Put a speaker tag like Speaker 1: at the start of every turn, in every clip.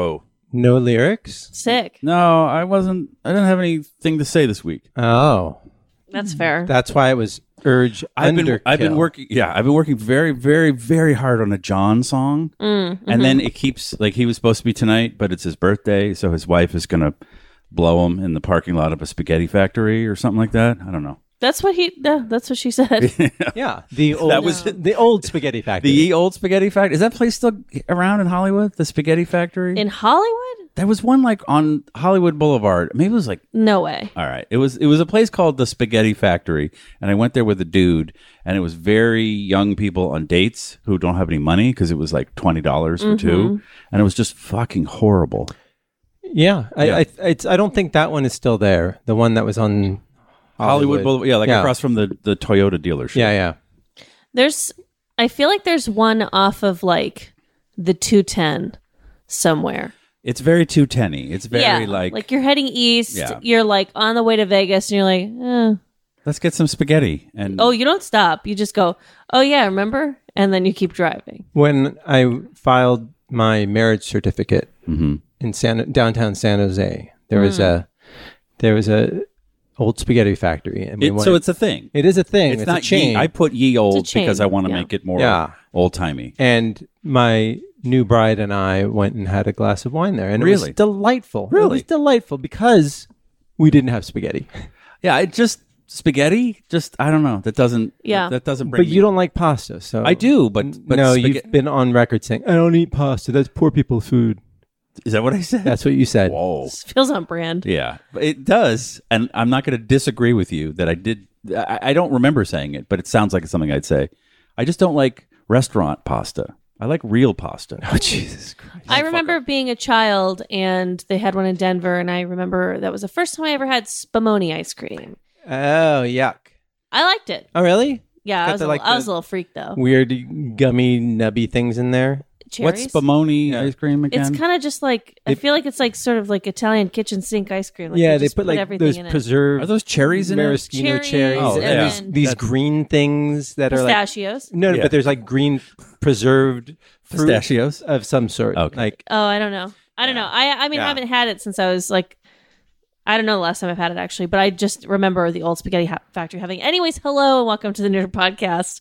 Speaker 1: No lyrics?
Speaker 2: Sick.
Speaker 3: No, I wasn't. I didn't have anything to say this week.
Speaker 1: Oh.
Speaker 2: That's fair.
Speaker 1: That's why it was urge
Speaker 3: I've been, I've been
Speaker 1: underkill.
Speaker 3: working. Yeah, I've been working very, very, very hard on a John song, and then it keeps like he was supposed to be tonight, but it's his birthday, so his wife is gonna blow him in the parking lot of a spaghetti factory or something like that. I don't know.
Speaker 2: that's what he. No, that's what she said.
Speaker 1: Yeah. The old
Speaker 3: was-
Speaker 1: the old spaghetti factory.
Speaker 3: The old spaghetti factory is that place still around in Hollywood? The spaghetti factory.
Speaker 2: In Hollywood?
Speaker 3: there was one like on Hollywood Boulevard. Maybe it was like
Speaker 2: No way.
Speaker 3: All right. It was it was a place called the Spaghetti Factory, and I went there with a dude, and it was very young people on dates who don't have any money because it was like twenty dollars for
Speaker 2: Mm-hmm.
Speaker 3: two, and it was just fucking horrible.
Speaker 1: yeah. I,
Speaker 3: Yeah.
Speaker 1: I it's I don't think that one is still there. The one that was on
Speaker 3: Hollywood,
Speaker 1: Hollywood.
Speaker 3: Boulevard, yeah, like
Speaker 1: Yeah.
Speaker 3: across from the the Toyota dealership.
Speaker 1: Yeah, yeah.
Speaker 2: There's. I feel like there's one off of like the two ten somewhere.
Speaker 3: it's very two tenny. It's very
Speaker 2: yeah,
Speaker 3: like,
Speaker 2: you're heading east.
Speaker 3: Yeah.
Speaker 2: You're like on the way to Vegas, and you're like, eh.
Speaker 3: let's get some spaghetti and
Speaker 2: oh, you don't stop. You just go. Oh yeah, remember? And then you keep driving.
Speaker 1: When I filed my marriage certificate
Speaker 3: Mm-hmm.
Speaker 1: in San, downtown San Jose, there was a there was a old spaghetti factory, and we
Speaker 3: It-
Speaker 1: wanted-
Speaker 3: so it's a thing.
Speaker 1: it is a thing. It's,
Speaker 3: it's not
Speaker 1: a chain.
Speaker 3: Ye, I put ye old
Speaker 2: chain,
Speaker 3: because I want to
Speaker 2: yeah.
Speaker 3: make it more
Speaker 1: Yeah.
Speaker 3: old timey.
Speaker 1: and my new bride and I went and had a glass of wine there, and it
Speaker 3: Really?
Speaker 1: was delightful. it
Speaker 3: Really?
Speaker 1: was delightful because we didn't have spaghetti.
Speaker 3: Yeah, it just spaghetti. Just I don't know. That doesn't.
Speaker 2: Yeah.
Speaker 3: that doesn't bring.
Speaker 1: But
Speaker 3: me-
Speaker 1: you don't like pasta, so
Speaker 3: I do, but, but
Speaker 1: no,
Speaker 3: spaghetti-
Speaker 1: you've been on record saying I don't eat pasta. That's poor people food.
Speaker 3: Is that what I said?
Speaker 1: That's what you said.
Speaker 3: Whoa.
Speaker 2: This feels on brand.
Speaker 3: Yeah, but it does, and I'm not going to disagree with you that I did. I, I don't remember saying it, but it sounds like it's something I'd say. I just don't like restaurant pasta. I like real pasta.
Speaker 1: Oh Jesus Christ!
Speaker 2: I remember being a child, and they had one in Denver, and I remember that was the first time I ever had spumoni ice cream.
Speaker 1: Oh yuck!
Speaker 2: I liked it.
Speaker 1: Oh really?
Speaker 2: Yeah,
Speaker 1: Got
Speaker 2: I was,
Speaker 1: the,
Speaker 2: a,
Speaker 1: like,
Speaker 2: I was
Speaker 1: the-
Speaker 2: a little freak though.
Speaker 1: weird gummy nubby things in there.
Speaker 2: Cherries?
Speaker 3: What's spumoni ice cream
Speaker 2: It's
Speaker 3: again?
Speaker 2: kind of just like I
Speaker 1: It-
Speaker 2: feel like it's like sort of like Italian kitchen sink ice cream. Like
Speaker 1: yeah, they
Speaker 2: just
Speaker 1: put like
Speaker 2: everything
Speaker 1: those
Speaker 2: in it.
Speaker 1: preserved
Speaker 3: Are those cherries in it?
Speaker 1: maraschino
Speaker 2: Cherries
Speaker 1: cherries,
Speaker 2: Oh,
Speaker 1: and
Speaker 3: yeah.
Speaker 1: these, these green things that are like
Speaker 2: pistachios.
Speaker 1: no, no,
Speaker 3: Yeah.
Speaker 1: but there's like green preserved fruit
Speaker 3: Pistachios?
Speaker 1: of some sort.
Speaker 3: Okay.
Speaker 1: Like
Speaker 2: Oh, I don't know. I don't know. I I mean I
Speaker 1: Yeah.
Speaker 2: haven't had it since I was like I don't know the last time I've had it actually, but I just remember the old spaghetti ha- factory having. Anyways, hello and welcome to the Nerd Podcast.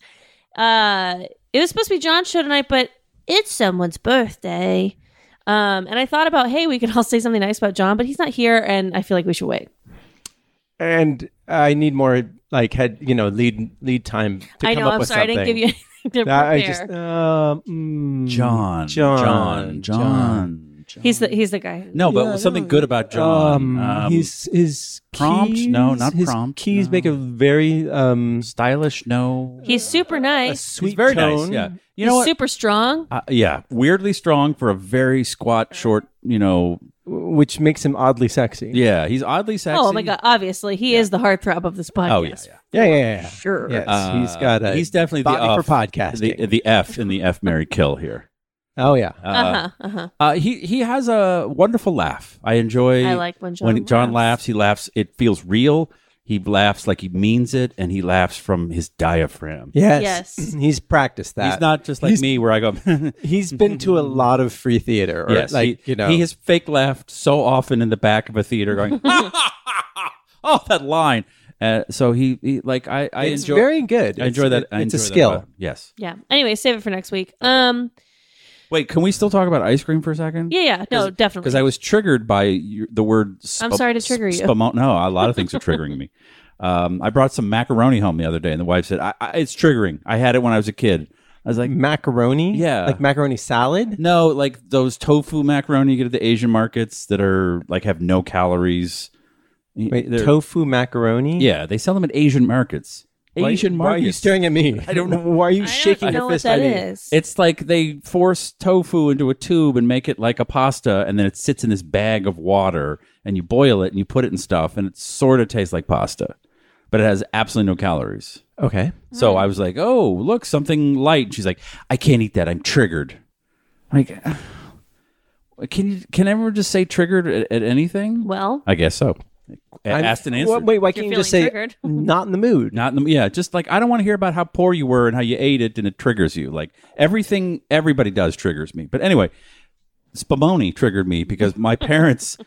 Speaker 2: Uh it was supposed to be John's show tonight, but it's someone's birthday. Um and I thought about, hey, we could all say something nice about John, but he's not here and I feel like we should wait.
Speaker 1: and I need more like head you know lead lead time to
Speaker 2: I
Speaker 1: come
Speaker 2: know,
Speaker 1: up
Speaker 2: I'm
Speaker 1: with
Speaker 2: sorry
Speaker 1: something.
Speaker 2: I didn't give you anything to prepare.
Speaker 1: That I just um, mm,
Speaker 3: John,
Speaker 1: John,
Speaker 3: John, John. John.
Speaker 2: he's the he's the guy.
Speaker 3: no, but something good about John.
Speaker 1: Um, his his
Speaker 3: prompt?
Speaker 1: Keys,
Speaker 3: No, not
Speaker 1: his
Speaker 3: prompt,
Speaker 1: Keys
Speaker 3: no.
Speaker 1: make a very um
Speaker 3: stylish. No,
Speaker 2: He's super
Speaker 1: a
Speaker 2: nice.
Speaker 1: sweet
Speaker 3: He's very nice.
Speaker 1: tone.
Speaker 3: Yeah, you
Speaker 2: He's
Speaker 3: know what?
Speaker 2: super strong.
Speaker 3: uh, yeah, weirdly strong for a very squat, short. You know,
Speaker 1: which makes him oddly sexy.
Speaker 3: yeah, he's oddly sexy.
Speaker 2: Oh my god! Obviously, he is the heartthrob of this podcast.
Speaker 3: Oh yeah, yeah.
Speaker 1: yeah, yeah, yeah.
Speaker 2: sure.
Speaker 1: Yes,
Speaker 3: Uh,
Speaker 1: he's got a
Speaker 3: he's definitely the
Speaker 1: body
Speaker 3: F,
Speaker 1: for podcasting.
Speaker 3: the, the F in the F Mary Kill here.
Speaker 1: oh yeah,
Speaker 3: Uh,
Speaker 2: Uh-huh, uh-huh.
Speaker 3: uh, he he has a wonderful laugh. I enjoy.
Speaker 2: I like when John
Speaker 3: John
Speaker 2: laughs.
Speaker 3: laughs. He laughs. It feels real. He laughs like he means it, and he laughs from his diaphragm.
Speaker 1: yes,
Speaker 2: Yes.
Speaker 1: he's practiced that.
Speaker 3: He's not just like
Speaker 1: He's-
Speaker 3: me, where I go.
Speaker 1: He's been to a lot of free theater, or
Speaker 3: yes,
Speaker 1: like
Speaker 3: he,
Speaker 1: you know,
Speaker 3: he has fake laughed so often in the back of a theater, going, "Oh, that line." Uh, so he, he like I, I
Speaker 1: it's
Speaker 3: enjoy.
Speaker 1: very good.
Speaker 3: I enjoy
Speaker 1: It's-
Speaker 3: that. I
Speaker 1: it- it's
Speaker 3: enjoy
Speaker 1: a
Speaker 3: that
Speaker 1: skill.
Speaker 3: about him. Yes.
Speaker 2: Yeah. Anyway, save it for next week. Um.
Speaker 3: Wait, can we still talk about ice cream for a second?
Speaker 2: Yeah. Yeah. No. Definitely.
Speaker 3: because I was triggered by your, the word. Sp-
Speaker 2: I'm sorry to trigger you.
Speaker 3: spamo- no, a lot of things are triggering me. Um, I brought some macaroni home the other day, and the wife said, I, I, "It's triggering." I had it when I was a kid. I was like,
Speaker 1: macaroni.
Speaker 3: Yeah.
Speaker 1: like macaroni salad.
Speaker 3: "No, like those tofu macaroni you get at the Asian markets that are like have no calories."
Speaker 1: Wait,
Speaker 3: They're-
Speaker 1: tofu macaroni.
Speaker 3: yeah, they sell them at Asian markets.
Speaker 1: Why-
Speaker 3: Asian
Speaker 1: Why are you
Speaker 3: markets.
Speaker 1: staring at me? I don't know. Why are you
Speaker 2: I don't
Speaker 1: shaking
Speaker 2: know
Speaker 1: your fist
Speaker 2: what that
Speaker 1: at me?
Speaker 2: is.
Speaker 3: It's like they force tofu into a tube and make it like a pasta, and then it sits in this bag of water, and you boil it and you put it in stuff, and it sort of tastes like pasta, but it has absolutely no calories.
Speaker 1: Okay.
Speaker 3: So I was like, "Oh, look, something light." She's like, "I can't eat that. I'm triggered." I'm like, can you can everyone just say triggered at, at anything?
Speaker 2: well.
Speaker 3: I guess so. A-
Speaker 1: I'm-
Speaker 3: Asked and
Speaker 1: Wha-
Speaker 3: answered.
Speaker 1: Wait, why can't you
Speaker 2: feeling
Speaker 1: just say
Speaker 2: triggered.
Speaker 1: not in the mood?
Speaker 3: Not in the, yeah, just like I don't want to hear about how poor you were and how you ate it and it triggers you. Like everything everybody does triggers me. But anyway, Spumoni triggered me because my parents,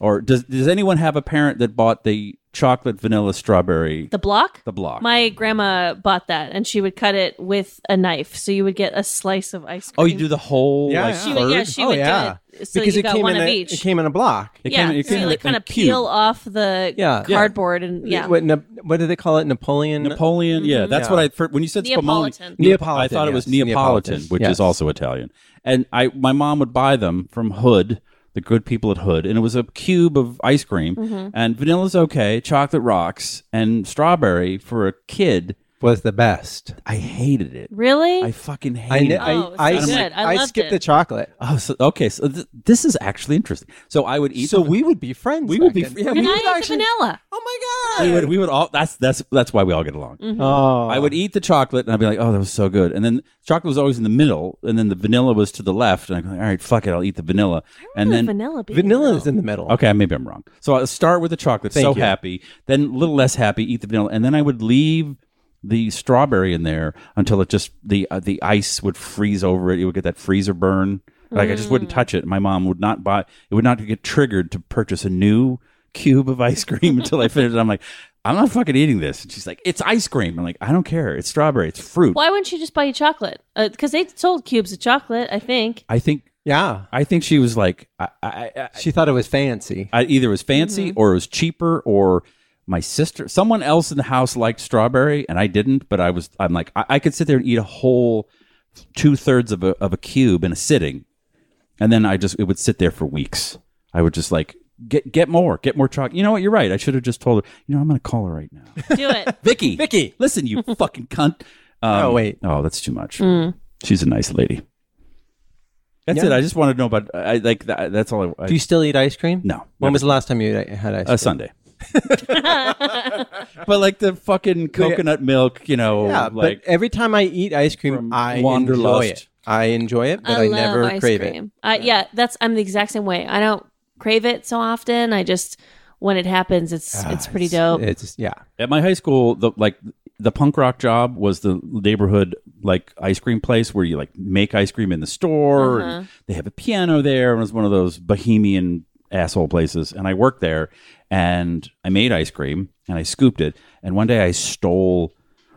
Speaker 3: or does does anyone have a parent that bought the chocolate vanilla strawberry
Speaker 2: The block?
Speaker 3: the block?
Speaker 2: My grandma bought that and she would cut it with a knife. So you would get a slice of ice cream.
Speaker 3: oh, you do the whole
Speaker 1: Yeah,
Speaker 3: like
Speaker 1: yeah.
Speaker 2: She would, yeah,
Speaker 3: third?
Speaker 2: she would do it. So you got
Speaker 1: came
Speaker 2: one
Speaker 1: in
Speaker 2: of
Speaker 1: a,
Speaker 2: each.
Speaker 1: Oh, It came in a block.
Speaker 3: It
Speaker 2: yeah,
Speaker 3: came- it
Speaker 2: so
Speaker 3: came
Speaker 2: you
Speaker 3: like
Speaker 2: like kind
Speaker 3: a
Speaker 2: of
Speaker 3: cube.
Speaker 2: peel off the
Speaker 1: Yeah. Yeah.
Speaker 2: cardboard and yeah.
Speaker 1: What, Na- what do they call it? Napoleon.
Speaker 3: Napoleon. Yeah, that's
Speaker 1: Yeah.
Speaker 3: what I fir- when you said
Speaker 2: Neapolitan.
Speaker 3: Spumoni, Neap- I
Speaker 1: Neapolitan,
Speaker 3: thought it was
Speaker 1: yes.
Speaker 3: Neapolitan,
Speaker 1: Neapolitan,
Speaker 3: which is
Speaker 1: yes.
Speaker 3: also Italian. And I, my mom would buy them from Hood, the good people at Hood, and it was a cube of ice cream.
Speaker 2: Mm-hmm.
Speaker 3: And vanilla's okay, chocolate rocks, and strawberry for a kid.
Speaker 1: was the best.
Speaker 3: I hated it.
Speaker 2: Really?
Speaker 3: I fucking hated
Speaker 1: I, kn-
Speaker 3: it.
Speaker 1: I,
Speaker 2: Oh, it's
Speaker 1: I,
Speaker 2: so
Speaker 1: s-
Speaker 2: good. I loved
Speaker 1: skipped
Speaker 2: it.
Speaker 1: the chocolate.
Speaker 3: Oh, so, okay, so th- this is actually interesting. So I would eat.
Speaker 1: So
Speaker 3: the-
Speaker 1: we would be friends.
Speaker 3: we would be.
Speaker 1: back then.
Speaker 3: Yeah, we
Speaker 2: and I
Speaker 3: would
Speaker 2: ate the
Speaker 3: actually.
Speaker 2: vanilla.
Speaker 1: Oh my god.
Speaker 3: We would, we would all. That's that's that's why we all get along.
Speaker 2: Mm-hmm.
Speaker 1: Oh,
Speaker 3: I would eat the chocolate and I'd be like, oh, that was so good. And then chocolate was always in the middle, and then the vanilla was to the left. And I'd go, all right, fuck it, I'll eat the vanilla. And then,
Speaker 2: vanilla bean.
Speaker 1: Vanilla is in the middle.
Speaker 3: okay, maybe I'm wrong. So I'll start with the chocolate, so
Speaker 1: you.
Speaker 3: happy, then a little less happy, eat the vanilla. And then I would leave the strawberry in there until it just, the uh, the ice would freeze over it. It would get that freezer burn. Like I just wouldn't touch it. My mom would not buy, it would not get triggered to purchase a new cube of ice cream until I finished it. I'm like, I'm not fucking eating this. And she's like, it's ice cream. I'm like, I don't care. It's strawberry. It's fruit.
Speaker 2: Why wouldn't you just buy you chocolate? Because they sold cubes of chocolate, I think.
Speaker 3: I think
Speaker 1: Yeah.
Speaker 3: I think she was like I, I, I,
Speaker 1: She thought it was fancy.
Speaker 3: I either it was fancy
Speaker 1: Mm-hmm.
Speaker 3: or it was cheaper or my sister someone else in the house liked strawberry and I didn't but I was I'm like I, I could sit there and eat a whole two thirds of a of a cube in a sitting and then I just it would sit there for weeks I would just like get get more get more chocolate you know what you're right I should have just told her you know I'm gonna call her right now
Speaker 2: Do it.
Speaker 3: Vicky
Speaker 1: Vicky.
Speaker 3: listen you fucking cunt um,
Speaker 1: Oh, wait. Mm.
Speaker 3: oh that's too much she's a nice lady. That's
Speaker 1: Yeah.
Speaker 3: it. I just wanted to know about. I like that. That's all I. I
Speaker 1: Do you still eat ice cream?
Speaker 3: no,
Speaker 1: When was the last time you had ice cream?
Speaker 3: a Sunday. but like the fucking coconut milk, you know,
Speaker 1: yeah,
Speaker 3: like
Speaker 1: but every time I eat ice cream, I enjoy
Speaker 3: Wanderlust.
Speaker 1: it. I enjoy it, but I, never crave it.
Speaker 2: Uh, yeah, that's I'm the exact same way. I don't crave it so often. I just when it happens, it's it's pretty
Speaker 3: Oh.
Speaker 2: dope.
Speaker 1: It's yeah.
Speaker 3: at my high school, the like the punk rock job was the neighborhood like ice cream place where you like make ice cream in the store. And they have a piano there, and it was one of those bohemian asshole places. And I worked there, and I made ice cream, and I scooped it. And one day I stole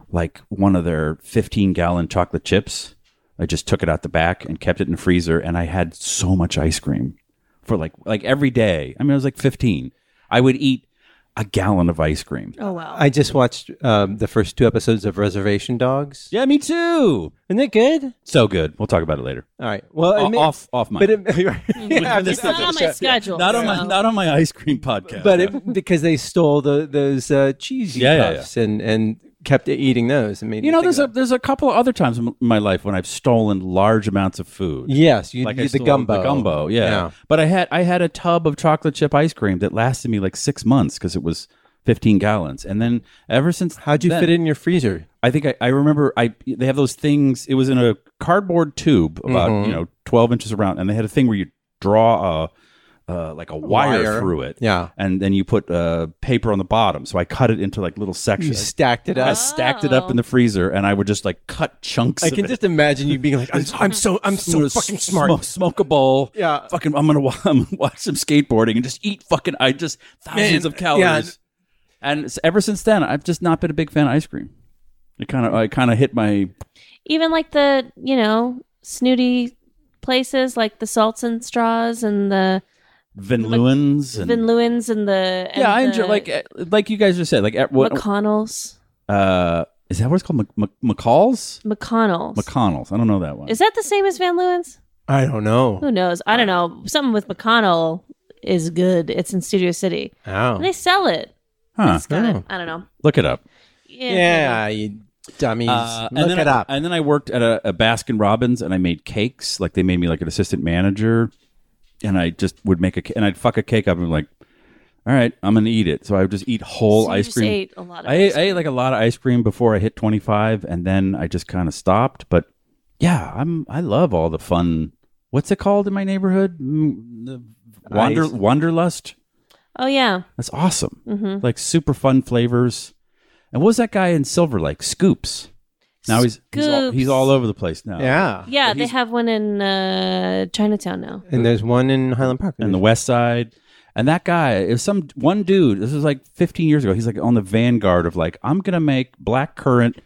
Speaker 3: like one of their 15 gallon chocolate chips. I just took it out the back and kept it in the freezer, and I had so much ice cream for like like every day. I mean, I was like 15. I would eat a gallon of ice cream.
Speaker 2: Oh wow.
Speaker 1: I just watched um, the first two episodes of Reservation Dogs.
Speaker 3: Yeah, me too.
Speaker 1: Isn't it good?
Speaker 3: So good. We'll talk about it later.
Speaker 1: All right. Well, it
Speaker 3: O-
Speaker 1: may-
Speaker 3: off, off my.
Speaker 1: But it,
Speaker 3: Mm-hmm.
Speaker 1: yeah, I'm
Speaker 2: it's
Speaker 1: just-
Speaker 2: not on my schedule.
Speaker 3: not on
Speaker 2: so-
Speaker 3: my, not on my ice cream podcast.
Speaker 1: but it, because they stole the those uh, cheesy
Speaker 3: Yeah, yeah,
Speaker 1: puffs and and kept eating those. And made
Speaker 3: you
Speaker 1: me
Speaker 3: know,
Speaker 1: think
Speaker 3: there's a
Speaker 1: about-
Speaker 3: there's a couple of other times in my life when I've stolen large amounts of food.
Speaker 1: yes, you,
Speaker 3: Like
Speaker 1: you-
Speaker 3: I
Speaker 1: the
Speaker 3: stole
Speaker 1: gumbo,
Speaker 3: the gumbo, yeah. But I had I had a tub of chocolate chip ice cream that lasted me like six months because it was fifteen gallons, and then ever since
Speaker 1: How'd you
Speaker 3: then-
Speaker 1: fit it in your freezer?
Speaker 3: I think I, I remember I they have those things. It was in a cardboard tube, about you know twelve inches around, and they had a thing where you draw a uh, like a wire,
Speaker 1: Wire.
Speaker 3: through it,
Speaker 1: Yeah.
Speaker 3: and then you put uh, paper on the bottom. So I cut it into like little
Speaker 1: You
Speaker 3: sections.
Speaker 1: stacked it
Speaker 3: I
Speaker 1: up.
Speaker 3: stacked it up in the freezer, and I would just oh. like cut chunks.
Speaker 1: I
Speaker 3: of
Speaker 1: can
Speaker 3: it.
Speaker 1: just imagine you being like, I'm, I'm so, I'm
Speaker 3: I'm
Speaker 1: so
Speaker 3: gonna
Speaker 1: fucking
Speaker 3: sm-
Speaker 1: smart.
Speaker 3: Smoke a bowl.
Speaker 1: Yeah.
Speaker 3: Fucking, I'm gonna, wa- I'm gonna watch some skateboarding and just eat fucking. I just thousands
Speaker 1: Man,
Speaker 3: of calories. And s- ever since then, I've just not been a big fan of ice cream. It kind of, I kind of hit my.
Speaker 2: even like the you know snooty places like the salts and straws and the
Speaker 3: Van Leeuwen's and
Speaker 2: Vin Lewins and the and
Speaker 3: yeah, I enjoy
Speaker 2: the
Speaker 3: like uh, like you guys just said like at what
Speaker 2: McConnell's
Speaker 3: uh is that what it's called Mc, Mc, McCall's
Speaker 2: McConnell's
Speaker 3: McConnell's I don't know that one.
Speaker 2: is that the same as Van Leeuwen's
Speaker 1: I don't know.
Speaker 2: who knows I don't know something with McConnell is good it's in Studio City
Speaker 1: Ow.
Speaker 2: and they sell it
Speaker 3: huh?
Speaker 2: It's got
Speaker 1: Oh.
Speaker 2: it. I don't know
Speaker 3: Look it up.
Speaker 2: yeah,
Speaker 1: Yeah, you dummies.
Speaker 3: Uh, and
Speaker 1: Look
Speaker 3: then
Speaker 1: it
Speaker 3: I,
Speaker 1: up.
Speaker 3: And then I worked at a, a Baskin Robbins and I made cakes. Like they made me like an assistant manager, and I just would make a ca- and I'd fuck a cake up and be like, all right, I'm gonna eat it. So I would just eat whole
Speaker 2: So you
Speaker 3: ice
Speaker 2: just
Speaker 3: cream.
Speaker 2: ate a lot of
Speaker 3: I,
Speaker 2: ice
Speaker 3: ate, I ate like a lot of ice cream before I hit 25, and then I just kind of stopped. But yeah, I'm I love all the fun. What's it called in my neighborhood? Mm, the Wander
Speaker 1: Nice.
Speaker 3: Wanderlust.
Speaker 2: oh yeah
Speaker 3: That's awesome. Like super fun flavors. And what was that guy in Silver Lake? Scoops. Now he's he's all,
Speaker 2: Scoops.
Speaker 3: he's all over the place now.
Speaker 1: Yeah.
Speaker 2: Yeah, they
Speaker 3: He's-
Speaker 2: have one in uh, Chinatown now.
Speaker 1: And there's one in Highland Park.
Speaker 3: and the West Side. And that guy, if some one dude, this was like 15 years ago, he's like on the vanguard of like, I'm gonna make black currant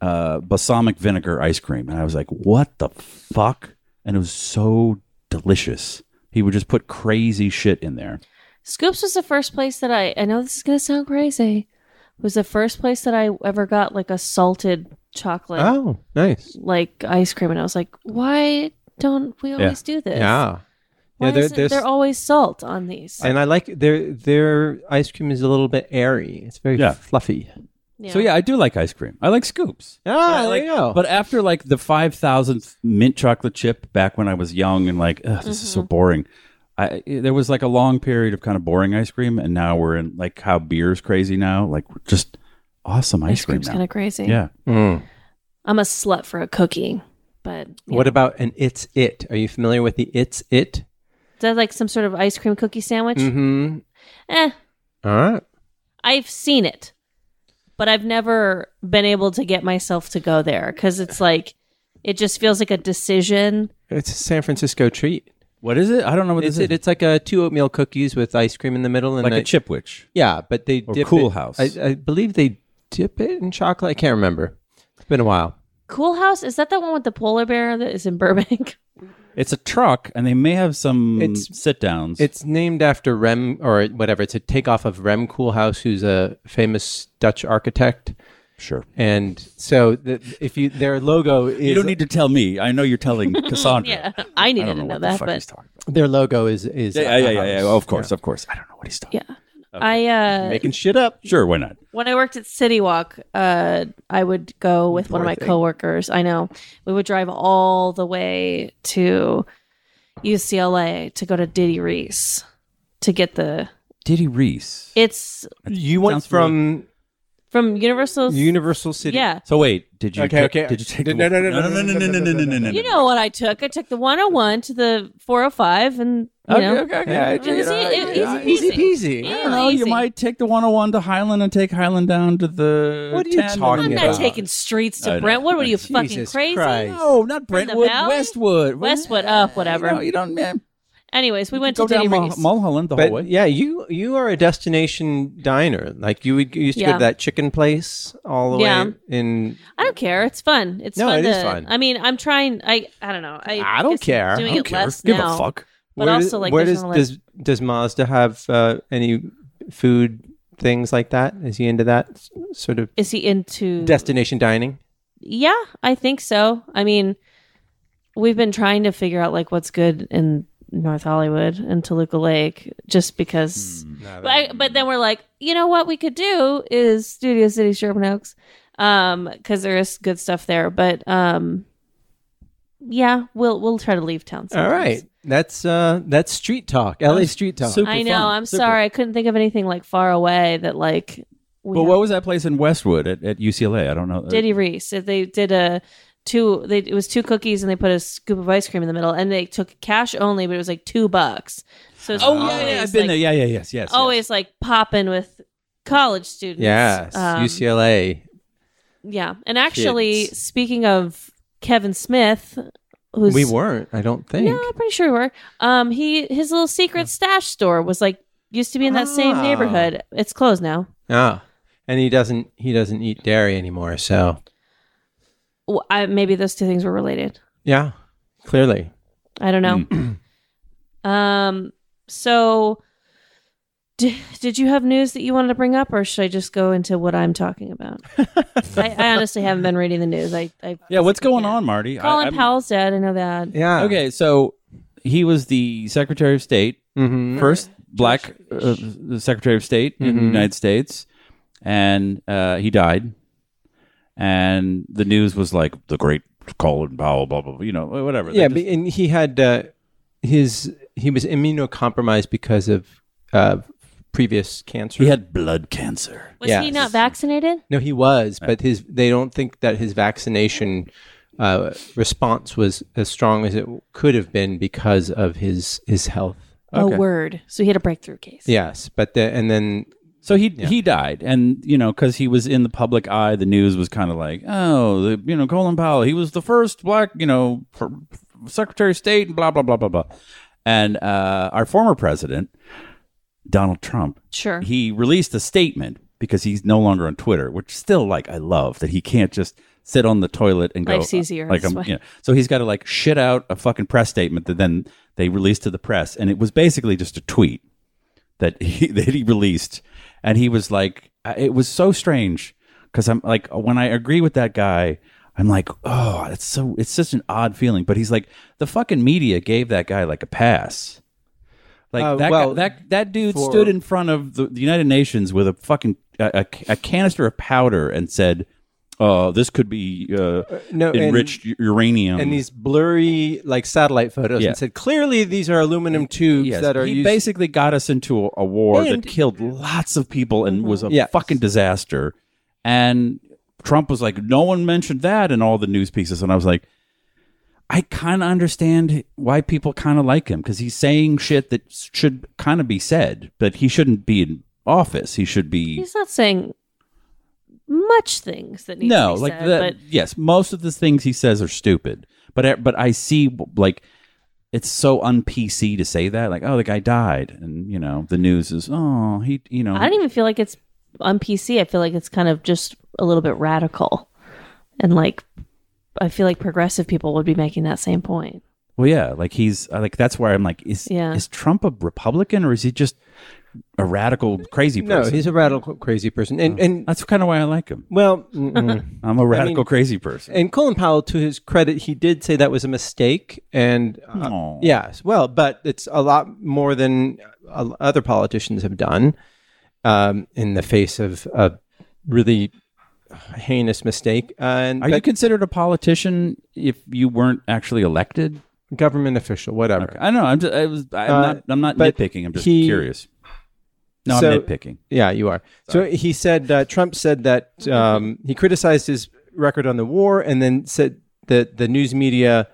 Speaker 3: uh, balsamic vinegar ice cream, and I was like, what the fuck? And it was so delicious. He would just put crazy shit in there.
Speaker 2: Scoops was the first place that I I know this is gonna sound crazy. Was the first place that I ever got like a salted chocolate
Speaker 1: oh, nice.
Speaker 2: like ice cream, and I was like, why don't we always do this?
Speaker 1: Yeah.
Speaker 2: Why
Speaker 1: yeah, there-
Speaker 2: is it
Speaker 1: there's-
Speaker 2: there always salt on these?
Speaker 1: And I like their their ice cream is a little bit airy. It's very
Speaker 3: Yeah.
Speaker 1: fluffy.
Speaker 2: yeah.
Speaker 3: So yeah, I do like ice cream. I like scoops.
Speaker 1: Ah, there
Speaker 3: like,
Speaker 1: you go.
Speaker 3: But after like the five thousandth mint chocolate chip back when I was young and like Ugh, this is
Speaker 2: Mm-hmm.
Speaker 3: so boring, I there was like a long period of kind of boring ice cream, and now we're in like how beer's crazy now, like just awesome ice,
Speaker 2: ice
Speaker 3: cream
Speaker 2: cream's
Speaker 3: now.
Speaker 2: kind of crazy.
Speaker 3: yeah,
Speaker 1: Mm.
Speaker 2: I'm a slut for a cookie, but yeah.
Speaker 1: What about an it's it? Are you familiar with the it's it?
Speaker 2: is that like some sort of ice cream cookie sandwich?
Speaker 3: Mm.
Speaker 1: Mm-hmm.
Speaker 2: Eh,
Speaker 1: All right.
Speaker 2: I've seen it, but I've never been able to get myself to go there because it's like it just feels like a decision.
Speaker 1: It's a San Francisco treat.
Speaker 3: what is it? I don't know what
Speaker 1: It's,
Speaker 3: this is.
Speaker 1: it, it's like a two oatmeal cookies with ice cream in the middle and
Speaker 3: like
Speaker 1: a
Speaker 3: a chipwich.
Speaker 1: Yeah, but they
Speaker 3: Or
Speaker 1: dip
Speaker 3: Cool
Speaker 1: it-
Speaker 3: House.
Speaker 1: I, I believe they dip it in chocolate. I can't remember. It's been a while.
Speaker 2: Cool House is that the one with the polar bear that is in Burbank?
Speaker 3: It's a truck, and they may have some
Speaker 1: It's-
Speaker 3: sit downs.
Speaker 1: It's named after Rem or whatever. It's a takeoff of Rem Koolhaas, who's a famous Dutch architect.
Speaker 3: sure.
Speaker 1: And so, the, if you their logo is
Speaker 3: You don't need to tell me. I know you're telling Cassandra.
Speaker 2: yeah, I
Speaker 3: I don't
Speaker 2: needed
Speaker 3: know
Speaker 2: to know
Speaker 3: what the
Speaker 2: that,
Speaker 3: fuck he's
Speaker 2: but
Speaker 3: talking about.
Speaker 1: their logo is is
Speaker 3: Yeah, yeah,
Speaker 1: a
Speaker 3: yeah, yeah,
Speaker 1: house.
Speaker 3: yeah. Of course, of course. I don't know what he's talking.
Speaker 2: yeah, I uh,
Speaker 1: Yeah. making shit up.
Speaker 3: Sure, why not?
Speaker 2: when I worked at City Walk, uh, I would go with one of
Speaker 1: Poor
Speaker 2: my
Speaker 1: thing.
Speaker 2: coworkers. I know we would drive all the way to UCLA to go to Diddy Reese to get the.
Speaker 3: Diddy Reese.
Speaker 2: It's
Speaker 1: You went
Speaker 3: Sounds
Speaker 1: from
Speaker 2: from Universal's.
Speaker 1: Universal City.
Speaker 2: yeah,
Speaker 3: So wait, did you
Speaker 1: Okay,
Speaker 3: take-
Speaker 1: okay.
Speaker 3: Did you take
Speaker 1: No,
Speaker 3: the-
Speaker 1: no, no, no, no, no, no, no, no,
Speaker 2: you know what I took? I took the 101 to the 405, and you know,
Speaker 3: okay.
Speaker 2: It was e- it-
Speaker 1: Yeah,
Speaker 2: easy
Speaker 1: easy peasy.
Speaker 2: peasy. Yeah.
Speaker 3: I don't know. You
Speaker 2: easy.
Speaker 3: might take the 101 to Highland and take Highland down to the.
Speaker 1: What are you
Speaker 3: 10 and
Speaker 1: talking
Speaker 2: I'm not
Speaker 1: about?
Speaker 2: taking streets
Speaker 3: I
Speaker 2: to
Speaker 3: know.
Speaker 2: Brentwood. What are you fucking
Speaker 1: Jesus
Speaker 2: crazy?
Speaker 1: Christ.
Speaker 3: No, not Brentwood.
Speaker 2: valley?
Speaker 3: Westwood.
Speaker 2: Westwood, oh, whatever.
Speaker 3: You, know, you don't. Man,
Speaker 2: Anyways, we went
Speaker 3: go
Speaker 2: to Diddy
Speaker 3: down Mul-
Speaker 2: Reese.
Speaker 3: Mulholland the
Speaker 1: But
Speaker 3: whole way.
Speaker 1: yeah, you you are a destination diner. Like you would you used to go
Speaker 2: Yeah.
Speaker 1: to that chicken place all the
Speaker 2: Yeah.
Speaker 1: way in.
Speaker 2: I don't care. It's fun. It's
Speaker 1: No,
Speaker 2: fun
Speaker 1: it
Speaker 2: to,
Speaker 1: is fun.
Speaker 2: I mean, I'm trying. I I don't know. I
Speaker 1: I don't
Speaker 2: guess I'm
Speaker 1: care.
Speaker 2: Doing
Speaker 1: I
Speaker 2: it less
Speaker 3: Give
Speaker 2: now.
Speaker 3: a fuck.
Speaker 2: But
Speaker 1: Where-
Speaker 2: also, like,
Speaker 1: where
Speaker 2: there's
Speaker 1: does
Speaker 2: not a lot-
Speaker 1: does does Mazda have uh, any food things like that? Is he into that s- sort of
Speaker 2: Is he into?
Speaker 1: destination dining?
Speaker 2: yeah, I think so. I mean, we've been trying to figure out like what's good in North Hollywood and Toluca Lake, just because.
Speaker 1: Hmm.
Speaker 2: But, I- but then we're like, you know what we could do is Studio City Sherman Oaks, um, because there is good stuff there. But um, yeah, we'll we'll try to leave town.
Speaker 1: All
Speaker 2: sometimes.
Speaker 1: right, that's uh that's street talk, LA street talk.
Speaker 3: super
Speaker 2: I know.
Speaker 3: fun.
Speaker 2: I'm
Speaker 3: Super.
Speaker 2: sorry. I couldn't think of anything like far away that like. We
Speaker 3: But
Speaker 2: have-
Speaker 3: what was that place in Westwood at, at UCLA? I don't know.
Speaker 2: Diddy Reese? If They did a two. They, it was two cookies, and they put a scoop of ice cream in the middle, and they took cash only, but it was like two bucks. So it's
Speaker 3: Oh yeah,
Speaker 2: always,
Speaker 3: yeah, I've been
Speaker 2: like,
Speaker 3: there. Yeah, yeah, yes, yes.
Speaker 2: Always like popping with college students.
Speaker 1: yes,
Speaker 2: Um,
Speaker 1: UCLA.
Speaker 2: Yeah, and actually,
Speaker 1: kids.
Speaker 2: speaking of Kevin Smith, who's
Speaker 1: We weren't. I don't think.
Speaker 2: No, I'm pretty sure we were. Um, he his little secret stash store was like used to be in that same
Speaker 1: Ah.
Speaker 2: neighborhood. It's closed now.
Speaker 1: Ah, and he doesn't he doesn't eat dairy anymore. So
Speaker 2: Well, I, maybe those two things were related.
Speaker 1: yeah, clearly.
Speaker 2: I don't know.
Speaker 3: Mm.
Speaker 2: um. So, d- did you have news that you wanted to bring up, or should I just go into what I'm talking about? I, I honestly haven't been reading the news. I, I
Speaker 3: Yeah, what's going
Speaker 2: Yeah.
Speaker 3: on, Marty? I-
Speaker 2: Colin
Speaker 3: I'm-
Speaker 2: Powell's dead. I know that.
Speaker 1: Yeah.
Speaker 3: Okay, so he was the Secretary of State
Speaker 1: hmm
Speaker 3: first black uh, Secretary of State in the
Speaker 1: Mhm.
Speaker 3: United States, and uh, he died. And the news was like the great Colin Powell, blah blah, blah you know, whatever. They
Speaker 1: yeah,
Speaker 3: just-
Speaker 1: but, and he had uh, his he was immunocompromised because of uh, previous cancer.
Speaker 3: he had blood cancer.
Speaker 2: Was he
Speaker 1: Yes.
Speaker 2: not vaccinated?
Speaker 1: no, he was, but his they don't think that his vaccination uh, response was as strong as it could have been because of his his health.
Speaker 2: A word. So he had a breakthrough case.
Speaker 1: Yes, but the, and then
Speaker 3: So he he died, and you know, because he was in the public eye, the news was kind of like, oh, the, you know, Colin Powell, he was the first black, you know, for Secretary of State, and blah blah blah blah blah. And uh, our former president, Donald Trump,
Speaker 2: Sure.
Speaker 3: he released a statement because he's no longer on Twitter, which still like I love that he can't just sit on the toilet and go.
Speaker 2: Life's easier
Speaker 3: Like
Speaker 2: this
Speaker 3: I'm,
Speaker 2: way.
Speaker 3: you know, so he's got to like shit out a fucking press statement that then they released to the press, and it was basically just a tweet that he that he released, and he was like, I- it was so strange because I'm like when I agree with that guy. I'm like, oh, it's so it's such an odd feeling. But he's like, the fucking media gave that guy like a pass. Like
Speaker 1: Uh,
Speaker 3: that, guy-
Speaker 1: well,
Speaker 3: that that dude
Speaker 1: for-
Speaker 3: stood in front of the, the United Nations with a fucking a, a, a canister of powder and said, "Oh, this could be uh,
Speaker 1: no, and-
Speaker 3: enriched u- uranium."
Speaker 1: and these blurry like satellite photos
Speaker 3: Yeah.
Speaker 1: and said clearly these are aluminum tubes
Speaker 3: Yes,
Speaker 1: that are
Speaker 3: he
Speaker 1: used.
Speaker 3: basically got us into a, a war
Speaker 1: And-
Speaker 3: that killed lots of people and was a
Speaker 1: Yes.
Speaker 3: fucking disaster. And Trump was like, "No one mentioned that in all the news pieces," and I was like. I kind of understand why people kind of like him because he's saying shit that should kind of be said, but he shouldn't be in office. He should be.
Speaker 2: He's not saying much things that need
Speaker 3: no
Speaker 2: to be
Speaker 3: like
Speaker 2: said,
Speaker 3: the,
Speaker 2: but
Speaker 3: yes most of the things he says are stupid but I- but i see like it's so un pc to say that like oh the guy died and you know the news is oh he you know
Speaker 2: I don't even feel like it's on PC. I feel like it's kind of just a little bit radical. And like, I feel like progressive people would be making that same point.
Speaker 3: well yeah like he's uh, like that's where i'm like is
Speaker 2: Yeah.
Speaker 3: is trump a republican or is he just a radical crazy
Speaker 1: no,
Speaker 3: person
Speaker 1: he's a radical crazy person,
Speaker 3: Oh.
Speaker 1: and and
Speaker 3: that's kind of why i like him
Speaker 1: well, mm-mm.
Speaker 3: i'm a radical crazy person
Speaker 1: and Colin Powell, to his credit, he did say that was a mistake, and uh,
Speaker 3: Aw.
Speaker 1: yes, well, but it's a lot more than uh, other politicians have done um, in the face of a really heinous mistake. Uh, and
Speaker 3: are
Speaker 1: but
Speaker 3: you considered a politician if you weren't actually elected
Speaker 1: government official, whatever.
Speaker 3: i know i'm just i was i'm
Speaker 1: Uh,
Speaker 3: not i'm not
Speaker 1: but
Speaker 3: nitpicking i'm just
Speaker 1: he-
Speaker 3: curious no
Speaker 1: So-
Speaker 3: i'm nitpicking
Speaker 1: Yeah, you are. So he said uh, Trump said that um, he criticized his record on the war, and then said that the news media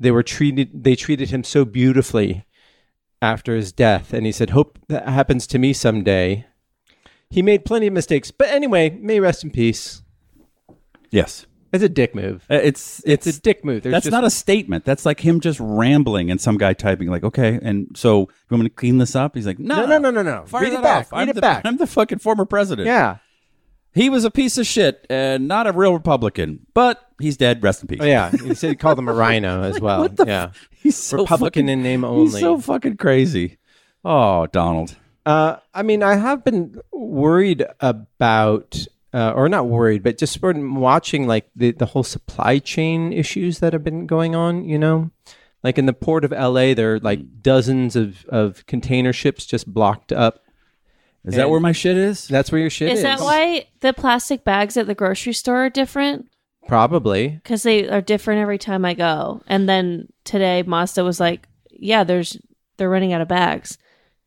Speaker 1: they were treated they treated him so beautifully after his death, and he said, "Hope that happens to me someday." He made plenty of mistakes, but anyway, may rest in peace.
Speaker 3: yes
Speaker 1: It's a dick move.
Speaker 3: Uh, It's it's,
Speaker 1: It's a dick move. There's
Speaker 3: that's
Speaker 1: just-
Speaker 3: not a statement. That's like him just rambling and some guy typing like, okay, and so you want me to clean this up? He's like, no,
Speaker 1: no, no, no, no, no.
Speaker 3: Fire
Speaker 1: Read
Speaker 3: that
Speaker 1: it back.
Speaker 3: off.
Speaker 1: Read
Speaker 3: I'm
Speaker 1: it
Speaker 3: the,
Speaker 1: back.
Speaker 3: I'm the fucking former president.
Speaker 1: yeah.
Speaker 3: he was a piece of shit and not a real Republican, but he's dead. Rest in peace.
Speaker 1: Oh, yeah. He said he called him a rhino as well.
Speaker 3: What the?
Speaker 1: yeah.
Speaker 3: F- he's so
Speaker 1: Republican
Speaker 3: fucking-
Speaker 1: in name
Speaker 3: He's
Speaker 1: only.
Speaker 3: so fucking crazy. Oh, Donald.
Speaker 1: Uh, I mean, I have been worried about, uh, or not worried, but just been watching like the, the whole supply chain issues that have been going on, you know? Like in the port of LA, there are like dozens of, of container ships just blocked up.
Speaker 3: Is that
Speaker 1: And-
Speaker 3: where my shit is?
Speaker 1: That's where your shit is.
Speaker 2: Is that why the plastic bags at the grocery store are different?
Speaker 1: Probably.
Speaker 2: Because they are different every time I go. And then today, Mazda was like, "Yeah, there's they're running out of bags."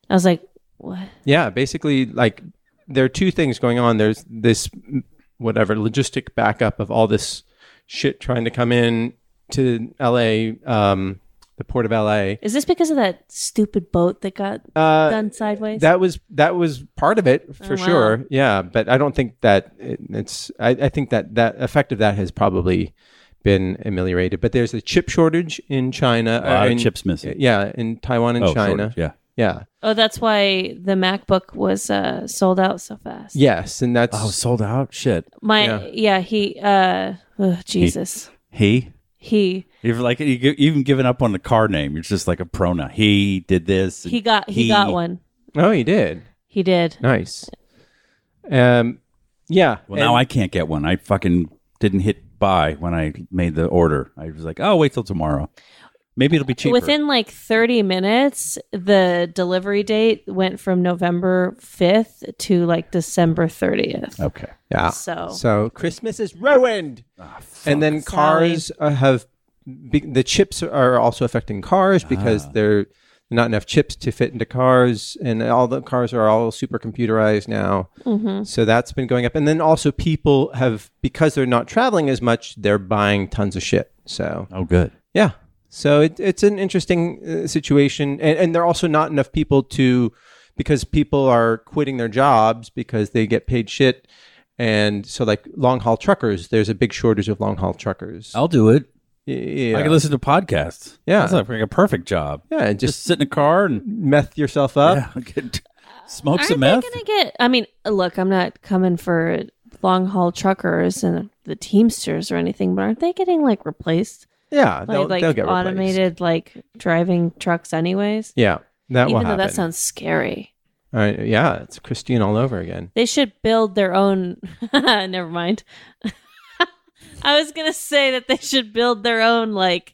Speaker 2: I was like, "What?"
Speaker 1: Yeah, basically, like there are two things going on. There's this mm, whatever logistic backup of all this shit trying to come in to LA, um, the port of LA.
Speaker 2: Is this because of that stupid boat that got
Speaker 1: Uh,
Speaker 2: done sideways?
Speaker 1: That was that was part of it for
Speaker 2: Oh, wow.
Speaker 1: sure. Yeah, but I don't think that it, it's. I, I think that that effect of that has probably been ameliorated. But there's a chip shortage in China. uh,
Speaker 3: A lot of
Speaker 1: in-
Speaker 3: chips missing.
Speaker 1: Yeah, in Taiwan and
Speaker 3: oh,
Speaker 1: China.
Speaker 3: shortage, Yeah.
Speaker 1: Yeah.
Speaker 2: oh, that's why the MacBook was uh, sold out so fast.
Speaker 1: Yes, and that's
Speaker 3: Oh, sold out. Shit.
Speaker 2: My
Speaker 1: Yeah.
Speaker 2: yeah, he uh ugh, Jesus.
Speaker 3: He.
Speaker 2: He
Speaker 3: You've like you gi- even given up on the car name. You're just like a pronoun. He did this.
Speaker 2: he got he, got one.
Speaker 1: oh, he did
Speaker 2: He did.
Speaker 1: nice. Um, yeah.
Speaker 3: Well, now I can't get one. I fucking didn't hit buy when I made the order. I was like, oh, wait till tomorrow. Maybe it'll be cheaper.
Speaker 2: Within like 30 minutes, the delivery date went from November 5th to like December 30th.
Speaker 3: okay.
Speaker 1: yeah.
Speaker 2: So-
Speaker 1: Oh. so Christmas is ruined. and then cars uh, have be, the chips are also affecting cars because they're not enough chips to fit into cars and all the cars are all super computerized now so that's been going up and then also people have because they're not traveling as much they're buying tons of shit so
Speaker 3: Oh, good.
Speaker 1: yeah so it, it's an interesting uh, situation and, and there are also not enough people to because people are quitting their jobs because they get paid shit. And so, like long haul truckers, there's a big shortage of long haul truckers.
Speaker 3: I'll do it.
Speaker 1: yeah,
Speaker 3: Oh. I can listen to podcasts.
Speaker 1: Yeah.
Speaker 3: That's like a perfect job.
Speaker 1: yeah, and
Speaker 3: Just
Speaker 1: just
Speaker 3: sit in a car and
Speaker 1: meth yourself up.
Speaker 3: yeah, get- smoke
Speaker 2: Aren't
Speaker 3: some
Speaker 2: they
Speaker 3: meth.
Speaker 2: gonna get? I mean, look, I'm not coming for long haul truckers and the Teamsters or anything, but aren't they getting like replaced?
Speaker 1: Yeah, they'll,
Speaker 2: Like, like
Speaker 1: they'll get replaced.
Speaker 2: automated like driving trucks, anyways.
Speaker 1: Yeah, that will
Speaker 2: Even though
Speaker 1: happen.
Speaker 2: that sounds scary,
Speaker 1: All right, yeah, it's Christine all over again.
Speaker 2: they should build their own. Never mind. I was gonna say that they should build their own like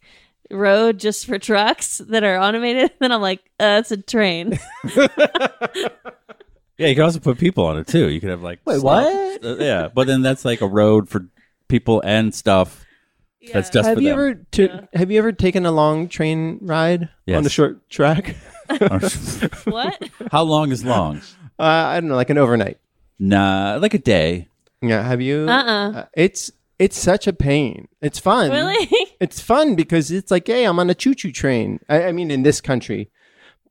Speaker 2: road just for trucks that are automated. Then I'm like, uh, it's a train.
Speaker 3: Yeah, you could also put people on it too. You could have like
Speaker 1: Wait,
Speaker 3: stuff-
Speaker 1: what?
Speaker 3: uh, yeah, but then that's like a road for people and stuff. That's just
Speaker 1: have
Speaker 3: for
Speaker 1: you
Speaker 3: them.
Speaker 1: ever to, have you ever taken a long train ride on
Speaker 3: Yes.
Speaker 1: a short track?
Speaker 2: what?
Speaker 3: How long is long?
Speaker 1: Uh, I don't know, like an overnight.
Speaker 3: Nah, like a day.
Speaker 1: Yeah, have you?
Speaker 2: Uh-uh.
Speaker 1: Uh, it's it's such a pain. It's fun.
Speaker 2: Really?
Speaker 1: It's fun because it's like, hey, I'm on a choo-choo train. I, I mean, in this country,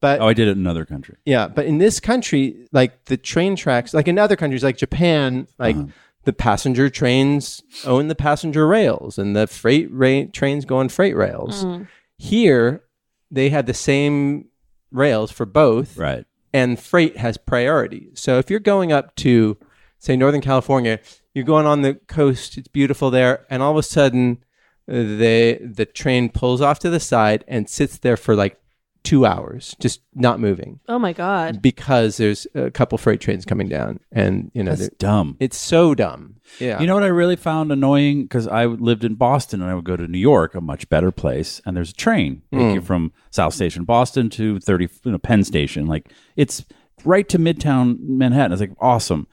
Speaker 1: but
Speaker 3: Oh, I did it in another country.
Speaker 1: yeah, but in this country, like the train tracks, like in other countries, like Japan, like the passenger trains own the passenger rails, and the freight ra- trains go on freight rails.
Speaker 2: Mm.
Speaker 1: Here, they had the same rails for both,
Speaker 3: Right.
Speaker 1: and freight has priority. So if you're going up to, say, Northern California, you're going on the coast, it's beautiful there, and all of a sudden, uh, the the train pulls off to the side and sits there for like two hours, just not moving,
Speaker 2: Oh my god.
Speaker 1: because there's a couple freight trains coming down, and you know,
Speaker 3: That's
Speaker 1: they're-
Speaker 3: dumb.
Speaker 1: it's so dumb. Yeah,
Speaker 3: You know what I really found annoying? Because I lived in Boston and I would go to New York, a much better place, and there's a train take
Speaker 1: Hmm.
Speaker 3: you from South Station, Boston to 30, you know, Penn Station. Like it's right to Midtown Manhattan. It's like awesome.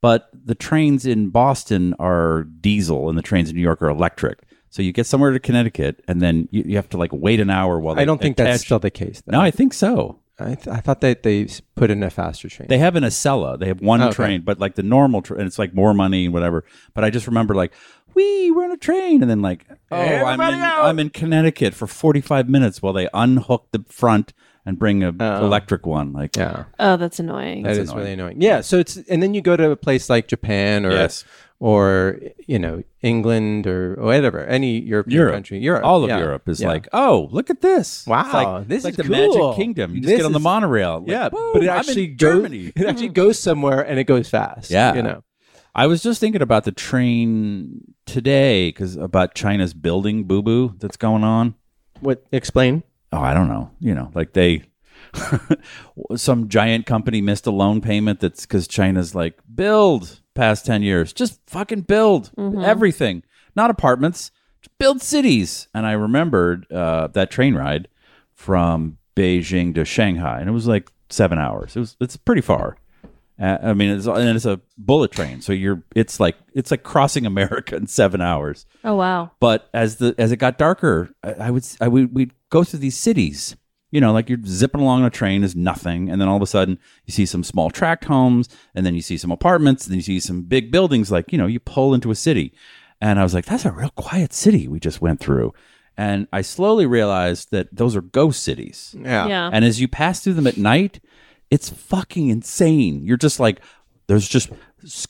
Speaker 3: But the trains in Boston are diesel and the trains in New York are electric. So you get somewhere to Connecticut and then you, you have to like wait an hour while they
Speaker 1: I don't think that's
Speaker 3: attach-
Speaker 1: still the case. Though.
Speaker 3: No, I think so.
Speaker 1: I, th- I thought that they s- put in a faster train.
Speaker 3: They have an Acela. They have one
Speaker 1: Okay.
Speaker 3: train, but like the normal train, and it's like more money and whatever. But I just remember like, we we're on a train, and then like, oh, I'm
Speaker 1: Everybody
Speaker 3: in,
Speaker 1: out.
Speaker 3: I'm in Connecticut for 45 minutes while they unhook the front and bring a electric one. Like,
Speaker 1: Oh. yeah.
Speaker 2: Oh, that's annoying.
Speaker 1: That is really annoying. Yeah. So it's and then you go to a place like Japan or
Speaker 3: Yes.
Speaker 1: or you know England or whatever any European
Speaker 3: Europe,
Speaker 1: country. Europe,
Speaker 3: all of
Speaker 1: yeah,
Speaker 3: Europe is
Speaker 1: yeah.
Speaker 3: like, oh, look at this!
Speaker 1: Wow,
Speaker 3: it's like,
Speaker 1: this
Speaker 3: it's like
Speaker 1: is
Speaker 3: the
Speaker 1: cool.
Speaker 3: Magic Kingdom. You just
Speaker 1: This
Speaker 3: get on the
Speaker 1: is-
Speaker 3: monorail. Like,
Speaker 1: yeah,
Speaker 3: whoa,
Speaker 1: but it
Speaker 3: I'm
Speaker 1: actually
Speaker 3: in
Speaker 1: goes.
Speaker 3: Germany.
Speaker 1: It actually goes somewhere and it goes fast.
Speaker 3: Yeah.
Speaker 1: you know.
Speaker 3: I was just thinking about the train today because about China's building boo boo that's going on.
Speaker 1: What explain?
Speaker 3: oh, I don't know, you know, like they some giant company missed a loan payment that's cuz China's like build past 10 years. Just fucking build everything. Not apartments, just build cities. And I remembered uh, that train ride from Beijing to Shanghai and it was like 7 hours. It was it's pretty far. Uh, I mean, it's, and it's a bullet train, so you're. It's like it's like crossing America in seven hours.
Speaker 2: Oh wow.
Speaker 3: But as the as it got darker, I, I would s- I would we'd go through these cities. You know, like you're zipping along a train is nothing, and then all of a sudden you see some small tract homes, and then you see some apartments, and then you see some big buildings. Like you know, you pull into a city, and I was like, "That's a real quiet city we just went through," and I slowly realized that those are ghost cities.
Speaker 1: Yeah,
Speaker 2: Yeah.
Speaker 3: And as you pass through them at night, it's fucking insane. You're just like, there's just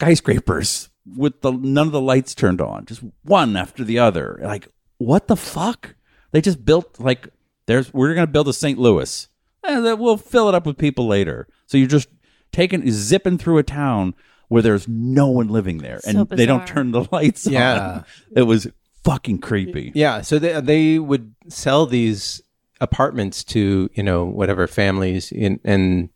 Speaker 3: skyscrapers with the none of the lights turned on, just one after the other. Like, what the fuck? They just built like there's we're gonna build a St. Louis. And then we'll fill it up with people later. So you're just taking zipping through a town where there's no one living there, and
Speaker 2: So
Speaker 3: they don't
Speaker 2: bizarre.
Speaker 3: turn the lights
Speaker 1: Yeah.
Speaker 3: on. It was fucking creepy.
Speaker 1: yeah. So they they would sell these apartments to you know whatever families in and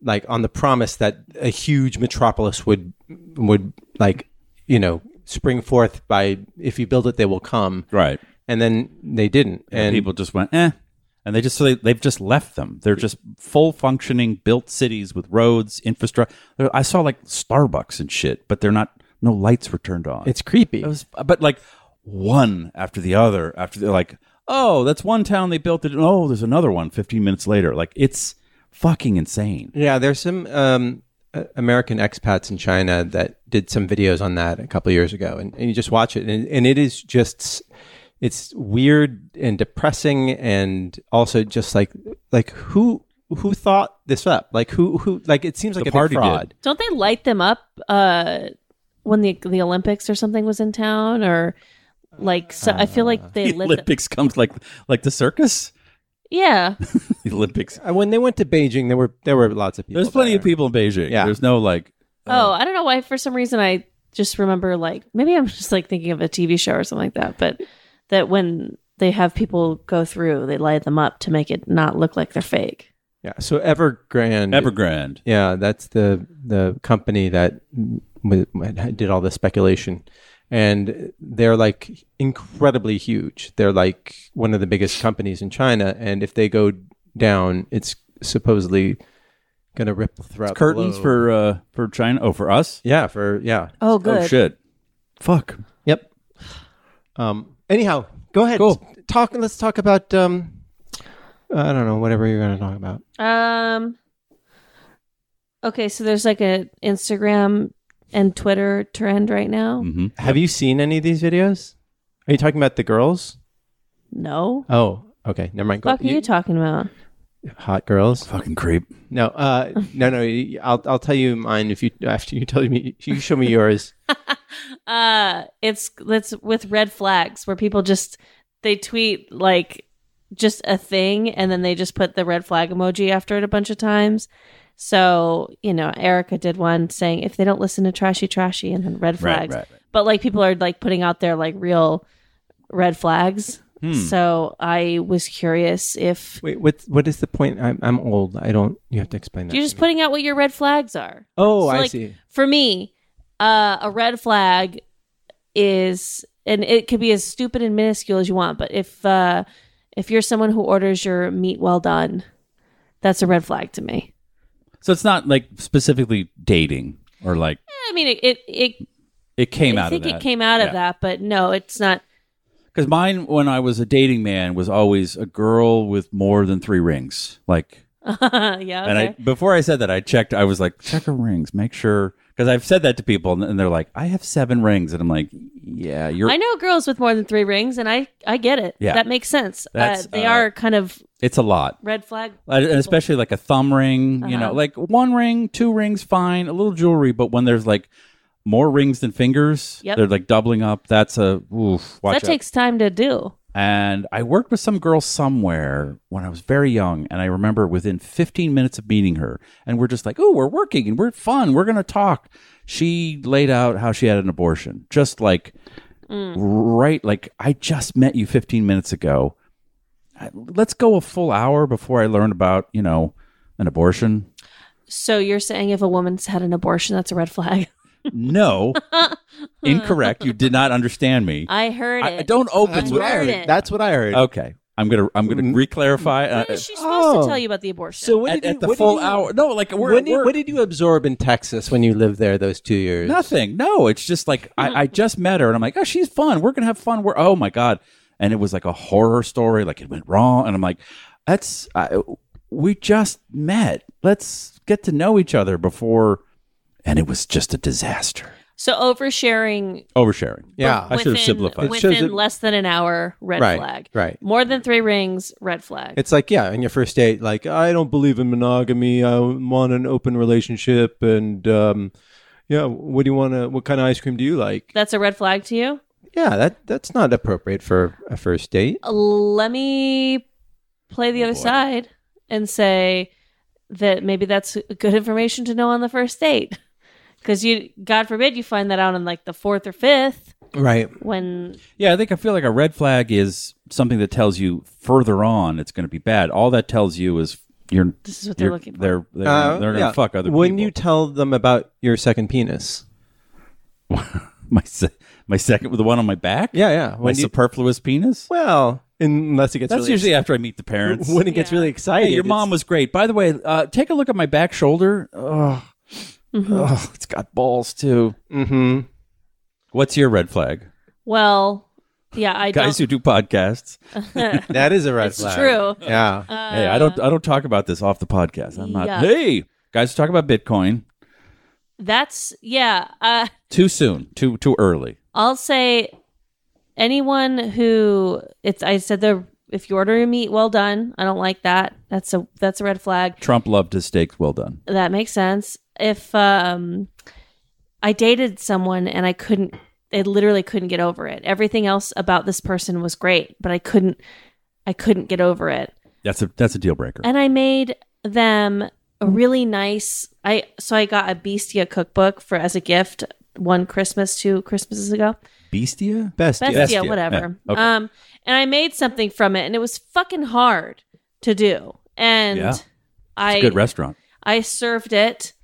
Speaker 1: like on the promise that a huge metropolis would would like you know spring forth by if you build it they will come
Speaker 3: Right.
Speaker 1: and then they didn't and
Speaker 3: and people just went eh and they just so they, they've just left them they're just full functioning built cities with roads infrastructure i saw like starbucks and shit but they're not no lights were turned on
Speaker 1: it's creepy
Speaker 3: it was but like one after the other after they're like oh that's one town they built it oh there's another one 15 minutes later like it's fucking insane
Speaker 1: yeah there's some um uh, american expats in china that did some videos on that a couple years ago and, and you just watch it and, and it is just it's weird and depressing and also just like like who who thought this up? Like who who like it seems like
Speaker 3: The
Speaker 1: a
Speaker 3: party
Speaker 1: big fraud.
Speaker 2: Don't they light them up uh, when the the Olympics or something was in town or like so? I feel like they
Speaker 3: The
Speaker 2: lit. the-
Speaker 3: Olympics comes like like the circus.
Speaker 2: yeah,
Speaker 3: The Olympics.
Speaker 1: Uh, When they went to Beijing, there were there were lots of people.
Speaker 3: There's plenty of
Speaker 1: there.
Speaker 3: people in Beijing.
Speaker 1: Yeah.
Speaker 3: There's no like.
Speaker 2: Oh, I don't know why. For some reason, I just remember like maybe I'm just like thinking of a TV show or something like that. But that when they have people go through, they light them up to make it not look like they're fake.
Speaker 1: Yeah. So Evergrande.
Speaker 3: Evergrande.
Speaker 1: Yeah, that's the the company that w- did all the speculation, and they're like incredibly huge. They're like one of the biggest companies in China, and if they go down, it's supposedly going to ripple throughout the
Speaker 3: Curtains
Speaker 1: globe.
Speaker 3: for uh for China. Oh, for us.
Speaker 1: yeah for yeah
Speaker 2: Oh, good.
Speaker 3: Oh shit. Fuck.
Speaker 1: yep. Um. Anyhow, go ahead.
Speaker 3: Cool.
Speaker 1: Talk. Let's talk about um. I don't know whatever you're going to talk about.
Speaker 2: Um. Okay, so there's like a Instagram and Twitter trend right now.
Speaker 3: Mm-hmm.
Speaker 1: Have you seen any of these videos? Are you talking about the girls?
Speaker 2: No,
Speaker 1: Oh, okay. Never mind. Go-
Speaker 2: fuck are you talking about?
Speaker 1: hot girls.
Speaker 3: Fucking creep.
Speaker 1: No, uh, no, no. y- I'll I'll tell you mine if you after you tell me you show me yours.
Speaker 2: Uh, it's that's with red flags where people just they tweet like just a thing and then they just put the red flag emoji after it a bunch of times. So you know, Erica did one saying if they don't listen to Trashy Trashy and then red flags.
Speaker 3: right, right.
Speaker 2: But like people are like putting out their like real red flags.
Speaker 3: Hmm.
Speaker 2: So I was curious if
Speaker 1: Wait, what what is the point? I'm I'm old. I don't. You have to explain that.
Speaker 2: you're
Speaker 1: to
Speaker 2: just
Speaker 1: me.
Speaker 2: putting out what your red flags are.
Speaker 1: oh,
Speaker 2: so,
Speaker 1: I
Speaker 2: like,
Speaker 1: see.
Speaker 2: for me, uh, a red flag is, and it could be as stupid and minuscule as you want, but if uh, if you're someone who orders your meat well done, that's a red flag to me.
Speaker 3: So it's not like specifically dating or like
Speaker 2: I mean, it it, it
Speaker 3: it came
Speaker 2: I
Speaker 3: out
Speaker 2: think
Speaker 3: of that.
Speaker 2: it came out
Speaker 3: Yeah.
Speaker 2: of that, but no, it's not.
Speaker 3: Because mine, when I was a dating man, was always a girl with more than three rings. Like,
Speaker 2: yeah,
Speaker 3: and I
Speaker 2: okay.
Speaker 3: before I said that, I checked. I was like, check her rings, make sure. Because I've said that to people, and- and they're like, I have seven rings, and I'm like, yeah, you're.
Speaker 2: I know girls with more than three rings, and I I get it.
Speaker 3: Yeah.
Speaker 2: that makes sense. Uh,
Speaker 3: That's,
Speaker 2: they
Speaker 3: uh,
Speaker 2: are kind of
Speaker 3: It's a lot,
Speaker 2: red flag.
Speaker 3: Uh, and and especially like a thumb ring. You
Speaker 2: Uh-huh.
Speaker 3: know, like one ring, two rings, fine, a little jewelry, but when there's like more rings than fingers,
Speaker 2: Yep.
Speaker 3: they're like doubling up. That's a oof. Watch
Speaker 2: That
Speaker 3: out.
Speaker 2: takes time to do.
Speaker 3: And I worked with some girl somewhere when I was very young. And I remember within 15 minutes of meeting her, and we're just like, oh, we're working and we're fun. We're going to talk. She laid out how she had an abortion, just like,
Speaker 2: Mm.
Speaker 3: right, like, I just met you 15 minutes ago. I- Let's go a full hour before I learn about, you know, an abortion.
Speaker 2: So you're saying if a woman's had an abortion, that's a red flag.
Speaker 3: No, incorrect. You did not understand me.
Speaker 2: I heard
Speaker 3: I,
Speaker 2: it.
Speaker 3: I don't open
Speaker 2: That's
Speaker 3: with.
Speaker 2: what I heard.
Speaker 1: That's what I heard.
Speaker 3: Okay. I'm gonna I'm gonna reclarify. Uh,
Speaker 2: When is she supposed
Speaker 1: Oh.
Speaker 2: to tell you about the abortion?
Speaker 1: so when
Speaker 3: at,
Speaker 1: did you,
Speaker 3: at the
Speaker 1: what did
Speaker 3: full
Speaker 1: you-
Speaker 3: hour. No, like we're, we're-
Speaker 1: When did, what did you absorb in Texas when you lived there those two years?
Speaker 3: nothing. No, it's just like
Speaker 1: Mm-hmm.
Speaker 3: I, I just met her and I'm like, oh, she's fun. We're gonna have fun. We're oh my god, and it was like a horror story. Like it went wrong, and I'm like, that's I, we just met. Let's get to know each other before, and it was just a disaster.
Speaker 2: So oversharing
Speaker 3: Oversharing.
Speaker 1: Yeah.
Speaker 3: I should have
Speaker 2: within,
Speaker 3: simplified. It
Speaker 1: shows
Speaker 2: within
Speaker 1: it-
Speaker 2: less than an hour, red
Speaker 1: Right,
Speaker 2: flag.
Speaker 1: right.
Speaker 2: More than three rings, red flag.
Speaker 1: It's like yeah, on your first date, like I don't believe in monogamy. I want an open relationship, and um, yeah, what do you want to? What kind of ice cream do you like?
Speaker 2: That's a red flag to you.
Speaker 1: Yeah, that that's not appropriate for a first date.
Speaker 2: Uh, Let me play
Speaker 1: Oh,
Speaker 2: the other side and say that maybe that's good information to know on the first date. Because you, God forbid, you find that out on like the fourth or fifth
Speaker 1: Right.
Speaker 2: when
Speaker 3: Yeah, I think I feel like a red flag is something that tells you further on it's going to be bad. All that tells you is you're.
Speaker 2: this is what they're
Speaker 3: You're,
Speaker 2: looking for.
Speaker 3: they're they're, they're gonna fuck other
Speaker 1: Uh, When
Speaker 3: people.
Speaker 1: you tell them about your second penis.
Speaker 3: my se- my second the one on my back.
Speaker 1: Yeah, yeah.
Speaker 3: my
Speaker 1: When you,
Speaker 3: superfluous penis.
Speaker 1: well, unless it gets
Speaker 3: That's
Speaker 1: really
Speaker 3: usually after I meet the parents.
Speaker 1: when it gets really excited.
Speaker 3: Hey, your mom
Speaker 1: it's-
Speaker 3: was great. By the way, uh, take a look at my back shoulder. Oh,
Speaker 2: Mm-hmm.
Speaker 3: it's got balls too.
Speaker 1: Mhm.
Speaker 3: What's your red flag?
Speaker 2: well, yeah, I
Speaker 3: Guys
Speaker 2: don't.
Speaker 3: who do podcasts.
Speaker 1: That is a red
Speaker 2: It's
Speaker 1: flag.
Speaker 2: true. Uh,
Speaker 1: Yeah.
Speaker 3: hey, I don't I don't talk about this off the podcast. I'm not.
Speaker 2: Yuck.
Speaker 3: Hey, guys, who talk about Bitcoin
Speaker 2: That's yeah. Uh,
Speaker 3: too soon, too too early.
Speaker 2: I'll say anyone who it's I said the if you order your meat well done, I don't like that. That's a that's a red flag.
Speaker 3: Trump loved his steaks well done.
Speaker 2: That makes sense. If um, I dated someone and I couldn't, I literally couldn't get over it. Everything else about this person was great, but I couldn't, I couldn't get over it.
Speaker 3: That's a that's a deal breaker.
Speaker 2: And I made them a really nice. I so I got a Bestia cookbook for as a gift one Christmas, two Christmases ago.
Speaker 3: Bestia?
Speaker 1: Best.
Speaker 2: Bestia,
Speaker 1: yes.
Speaker 3: Bestia,
Speaker 2: whatever.
Speaker 3: yeah, okay.
Speaker 2: Um, and I made something from it, and it was fucking hard to do. And
Speaker 3: Yeah.
Speaker 2: I
Speaker 3: Good restaurant.
Speaker 2: I served it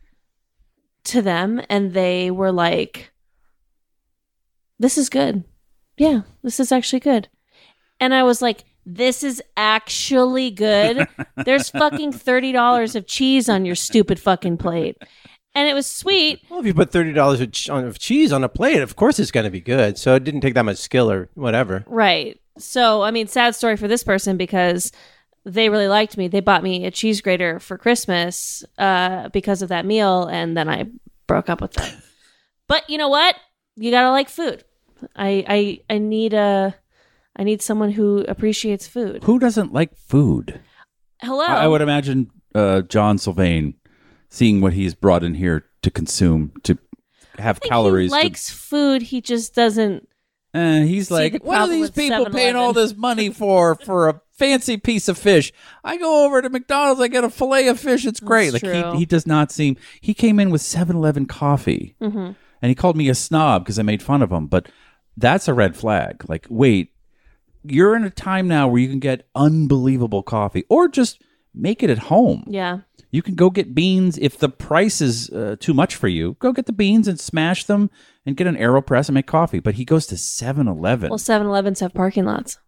Speaker 2: to them and they were like this is good. Yeah, this is actually good. And I was like this is actually good. There's fucking $30 of cheese on your stupid fucking plate. And it was sweet.
Speaker 1: Well, if you put thirty dollars of, ch- on- of cheese on a plate, of course it's going to be good. So it didn't take that much skill or whatever.
Speaker 2: Right. So, I mean, sad story for this person because they really liked me. They bought me a cheese grater for Christmas uh, because of that meal, and then I broke up with them. but you know what? You gotta like food. I I I need a I need someone who appreciates food.
Speaker 3: Who doesn't like food?
Speaker 2: Hello.
Speaker 3: I, I would imagine uh, John Sylvain seeing what he's brought in here to consume to have
Speaker 2: I think
Speaker 3: calories.
Speaker 2: He likes food. He just doesn't.
Speaker 3: to, uh, he's
Speaker 2: See the
Speaker 3: like, what are
Speaker 2: problem
Speaker 3: these
Speaker 2: with
Speaker 3: people paying
Speaker 2: 7-Eleven?"
Speaker 3: all this money for for a fancy piece of fish? I go over to McDonald's, I get a fillet of fish. It's great.
Speaker 2: That's
Speaker 3: like
Speaker 2: true.
Speaker 3: he he does not seem. He came in with 7-Eleven coffee,
Speaker 2: Mm-hmm.
Speaker 3: and he called me a snob because I made fun of him. But that's a red flag. Like, wait, you're in a time now where you can get unbelievable coffee, or just make it at home.
Speaker 2: Yeah.
Speaker 3: You can go get beans if the price is uh, too much for you. Go get the beans and smash them and get an AeroPress and make coffee. But he goes to 7-Eleven.
Speaker 2: Well, 7-Elevens have parking lots.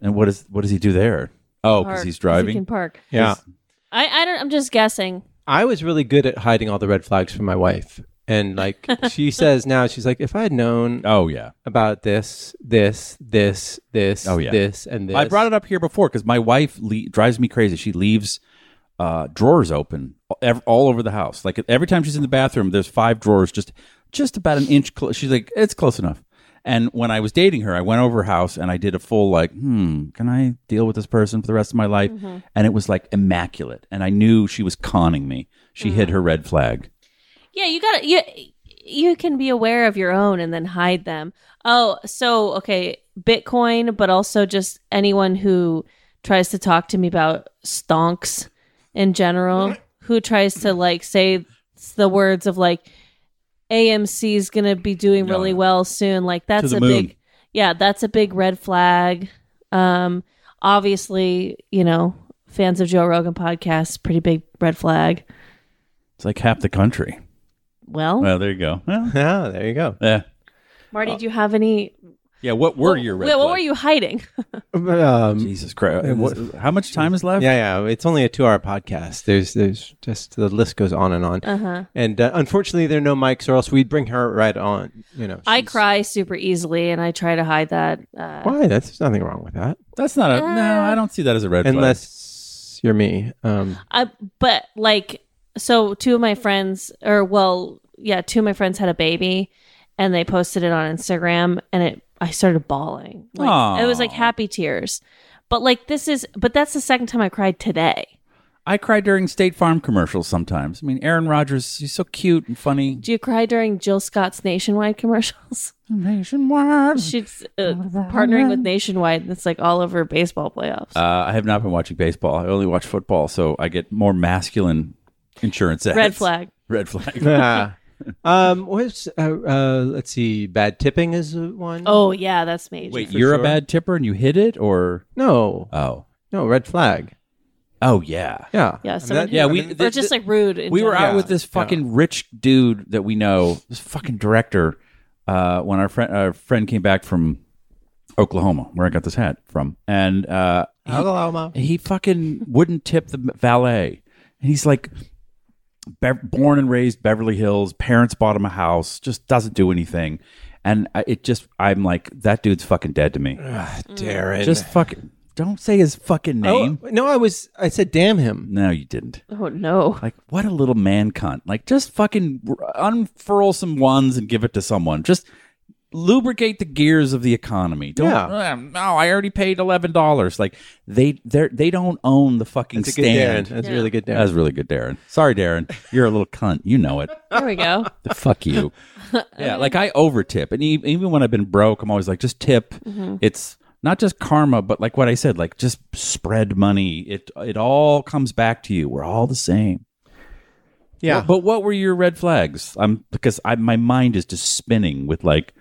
Speaker 3: and what is what does he do there? Oh,
Speaker 2: Park.
Speaker 3: cuz he's
Speaker 2: He can
Speaker 3: driving.
Speaker 2: park.
Speaker 1: Yeah,
Speaker 2: I I don't. I'm just guessing.
Speaker 1: I was really good at hiding all the red flags from my wife, and like she says now, she's like, if I had known
Speaker 3: Oh yeah.
Speaker 1: about this, this, this, this,
Speaker 3: Oh, yeah.
Speaker 1: this, and this,
Speaker 3: I brought it up here before cuz my wife le- drives me crazy. She leaves uh, drawers open ev- all over the house. Like every time she's in the bathroom, there's five drawers, just just about an inch. Cl- she's like, it's close enough. And when I was dating her, I went over her house and I did a full like, hmm, can I deal with this person for the rest of my life?
Speaker 2: Mm-hmm.
Speaker 3: And it was like immaculate. And I knew she was conning me. She
Speaker 2: Mm.
Speaker 3: hid her red flag.
Speaker 2: Yeah, you gotta you you can be aware of your own and then hide them. Oh, so okay, Bitcoin, but also just anyone who tries to talk to me about stonks in general, who tries to like say the words of like AMC's gonna be doing
Speaker 3: No,
Speaker 2: really
Speaker 3: no.
Speaker 2: well soon. Like that's
Speaker 3: the
Speaker 2: a
Speaker 3: moon.
Speaker 2: big yeah, that's a big red flag. Um obviously, you know, fans of Joe Rogan podcast, pretty big red flag.
Speaker 3: It's like half the country.
Speaker 2: Well,
Speaker 3: Well, uh, there you go. Well,
Speaker 1: Yeah, Ah, there you go.
Speaker 3: yeah.
Speaker 2: Marty, do you have any
Speaker 3: Yeah. What were your red
Speaker 2: Wait, what
Speaker 3: flags?
Speaker 2: were you hiding?
Speaker 1: Um,
Speaker 3: Jesus Christ.
Speaker 1: what-
Speaker 3: How much time is left?
Speaker 1: yeah, yeah. It's only a two-hour podcast. There's, there's just the list goes on and on.
Speaker 2: Uh-huh.
Speaker 1: And uh, unfortunately, there are no mics, or else we'd bring her right on. You know,
Speaker 2: I
Speaker 1: she's-
Speaker 2: cry super easily, and I try to hide that. Uh,
Speaker 1: Why? That's there's nothing wrong with that,
Speaker 3: That's not a. no,
Speaker 2: Eh.
Speaker 3: I don't see that as a red flag.
Speaker 1: unless you're me. Um,
Speaker 2: I, but like, so two of my friends, or well, yeah, two of my friends had a baby, and they posted it on Instagram, and it, I started bawling. Like, it was like
Speaker 3: Aw.
Speaker 2: happy tears. But like, this is, but that's the second time I cried today.
Speaker 3: I cry during State Farm commercials sometimes. I mean, Aaron Rodgers, he's so cute and funny.
Speaker 2: Do you cry during Jill Scott's Nationwide commercials?
Speaker 3: Nationwide.
Speaker 2: She's uh, partnering with Nationwide. That's like all over baseball playoffs.
Speaker 3: Uh, I have not been watching baseball. I only watch football, so I get more masculine insurance ads.
Speaker 2: Red flag.
Speaker 3: Red flag.
Speaker 1: yeah. um, what's uh, uh, let's see, bad tipping is uh, one.
Speaker 2: Oh yeah, that's major.
Speaker 3: Wait,
Speaker 1: For
Speaker 3: you're
Speaker 1: sure.
Speaker 3: a bad tipper and you hit it, or
Speaker 1: no,
Speaker 3: oh,
Speaker 1: no, red flag.
Speaker 3: oh yeah.
Speaker 1: Yeah,
Speaker 2: Yeah,
Speaker 1: I mean,
Speaker 2: someone
Speaker 1: that-
Speaker 2: who-
Speaker 3: Yeah, we-
Speaker 2: or
Speaker 3: th- th-
Speaker 2: just like rude. in
Speaker 3: We were
Speaker 2: general.
Speaker 3: out with this fucking rich dude that we know, this fucking director. Uh, when our friend our friend came back from Oklahoma, where I got this hat from, and uh, he-
Speaker 1: Oklahoma.
Speaker 3: he fucking wouldn't tip the valet. And he's like, be- born and raised Beverly Hills, parents bought him a house, just doesn't do anything. And I, it just, I'm like, that dude's fucking dead to me.
Speaker 1: Oh, Darren.
Speaker 3: Just fucking, don't say his fucking
Speaker 1: oh,
Speaker 3: name.
Speaker 1: no, I was. I said, damn him.
Speaker 3: No, you didn't.
Speaker 2: Oh no!
Speaker 3: Like, what a little man cunt. Like, just fucking r- unfurl some ones and give it to someone. Just lubricate the gears of the economy. Don't
Speaker 1: Yeah.
Speaker 3: "Ah, no, I already paid eleven dollars. Like they they they don't own the fucking
Speaker 1: That's a good Darren.
Speaker 3: stand.
Speaker 1: That's
Speaker 2: Yeah.
Speaker 1: really good
Speaker 3: That
Speaker 1: Darren.
Speaker 3: was really good, Darren. Sorry, Darren. You're a little cunt. You know it.
Speaker 2: There we go.
Speaker 3: The fuck you. yeah, like I overtip, and e- even when I've been broke, I'm always like, just tip.
Speaker 1: Mm-hmm.
Speaker 3: It's not just karma, but like what I said, like just spread money. It it all comes back to you. We're all the same.
Speaker 1: Yeah.
Speaker 3: But, but what were your red flags? I'm because I my mind is just spinning with like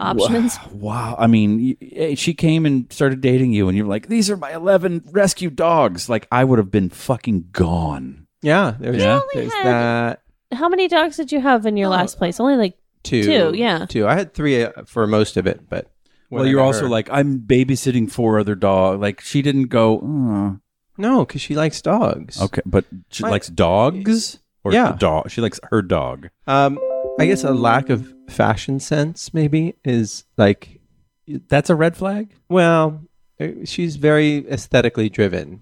Speaker 2: Options.
Speaker 3: Wow. I mean, y- eh, she came and started dating you, and you're like, these are my 11 rescue dogs. Like, I would have been fucking gone.
Speaker 1: Yeah. There's,
Speaker 3: Yeah.
Speaker 1: there's
Speaker 2: had-
Speaker 1: that.
Speaker 2: How many dogs did you have in your last place? Only like
Speaker 1: Two.
Speaker 2: Two, yeah.
Speaker 1: Two. I had three uh, for most of it, but. when
Speaker 3: Well,
Speaker 1: I
Speaker 3: you're
Speaker 1: met
Speaker 3: also
Speaker 1: her-
Speaker 3: like, I'm babysitting four other dogs. Like, she didn't go, "Mm,
Speaker 1: No, because she likes dogs.
Speaker 3: okay, but she
Speaker 1: Like-
Speaker 3: likes dogs? Or
Speaker 1: Yeah.
Speaker 3: the dog. She likes her dog.
Speaker 1: Um, I guess a lack of fashion sense maybe is like,
Speaker 3: That's a red flag?
Speaker 1: well, uh, she's very aesthetically driven,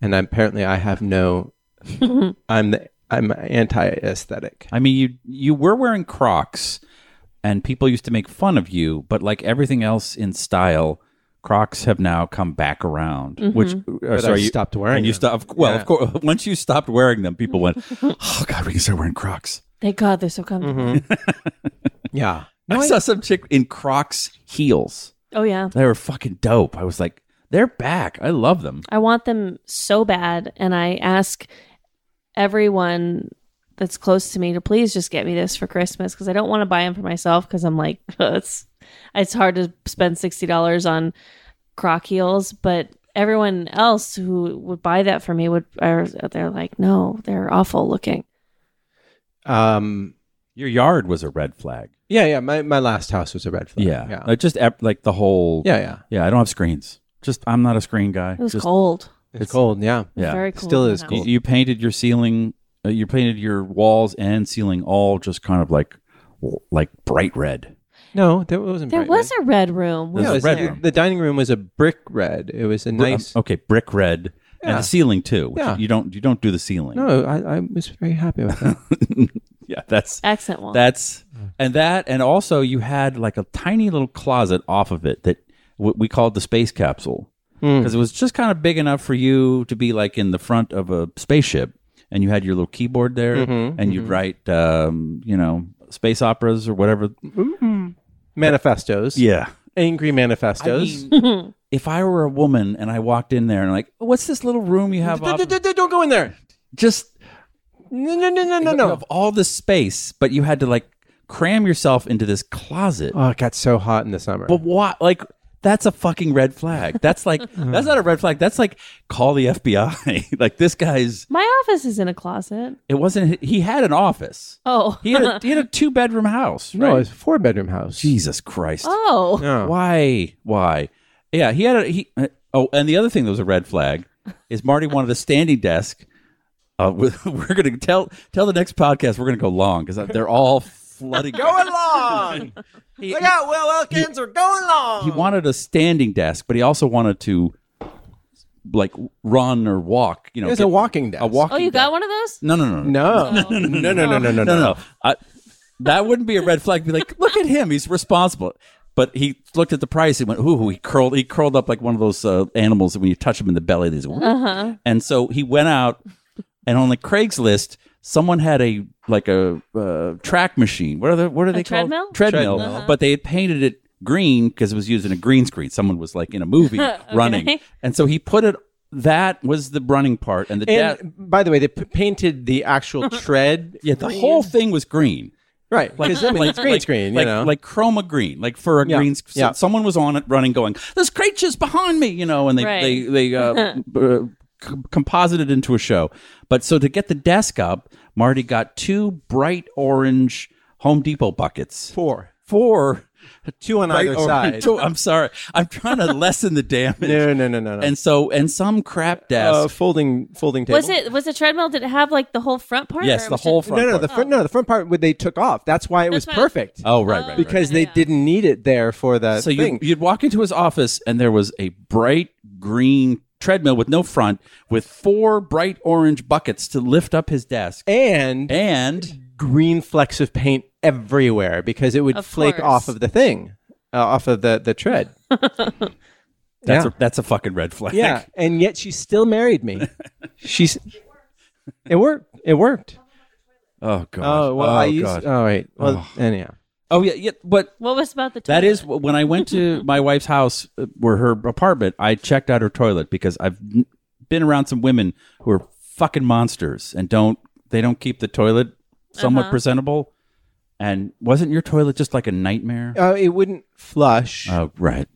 Speaker 1: and apparently I have no. I'm the I'm anti-aesthetic.
Speaker 3: I mean, you you were wearing Crocs, and people used to make fun of you, but like everything else in style, Crocs have now come back around. Which, or,
Speaker 1: Mm-hmm. But
Speaker 3: sorry,
Speaker 1: I
Speaker 3: Oh, you,
Speaker 1: stopped wearing.
Speaker 3: and you
Speaker 1: them.
Speaker 3: stopped. Well,
Speaker 1: Yeah.
Speaker 3: of course, once you stopped wearing them, people went, "Oh God, we can start wearing Crocs."
Speaker 2: thank God they're so comfortable.
Speaker 1: Yeah.
Speaker 3: I saw some chick in Crocs heels.
Speaker 2: Oh yeah.
Speaker 3: They were fucking dope. I was like, "They're back. I love them."
Speaker 2: I want them so bad, and I ask everyone that's close to me to please just get me this for Christmas because I don't want to buy them for myself because I'm like it's it's hard to spend sixty dollars on croc heels, but everyone else who would buy that for me would are they're like no they're awful looking
Speaker 1: Um.
Speaker 3: Your yard was a red flag.
Speaker 1: Yeah. Yeah. My, my last house was a red flag.
Speaker 3: Yeah,
Speaker 1: Yeah.
Speaker 3: Like, just ep- like the whole.
Speaker 1: yeah. Yeah.
Speaker 3: yeah. I don't have screens. Just I'm not a screen guy.
Speaker 2: it was
Speaker 3: just,
Speaker 2: cold
Speaker 1: It's, cold. Yeah.
Speaker 2: It was
Speaker 3: Yeah.
Speaker 2: very cold
Speaker 1: Still
Speaker 2: in the
Speaker 1: is
Speaker 2: house.
Speaker 1: cold.
Speaker 3: You, you painted your ceiling, uh, you painted your walls and ceiling all just kind of like like bright red.
Speaker 1: No, there wasn't.
Speaker 2: there
Speaker 1: bright
Speaker 2: was
Speaker 1: red.
Speaker 2: a red room
Speaker 3: There's
Speaker 1: Yeah,
Speaker 3: a
Speaker 1: it was-
Speaker 3: red
Speaker 1: the-
Speaker 3: room.
Speaker 1: The dining room was a brick red. It was a
Speaker 3: Br- um,
Speaker 1: nice.
Speaker 3: okay, brick red. And
Speaker 1: Yeah.
Speaker 3: the ceiling too. Which
Speaker 1: Yeah.
Speaker 3: You don't you don't do the ceiling.
Speaker 1: No, I, I was very happy about that.
Speaker 3: Yeah, that's
Speaker 2: accent wall
Speaker 3: that's and that and also you had like a tiny little closet off of it that w- we called the space capsule
Speaker 1: Hmm.
Speaker 3: because it was just kind of big enough for you to be like in the front of a spaceship and you had your little keyboard there
Speaker 1: Mm-hmm,
Speaker 3: and you'd write um, you know space operas or whatever
Speaker 1: manifestos.
Speaker 3: yeah
Speaker 1: Angry manifestos.
Speaker 3: if I were a woman and I walked in there and like, what's this little room you have?
Speaker 1: D-
Speaker 3: off-
Speaker 1: d- d- d- Don't go in there.
Speaker 3: Just
Speaker 1: No, no, no, no, no,
Speaker 3: you
Speaker 1: no.
Speaker 3: have all this space, but you had to like cram yourself into this closet.
Speaker 1: Oh, it got so hot in the summer.
Speaker 3: But what? Like, that's a fucking red flag. That's like,
Speaker 1: Uh-huh.
Speaker 3: that's not a red flag. That's like, call the FBI. like this guy's.
Speaker 2: my office is in a closet
Speaker 3: It wasn't. He had an office.
Speaker 2: oh
Speaker 3: He had a, he had a two bedroom house.
Speaker 1: no,
Speaker 3: right?
Speaker 1: it's a four bedroom house.
Speaker 3: Jesus Christ.
Speaker 2: oh
Speaker 1: No.
Speaker 3: Why? Why? Yeah, he had a he. uh, Oh, and the other thing that was a red flag is Marty wanted a standing desk. Uh, with, we're gonna tell tell the next podcast we're gonna go long because they're all flooding.
Speaker 1: Go along.
Speaker 3: He,
Speaker 1: Look out, Will Wilkins, or go along.
Speaker 3: he wanted a standing desk, but he also wanted to like run or walk. You know,
Speaker 1: There's
Speaker 3: get
Speaker 1: a walking desk.
Speaker 3: a walking.
Speaker 2: oh you
Speaker 3: desk.
Speaker 2: got one of those Oh.
Speaker 3: No, no, no, no,
Speaker 1: No. No, no, no, no, no, no,
Speaker 3: no, no. I, that wouldn't be a red flag. Be like, look at him; he's responsible. But he looked at the price. He went, "Ooh!" He curled. He curled up like one of those uh, animals that when you touch them in the belly, these. And so he went out, and on the Craigslist, someone had a like a uh, track machine. What are the what are they called?
Speaker 2: treadmill?
Speaker 3: Treadmill.
Speaker 1: Treadmill.
Speaker 3: But they had painted it green because it was used in a green screen. Someone was like in a movie running, and so he put it. That was the running part, and the
Speaker 1: And
Speaker 3: da-
Speaker 1: by the way, they p- painted the actual tread.
Speaker 3: yeah, the whole thing was green.
Speaker 1: Right. Because I mean, it's green screen,
Speaker 3: like,
Speaker 1: you know.
Speaker 3: like chroma green, like for a
Speaker 1: Yeah,
Speaker 3: green. s-
Speaker 1: yeah.
Speaker 3: Someone was on it running, going, "This creature's behind me," you know, and they
Speaker 2: Right.
Speaker 3: they they uh, b- uh, com- composited into a show. But so to get the desk up, Marty got two bright orange Home Depot buckets,
Speaker 1: four.
Speaker 3: four
Speaker 1: Two on
Speaker 3: bright
Speaker 1: either
Speaker 3: orange-
Speaker 1: side.
Speaker 3: two- I'm sorry, I'm trying to lessen the damage.
Speaker 1: No, no, no, no, no.
Speaker 3: And so and some crap desk.
Speaker 1: uh, folding folding table.
Speaker 2: Was it was the treadmill? Did it have like the whole front part?
Speaker 3: yes,
Speaker 2: or it
Speaker 3: the
Speaker 2: was
Speaker 3: whole
Speaker 2: just-
Speaker 3: front.
Speaker 1: no, no,
Speaker 3: part.
Speaker 1: the front. No, the front part. What they took off. That's why it was
Speaker 2: That's why-
Speaker 1: perfect.
Speaker 3: oh right, right, right.
Speaker 1: because they didn't need it there for the
Speaker 3: So you,
Speaker 1: thing.
Speaker 3: you'd walk into his office, and there was a bright green treadmill with no front, with four bright orange buckets to lift up his desk,
Speaker 1: and
Speaker 3: and
Speaker 1: green flecks of paint everywhere because it would
Speaker 2: Of
Speaker 1: flake
Speaker 2: course.
Speaker 1: off of the thing, uh, off of the the tread.
Speaker 3: That's
Speaker 1: Yeah.
Speaker 3: a that's a fucking red flag.
Speaker 1: Yeah, and yet she still married me. She's it worked. It worked.
Speaker 3: Oh god.
Speaker 1: Oh well,
Speaker 3: oh,
Speaker 1: I used.
Speaker 3: God.
Speaker 1: Oh wait. Well, anyhow.
Speaker 3: oh yeah, yeah. But
Speaker 2: What was about the
Speaker 3: that
Speaker 2: toilet?
Speaker 3: is wh- when I went to my wife's house, uh, where her apartment. I checked out her toilet because I've n- been around some women who are fucking monsters and don't they don't keep the toilet somewhat presentable. And wasn't your toilet just like a nightmare?
Speaker 1: Uh, it wouldn't flush,
Speaker 3: Oh right.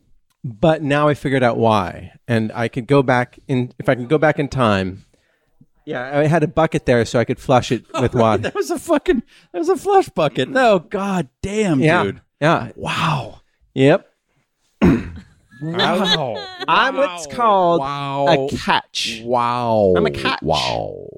Speaker 1: but now I figured out why, and I could go back in. If I could go back in time, yeah, I had a bucket there so I could flush it with water.
Speaker 3: That was a fucking that was a flush bucket. No, god damn,
Speaker 1: Yeah,
Speaker 3: dude.
Speaker 1: yeah,
Speaker 3: Wow.
Speaker 1: yep.
Speaker 3: Wow.
Speaker 1: I'm what's called
Speaker 3: wow.
Speaker 1: a catch.
Speaker 3: wow.
Speaker 1: I'm a catch.
Speaker 3: Wow.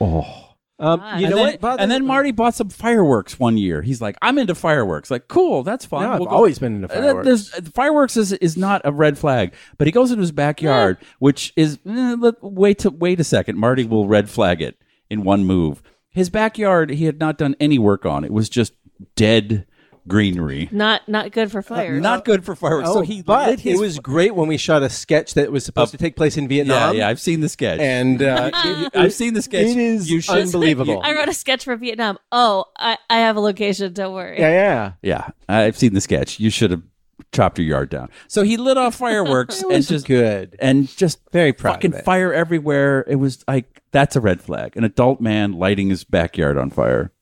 Speaker 3: Oh.
Speaker 1: Um, you
Speaker 3: and
Speaker 1: know
Speaker 3: then,
Speaker 1: what? By the
Speaker 3: and then
Speaker 1: way-
Speaker 3: Marty bought some fireworks one year. He's like, I'm into fireworks. Like, cool, that's fine.
Speaker 1: No, I've
Speaker 3: We'll go-
Speaker 1: always been into
Speaker 3: Uh,
Speaker 1: fireworks.
Speaker 3: There's, uh, fireworks is, is not a red flag, but he goes into his backyard, which is eh, let- wait to wait a second. Marty will red flag it in one move. His backyard, he had not done any work on. It was just dead greenery.
Speaker 2: not not good
Speaker 1: Uh,
Speaker 2: for fires.
Speaker 3: Not good for fireworks. so
Speaker 1: Oh,
Speaker 3: he
Speaker 1: but
Speaker 3: lit his
Speaker 1: it was great when we shot a sketch that was supposed to take place in
Speaker 3: yeah,
Speaker 1: Vietnam.
Speaker 3: yeah. I've seen the sketch.
Speaker 1: And uh,
Speaker 3: I've seen the sketch.
Speaker 1: it is
Speaker 3: You should-
Speaker 1: unbelievable.
Speaker 2: I wrote a sketch for Vietnam. Oh, I, I have a location. Don't worry.
Speaker 1: yeah, yeah.
Speaker 3: Yeah, I've seen the sketch. You should have chopped your yard down. So he lit off fireworks and just
Speaker 1: good.
Speaker 3: and just
Speaker 1: Very proud.
Speaker 3: fucking
Speaker 1: of it.
Speaker 3: fire everywhere. It was like that's a red flag. An adult man lighting his backyard on fire.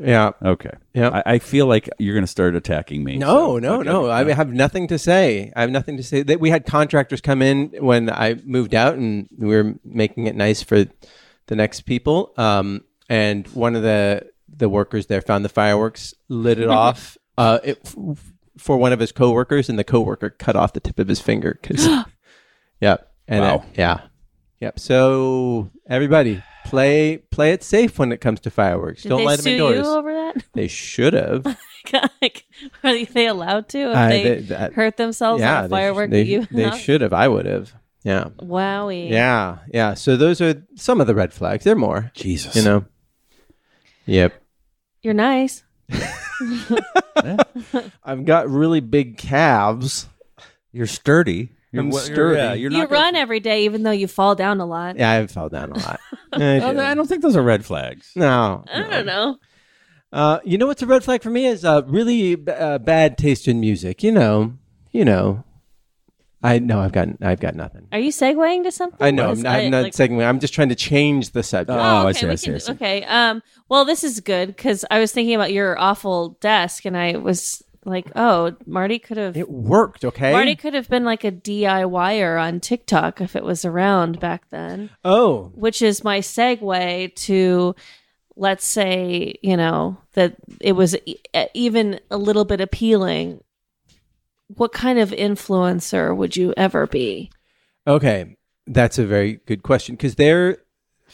Speaker 1: yeah.
Speaker 3: Okay.
Speaker 1: Yep.
Speaker 3: I, I feel like you're gonna start attacking me.
Speaker 1: No,
Speaker 3: so-
Speaker 1: no,
Speaker 3: okay.
Speaker 1: no. I have nothing to say. I have nothing to say. That we had contractors come in when I moved out, and we were making it nice for the next people. Um, and one of the the workers there found the fireworks, lit it off. Uh, it, f- for one of his coworkers, and the coworker cut off the tip of his finger. 'cause- yep. And it-
Speaker 3: Wow.
Speaker 1: yeah. Yep. So everybody, play play it safe when it comes to fireworks.
Speaker 2: Did
Speaker 1: Don't
Speaker 2: they
Speaker 1: light them
Speaker 2: sue
Speaker 1: indoors.
Speaker 2: you over that?
Speaker 1: They should have.
Speaker 2: like, are they allowed to if
Speaker 1: I-
Speaker 2: they,
Speaker 1: they- that-
Speaker 2: hurt themselves yeah, on
Speaker 1: they
Speaker 2: a
Speaker 1: sh-
Speaker 2: firework?
Speaker 1: They,
Speaker 2: you
Speaker 1: they should have. I would have. Yeah.
Speaker 2: Wowie.
Speaker 1: Yeah. Yeah. So those are some of the red flags. There are more.
Speaker 3: Jesus.
Speaker 1: You know. Yep.
Speaker 2: You're nice.
Speaker 1: I've got really big calves.
Speaker 3: You're sturdy. You're,
Speaker 1: I'm
Speaker 3: wa- you're-
Speaker 1: sturdy.
Speaker 3: yeah, you're
Speaker 2: You
Speaker 3: not
Speaker 2: run
Speaker 3: gonna-
Speaker 2: every day, even though you fall down a lot.
Speaker 1: Yeah, I fell down a lot. I
Speaker 3: Oh,
Speaker 1: do.
Speaker 3: no, I don't think those are red flags.
Speaker 1: no.
Speaker 2: I don't know.
Speaker 1: Uh, you know what's a red flag for me is uh, really b- uh, bad taste in music. You know. You know. I know I've got I've got nothing.
Speaker 2: Are you segueing to something?
Speaker 1: I know I'm,
Speaker 2: Because
Speaker 1: not- I'm not
Speaker 2: like-
Speaker 1: saying I'm just trying to change the subject.
Speaker 3: Oh, I
Speaker 2: okay,
Speaker 3: see,
Speaker 2: we
Speaker 3: I see,
Speaker 2: can
Speaker 3: I
Speaker 2: do-
Speaker 3: see.
Speaker 2: Okay. Um. Well, this is good because I was thinking about your awful desk, and I was like, oh, Marty could have.
Speaker 1: it eh? worked, okay?
Speaker 2: Marty could have been like a DIYer on TikTok if it was around back then,
Speaker 1: oh,
Speaker 2: which is my segue to let's say, you know, that it was e- even a little bit appealing. What kind of influencer would you ever be?
Speaker 1: Okay, that's a very good question because there,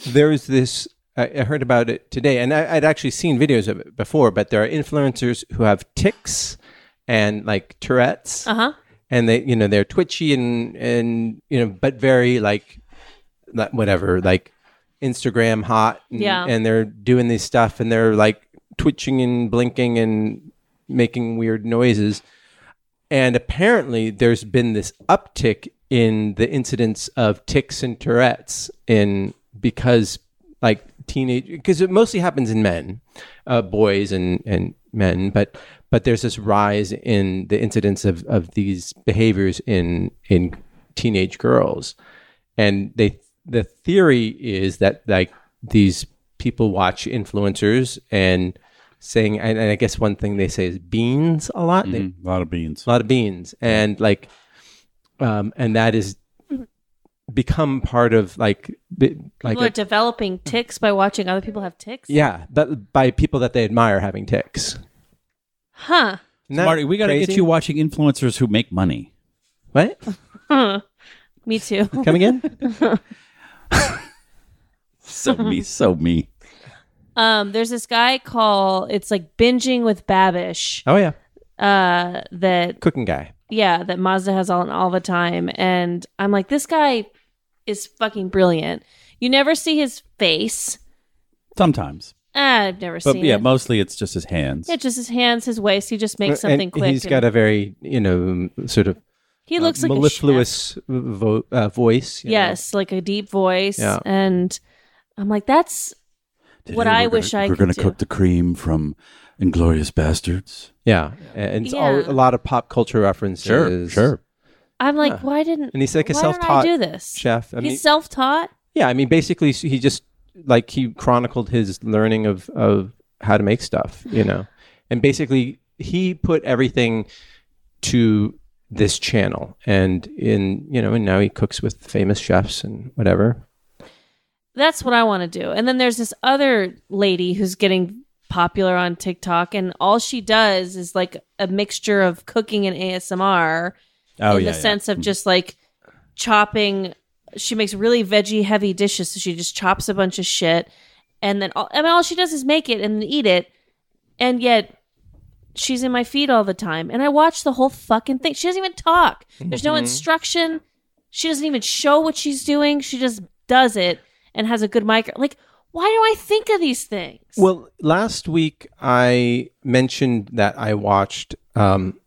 Speaker 1: there is this. I I heard about it today, and I, I'd actually seen videos of it before. But there are influencers who have tics and like Tourette's,
Speaker 2: Uh huh.
Speaker 1: and they, you know, they're twitchy and and you know, but very like, like whatever, like Instagram hot, and,
Speaker 2: Yeah.
Speaker 1: and they're doing this stuff, and they're like twitching and blinking and making weird noises. And apparently, there's been this uptick in the incidence of tics and Tourette's in because like teenage because it mostly happens in men, uh, boys and and men, but but there's this rise in the incidence of of these behaviors in in teenage girls, and they the theory is that like these people watch influencers and saying and, and I guess one thing they say is beans a lot. They
Speaker 3: A lot of beans.
Speaker 1: a lot of beans and like um and that is become part of like bi- like
Speaker 2: People are
Speaker 1: a, Mm.
Speaker 2: developing ticks by watching other people have ticks.
Speaker 1: yeah but by people that they admire having ticks
Speaker 2: Huh.
Speaker 1: Isn't that
Speaker 3: Marty, we gotta get
Speaker 1: crazy?
Speaker 3: you watching influencers who make money.
Speaker 1: what
Speaker 2: Huh. Me too.
Speaker 1: come again
Speaker 3: So me, so me.
Speaker 2: Um, there's this guy called it's like binging with Babish.
Speaker 1: oh yeah
Speaker 2: Uh, that
Speaker 1: cooking guy
Speaker 2: yeah, that Mazda has on all the time. And I'm like, this guy is fucking brilliant. You never see his face.
Speaker 3: Sometimes.
Speaker 2: Uh, Ah, I've never
Speaker 3: But
Speaker 2: seen
Speaker 3: yeah,
Speaker 2: it.
Speaker 3: mostly it's just his hands.
Speaker 2: yeah, just his hands, his waist. He just makes something
Speaker 1: Uh, and
Speaker 2: quick.
Speaker 1: He's
Speaker 2: and
Speaker 1: got a very, you know, sort of
Speaker 2: he looks like A
Speaker 1: mellifluous vo- uh, voice.
Speaker 2: chef.
Speaker 1: you know.
Speaker 2: yes, like a deep voice.
Speaker 1: Yeah.
Speaker 2: And I'm like, that's
Speaker 3: Today
Speaker 2: what
Speaker 3: we're
Speaker 2: I
Speaker 3: gonna-
Speaker 2: wish I
Speaker 3: We're
Speaker 2: could
Speaker 3: gonna
Speaker 2: do.
Speaker 3: cook the cream from Inglorious Bastards.
Speaker 1: Yeah. And it's all,
Speaker 2: Yeah.
Speaker 1: a lot of pop culture references.
Speaker 2: I'm like, why didn't
Speaker 1: And he's like a
Speaker 2: why didn't
Speaker 1: self-taught
Speaker 2: I do this?
Speaker 1: Chef. I
Speaker 2: he's
Speaker 1: mean,
Speaker 2: self-taught.
Speaker 1: yeah. I mean, basically, s- he just like he chronicled his learning of of how to make stuff. You know, and basically he put everything to this channel, and in you know, and now he cooks with famous chefs and whatever.
Speaker 2: That's what I want to do. And then there's this other lady who's getting popular on TikTok, and all she does is like a mixture of cooking and ASMR
Speaker 3: Oh
Speaker 2: in
Speaker 3: yeah.
Speaker 2: the
Speaker 3: yeah.
Speaker 2: sense of just like chopping. She makes really veggie heavy dishes, so she just chops a bunch of shit, and then all, I mean, all she does is make it and eat it, and yet. She's in my feed all the time, and I watch the whole fucking thing. She doesn't even talk. There's no instruction. She doesn't even show what she's doing. She just does it and has a good mic. Like, why do I think of these things?
Speaker 1: Well, last week I mentioned that I watched. Um,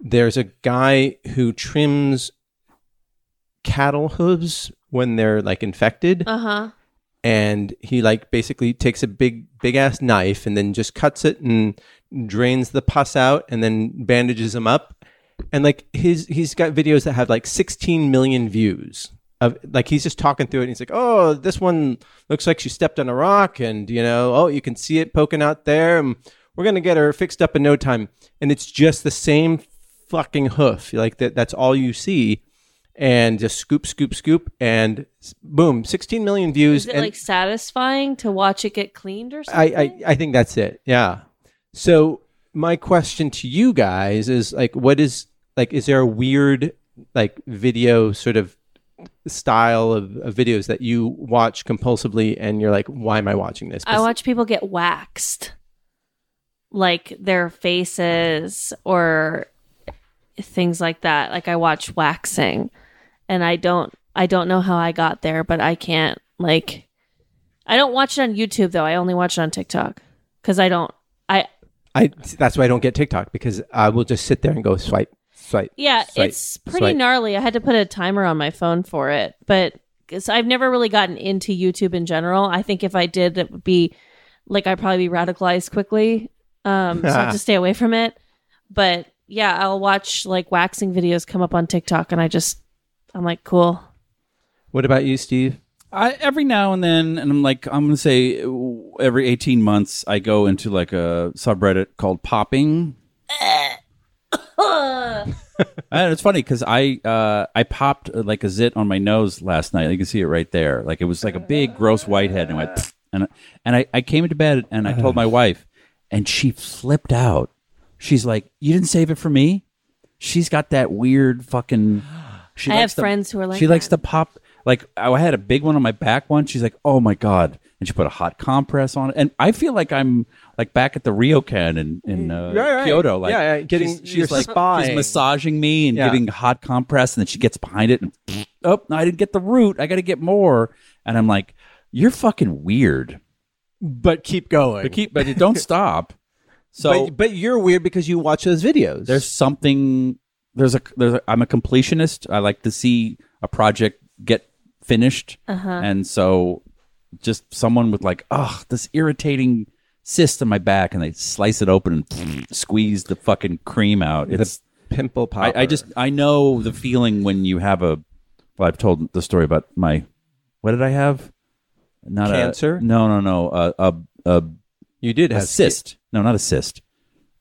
Speaker 1: there's a guy who trims cattle hooves when they're like infected,
Speaker 2: uh huh.
Speaker 1: and he like basically takes a big, big ass knife and then just cuts it and drains the pus out and then bandages them up. And like his, he's got videos that have like 16 million views. Of, like he's just talking through it and he's like oh this one looks like she stepped on a rock and you know oh you can see it poking out there and we're gonna get her fixed up in no time and it's just the same fucking hoof like that that's all you see and just scoop scoop scoop and s- boom 16 million views
Speaker 2: Is it
Speaker 1: and
Speaker 2: like satisfying to watch it get cleaned or
Speaker 1: I,
Speaker 2: something?
Speaker 1: I i think that's it yeah so my question to you guys is like what is like is there a weird like video sort of style of, of videos that you watch compulsively and you're like why am i watching this
Speaker 2: I watch people get waxed, like their faces or things like that. Like I watch waxing, and I don't, I don't know how I got there, but I can't like. I don't watch it on YouTube though. I only watch it on TikTok because I don't. I
Speaker 1: I that's why I don't get TikTok because I will just sit there and go swipe, swipe.
Speaker 2: Yeah,
Speaker 1: swipe,
Speaker 2: it's pretty
Speaker 1: swipe.
Speaker 2: gnarly. I had to put a timer on my phone for it, but because I've never really gotten into YouTube in general. I think if I did, it would be like I'd probably be radicalized quickly. Um, so I have to stay away from it. But yeah, I'll watch like waxing videos come up on TikTok, and I just I'm like, cool.
Speaker 1: What about you, Steve?
Speaker 3: I every now and then, and I'm like, I'm gonna say uh, every 18 months, I go into like a subreddit called popping. and it's funny because I uh, I popped uh, like a zit on my nose last night. You can see it right there. Like it was like a big gross whitehead, and I went "Pfft," and I- and I, I came into bed and I told my wife, and she flipped out. She's like, "You didn't save it for me." She's got that weird fucking. She
Speaker 2: I
Speaker 3: likes
Speaker 2: have friends who are like
Speaker 3: She likes
Speaker 2: that.
Speaker 3: to pop. Like I had a big one on my back once. She's like, "Oh my god!" And she put a hot compress on it, and I feel like I'm like back at the ryokan in in uh,
Speaker 1: Right, right.
Speaker 3: Kyoto, like
Speaker 1: Yeah, yeah, getting
Speaker 3: she's,
Speaker 1: your
Speaker 3: she's like
Speaker 1: spine.
Speaker 3: she's massaging me and
Speaker 1: Yeah.
Speaker 3: giving hot compress, and then she gets behind it and oh, no, I didn't get the root. I got to get more, and I'm like, "You're fucking weird."
Speaker 1: But keep going.
Speaker 3: But keep, but it don't stop. So
Speaker 1: but, but you're weird because you watch those videos.
Speaker 3: there's something there's a there's a, I'm a completionist. I like to see a project get finished, and so just someone with like, oh, this irritating cyst in my back, and they slice it open and squeeze the fucking cream out.
Speaker 1: the
Speaker 3: It's
Speaker 1: pimple pop.
Speaker 3: I, I just I know the feeling when you have a. Well, I've told the story about my. What did I have? Not a-
Speaker 1: Cancer?
Speaker 3: no, no, no. Uh, a a
Speaker 1: you did
Speaker 3: a
Speaker 1: have
Speaker 3: cyst. No, not a cyst.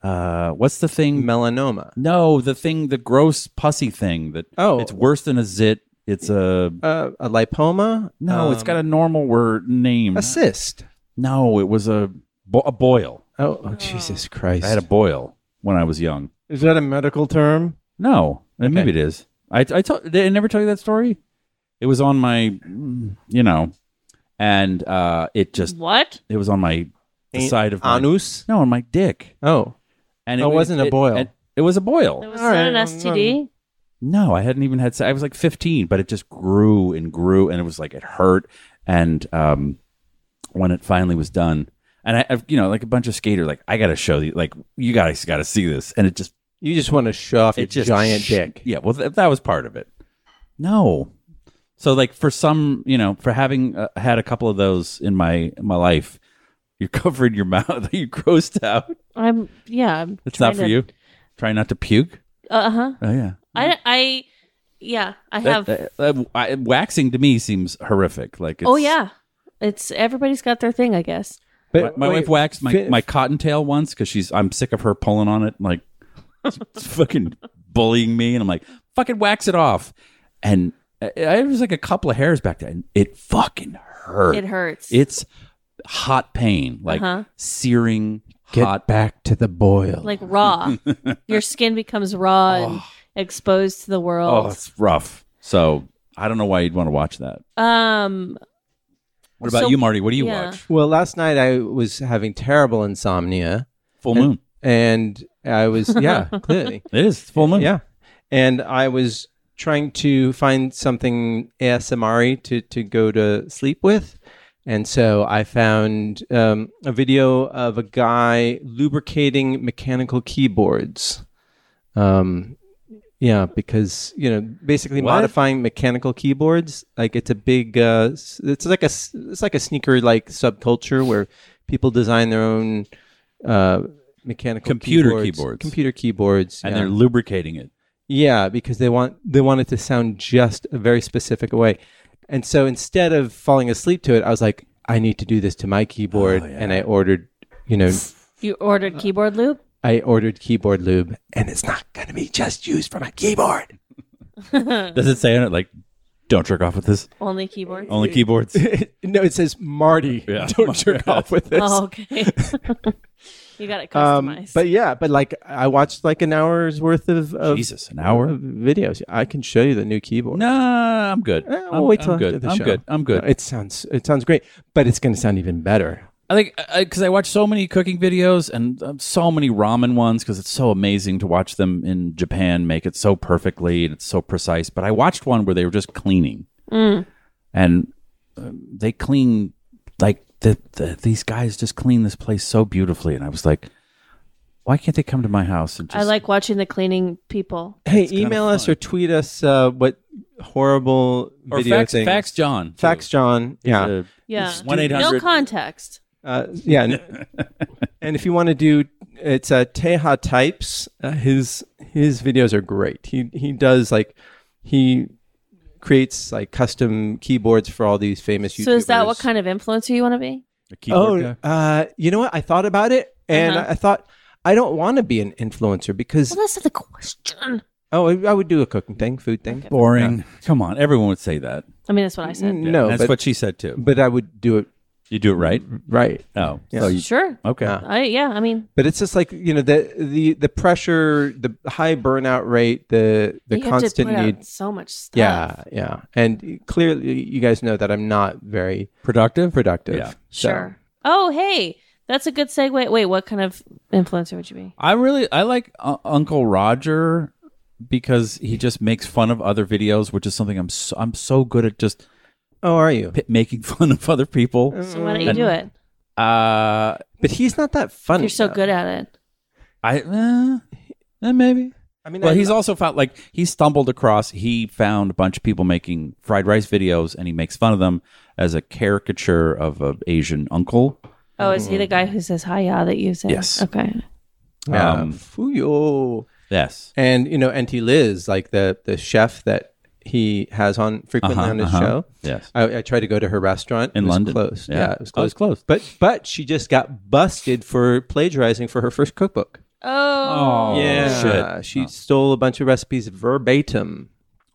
Speaker 3: Uh, what's the thing?
Speaker 1: melanoma.
Speaker 3: No, the thing, the gross pussy thing that
Speaker 1: Oh.
Speaker 3: it's worse than a zit. It's a
Speaker 1: Uh, a lipoma?
Speaker 3: no, it's
Speaker 1: Um,
Speaker 3: got a normal word name.
Speaker 1: a cyst.
Speaker 3: no, it was a bo- a boil.
Speaker 1: Oh, oh, Jesus Christ!
Speaker 3: I had a boil when I was young.
Speaker 1: is that a medical term?
Speaker 3: No, and maybe it is. I I told did I never tell you that story? It was on my, you know, and uh, it just
Speaker 2: What?
Speaker 3: it was on my the
Speaker 1: An-
Speaker 3: side of my,
Speaker 1: Anus?
Speaker 3: no on my dick,
Speaker 1: Oh,
Speaker 3: and
Speaker 1: Oh, it wasn't a
Speaker 3: it-
Speaker 1: boil.
Speaker 3: It, it was a boil.
Speaker 2: It was
Speaker 1: All
Speaker 2: not an
Speaker 1: right,
Speaker 2: STD.
Speaker 3: No, I hadn't even had. se- I was like 15, but it just grew and grew, and it was like it hurt. And um, when it finally was done, And I, I've, you know, like a bunch of skater, like I gotta show you, like you guys gotta see this, and it just,
Speaker 1: You just want to show off your
Speaker 3: it just
Speaker 1: giant
Speaker 3: sh-
Speaker 1: dick.
Speaker 3: Yeah, well, th- that was part of it. No, so like for some, you know, for having uh, had a couple of those in my in my life, you're covering your mouth, you grossed out.
Speaker 2: I'm yeah. I'm
Speaker 3: It's not for you. Try not to puke.
Speaker 2: Uh huh.
Speaker 3: Oh yeah,
Speaker 2: I I yeah. I
Speaker 3: That-
Speaker 2: have.
Speaker 3: that- that- I- waxing to me seems horrific. Like it's,
Speaker 2: oh yeah. It's everybody's got their thing, I guess.
Speaker 3: My, my
Speaker 1: wait,
Speaker 3: wife waxed my,
Speaker 1: fi-
Speaker 3: my cottontail once because she's I'm sick of her pulling on it like it's fucking bullying me and I'm like fucking wax it off and I, I was like a couple of hairs back then it fucking hurt
Speaker 2: It hurts.
Speaker 3: it's hot pain like
Speaker 2: Uh-huh.
Speaker 3: searing
Speaker 1: get
Speaker 3: hot
Speaker 1: back to the boil.
Speaker 2: like raw. Your skin becomes raw and
Speaker 1: Oh.
Speaker 2: exposed to the
Speaker 3: oh
Speaker 2: world.
Speaker 3: it's rough so I don't know why you'd want to watch that
Speaker 2: Um.
Speaker 3: what about
Speaker 2: So-
Speaker 3: you Marty what do you
Speaker 2: yeah.
Speaker 3: watch
Speaker 1: well, last night I was having terrible insomnia,
Speaker 3: Full Moon
Speaker 1: and I was yeah, clearly
Speaker 3: it is it's Full Moon
Speaker 1: yeah, and I was trying to find something ASMR to to go to sleep with. And so I found um, a video of a guy lubricating mechanical keyboards. Um, yeah, because you know, basically
Speaker 3: What?
Speaker 1: modifying mechanical keyboards, like it's a big, uh, s- it's like a, s- it's like a sneaker like subculture where people design their own uh, mechanical
Speaker 3: Computer keyboards.
Speaker 1: keyboards, computer keyboards,
Speaker 3: and
Speaker 1: yeah.
Speaker 3: they're lubricating it
Speaker 1: Yeah, because they want they want it to sound just a very specific way. And so instead of falling asleep to it, I was like, I need to do this to my
Speaker 3: Oh,
Speaker 1: keyboard, and I ordered, you know,
Speaker 2: You
Speaker 1: Uh,
Speaker 2: ordered keyboard lube.
Speaker 1: I ordered keyboard lube, and it's not going to be just used for my keyboard.
Speaker 2: Uh-huh.
Speaker 3: does it say on it like don't jerk off with this
Speaker 2: Only
Speaker 1: oh,
Speaker 2: keyboard.
Speaker 3: only keyboards
Speaker 1: no, it says Marty.
Speaker 3: Yeah.
Speaker 1: Don't jerk off with this.
Speaker 2: Oh, okay. you got it
Speaker 1: Um,
Speaker 2: customized.
Speaker 1: but yeah, but like I watched like an hour's worth of, of
Speaker 3: Jesus an hour
Speaker 1: of videos. I can show you the new keyboard.
Speaker 3: Nah, I'm good.
Speaker 1: Eh, we'll
Speaker 3: I'm,
Speaker 1: wait
Speaker 3: I'm
Speaker 1: till after
Speaker 3: good.
Speaker 1: the
Speaker 3: I'm
Speaker 1: show.
Speaker 3: good. I'm good.
Speaker 1: It sounds it sounds great, but it's going to sound even better.
Speaker 3: I think because I watch so many cooking videos and um, so many ramen ones because it's so amazing to watch them in Japan make it so perfectly and it's so precise. But I watched one where they were just cleaning,
Speaker 2: Mm.
Speaker 3: and um, they clean like the, the these guys just clean this place so beautifully, and I was like, why can't they come to my house and just
Speaker 2: I like watching the cleaning people.
Speaker 1: Hey, email us or tweet us uh, what horrible
Speaker 3: or
Speaker 1: video
Speaker 3: fax,
Speaker 1: things.
Speaker 3: fax John too.
Speaker 1: Fax John. Yeah.
Speaker 3: Uh,
Speaker 2: Yeah.
Speaker 3: one eight
Speaker 2: No
Speaker 3: hundred
Speaker 2: context.
Speaker 1: Uh, yeah. n- and if you want to do, it's uh, Teja Types. Uh, his his videos are great. He he does like he creates like custom keyboards for all these famous. YouTubers.
Speaker 2: So is that what kind of influencer you want to be?
Speaker 3: keyboard guy.
Speaker 1: oh, uh, you know what? I thought about it, and
Speaker 2: Uh-huh.
Speaker 1: I thought I don't want to be an influencer because
Speaker 2: Well, that's not the question.
Speaker 1: oh, I I would do a cooking thing, food thing.
Speaker 3: boring. Come on, everyone would say that.
Speaker 2: I mean, that's what I said.
Speaker 1: N- No,
Speaker 3: that's
Speaker 1: but
Speaker 3: what she said too.
Speaker 1: but I would do it
Speaker 3: You do it right.
Speaker 1: right.
Speaker 3: Oh,
Speaker 1: Yeah.
Speaker 3: so you,
Speaker 2: Sure.
Speaker 3: okay.
Speaker 2: I yeah. I mean,
Speaker 1: But it's just like you know the the the pressure, the high burnout rate, the the
Speaker 2: you
Speaker 1: constant
Speaker 2: have to put
Speaker 1: need.
Speaker 2: out so much stuff.
Speaker 1: Yeah, yeah, and clearly you guys know that I'm not very
Speaker 3: Productive.
Speaker 1: productive.
Speaker 3: Yeah.
Speaker 1: So-
Speaker 2: Sure. Oh, hey, that's a good segue. Wait, what kind of influencer would you be?
Speaker 3: I really I like uh, Uncle Roger because he just makes fun of other videos, which is something I'm so, I'm so good at just
Speaker 1: Oh, are you?
Speaker 3: p- making fun of other people.
Speaker 1: Mm-hmm.
Speaker 2: So why don't you
Speaker 3: And-
Speaker 2: do it?
Speaker 3: Uh,
Speaker 1: But he's not that funny.
Speaker 2: You're so
Speaker 1: though.
Speaker 2: good at it.
Speaker 3: I uh, eh, maybe.
Speaker 1: I mean,
Speaker 3: Well,
Speaker 1: I-
Speaker 3: he's also found like he stumbled across. He found a bunch of people making fried rice videos, and he makes fun of them as a caricature of an Asian uncle.
Speaker 2: Oh, is
Speaker 1: Mm-hmm.
Speaker 2: he the guy who says hi ya that you say?
Speaker 3: Yes.
Speaker 2: Okay.
Speaker 1: yeah.
Speaker 3: um,
Speaker 1: Fuyo.
Speaker 3: Yes,
Speaker 1: and you know, Auntie Liz, like the the chef that he has on frequently
Speaker 3: Uh-huh,
Speaker 1: on his
Speaker 3: uh-huh.
Speaker 1: show.
Speaker 3: yes.
Speaker 1: I, I tried to go to her restaurant
Speaker 3: In
Speaker 1: It was
Speaker 3: London?
Speaker 1: Closed.
Speaker 3: Yeah.
Speaker 1: Yeah. it was
Speaker 3: Oh, it's
Speaker 1: closed. But but she just got busted for plagiarizing for her first cookbook.
Speaker 2: Oh.
Speaker 1: Yeah, she stole a bunch of recipes verbatim.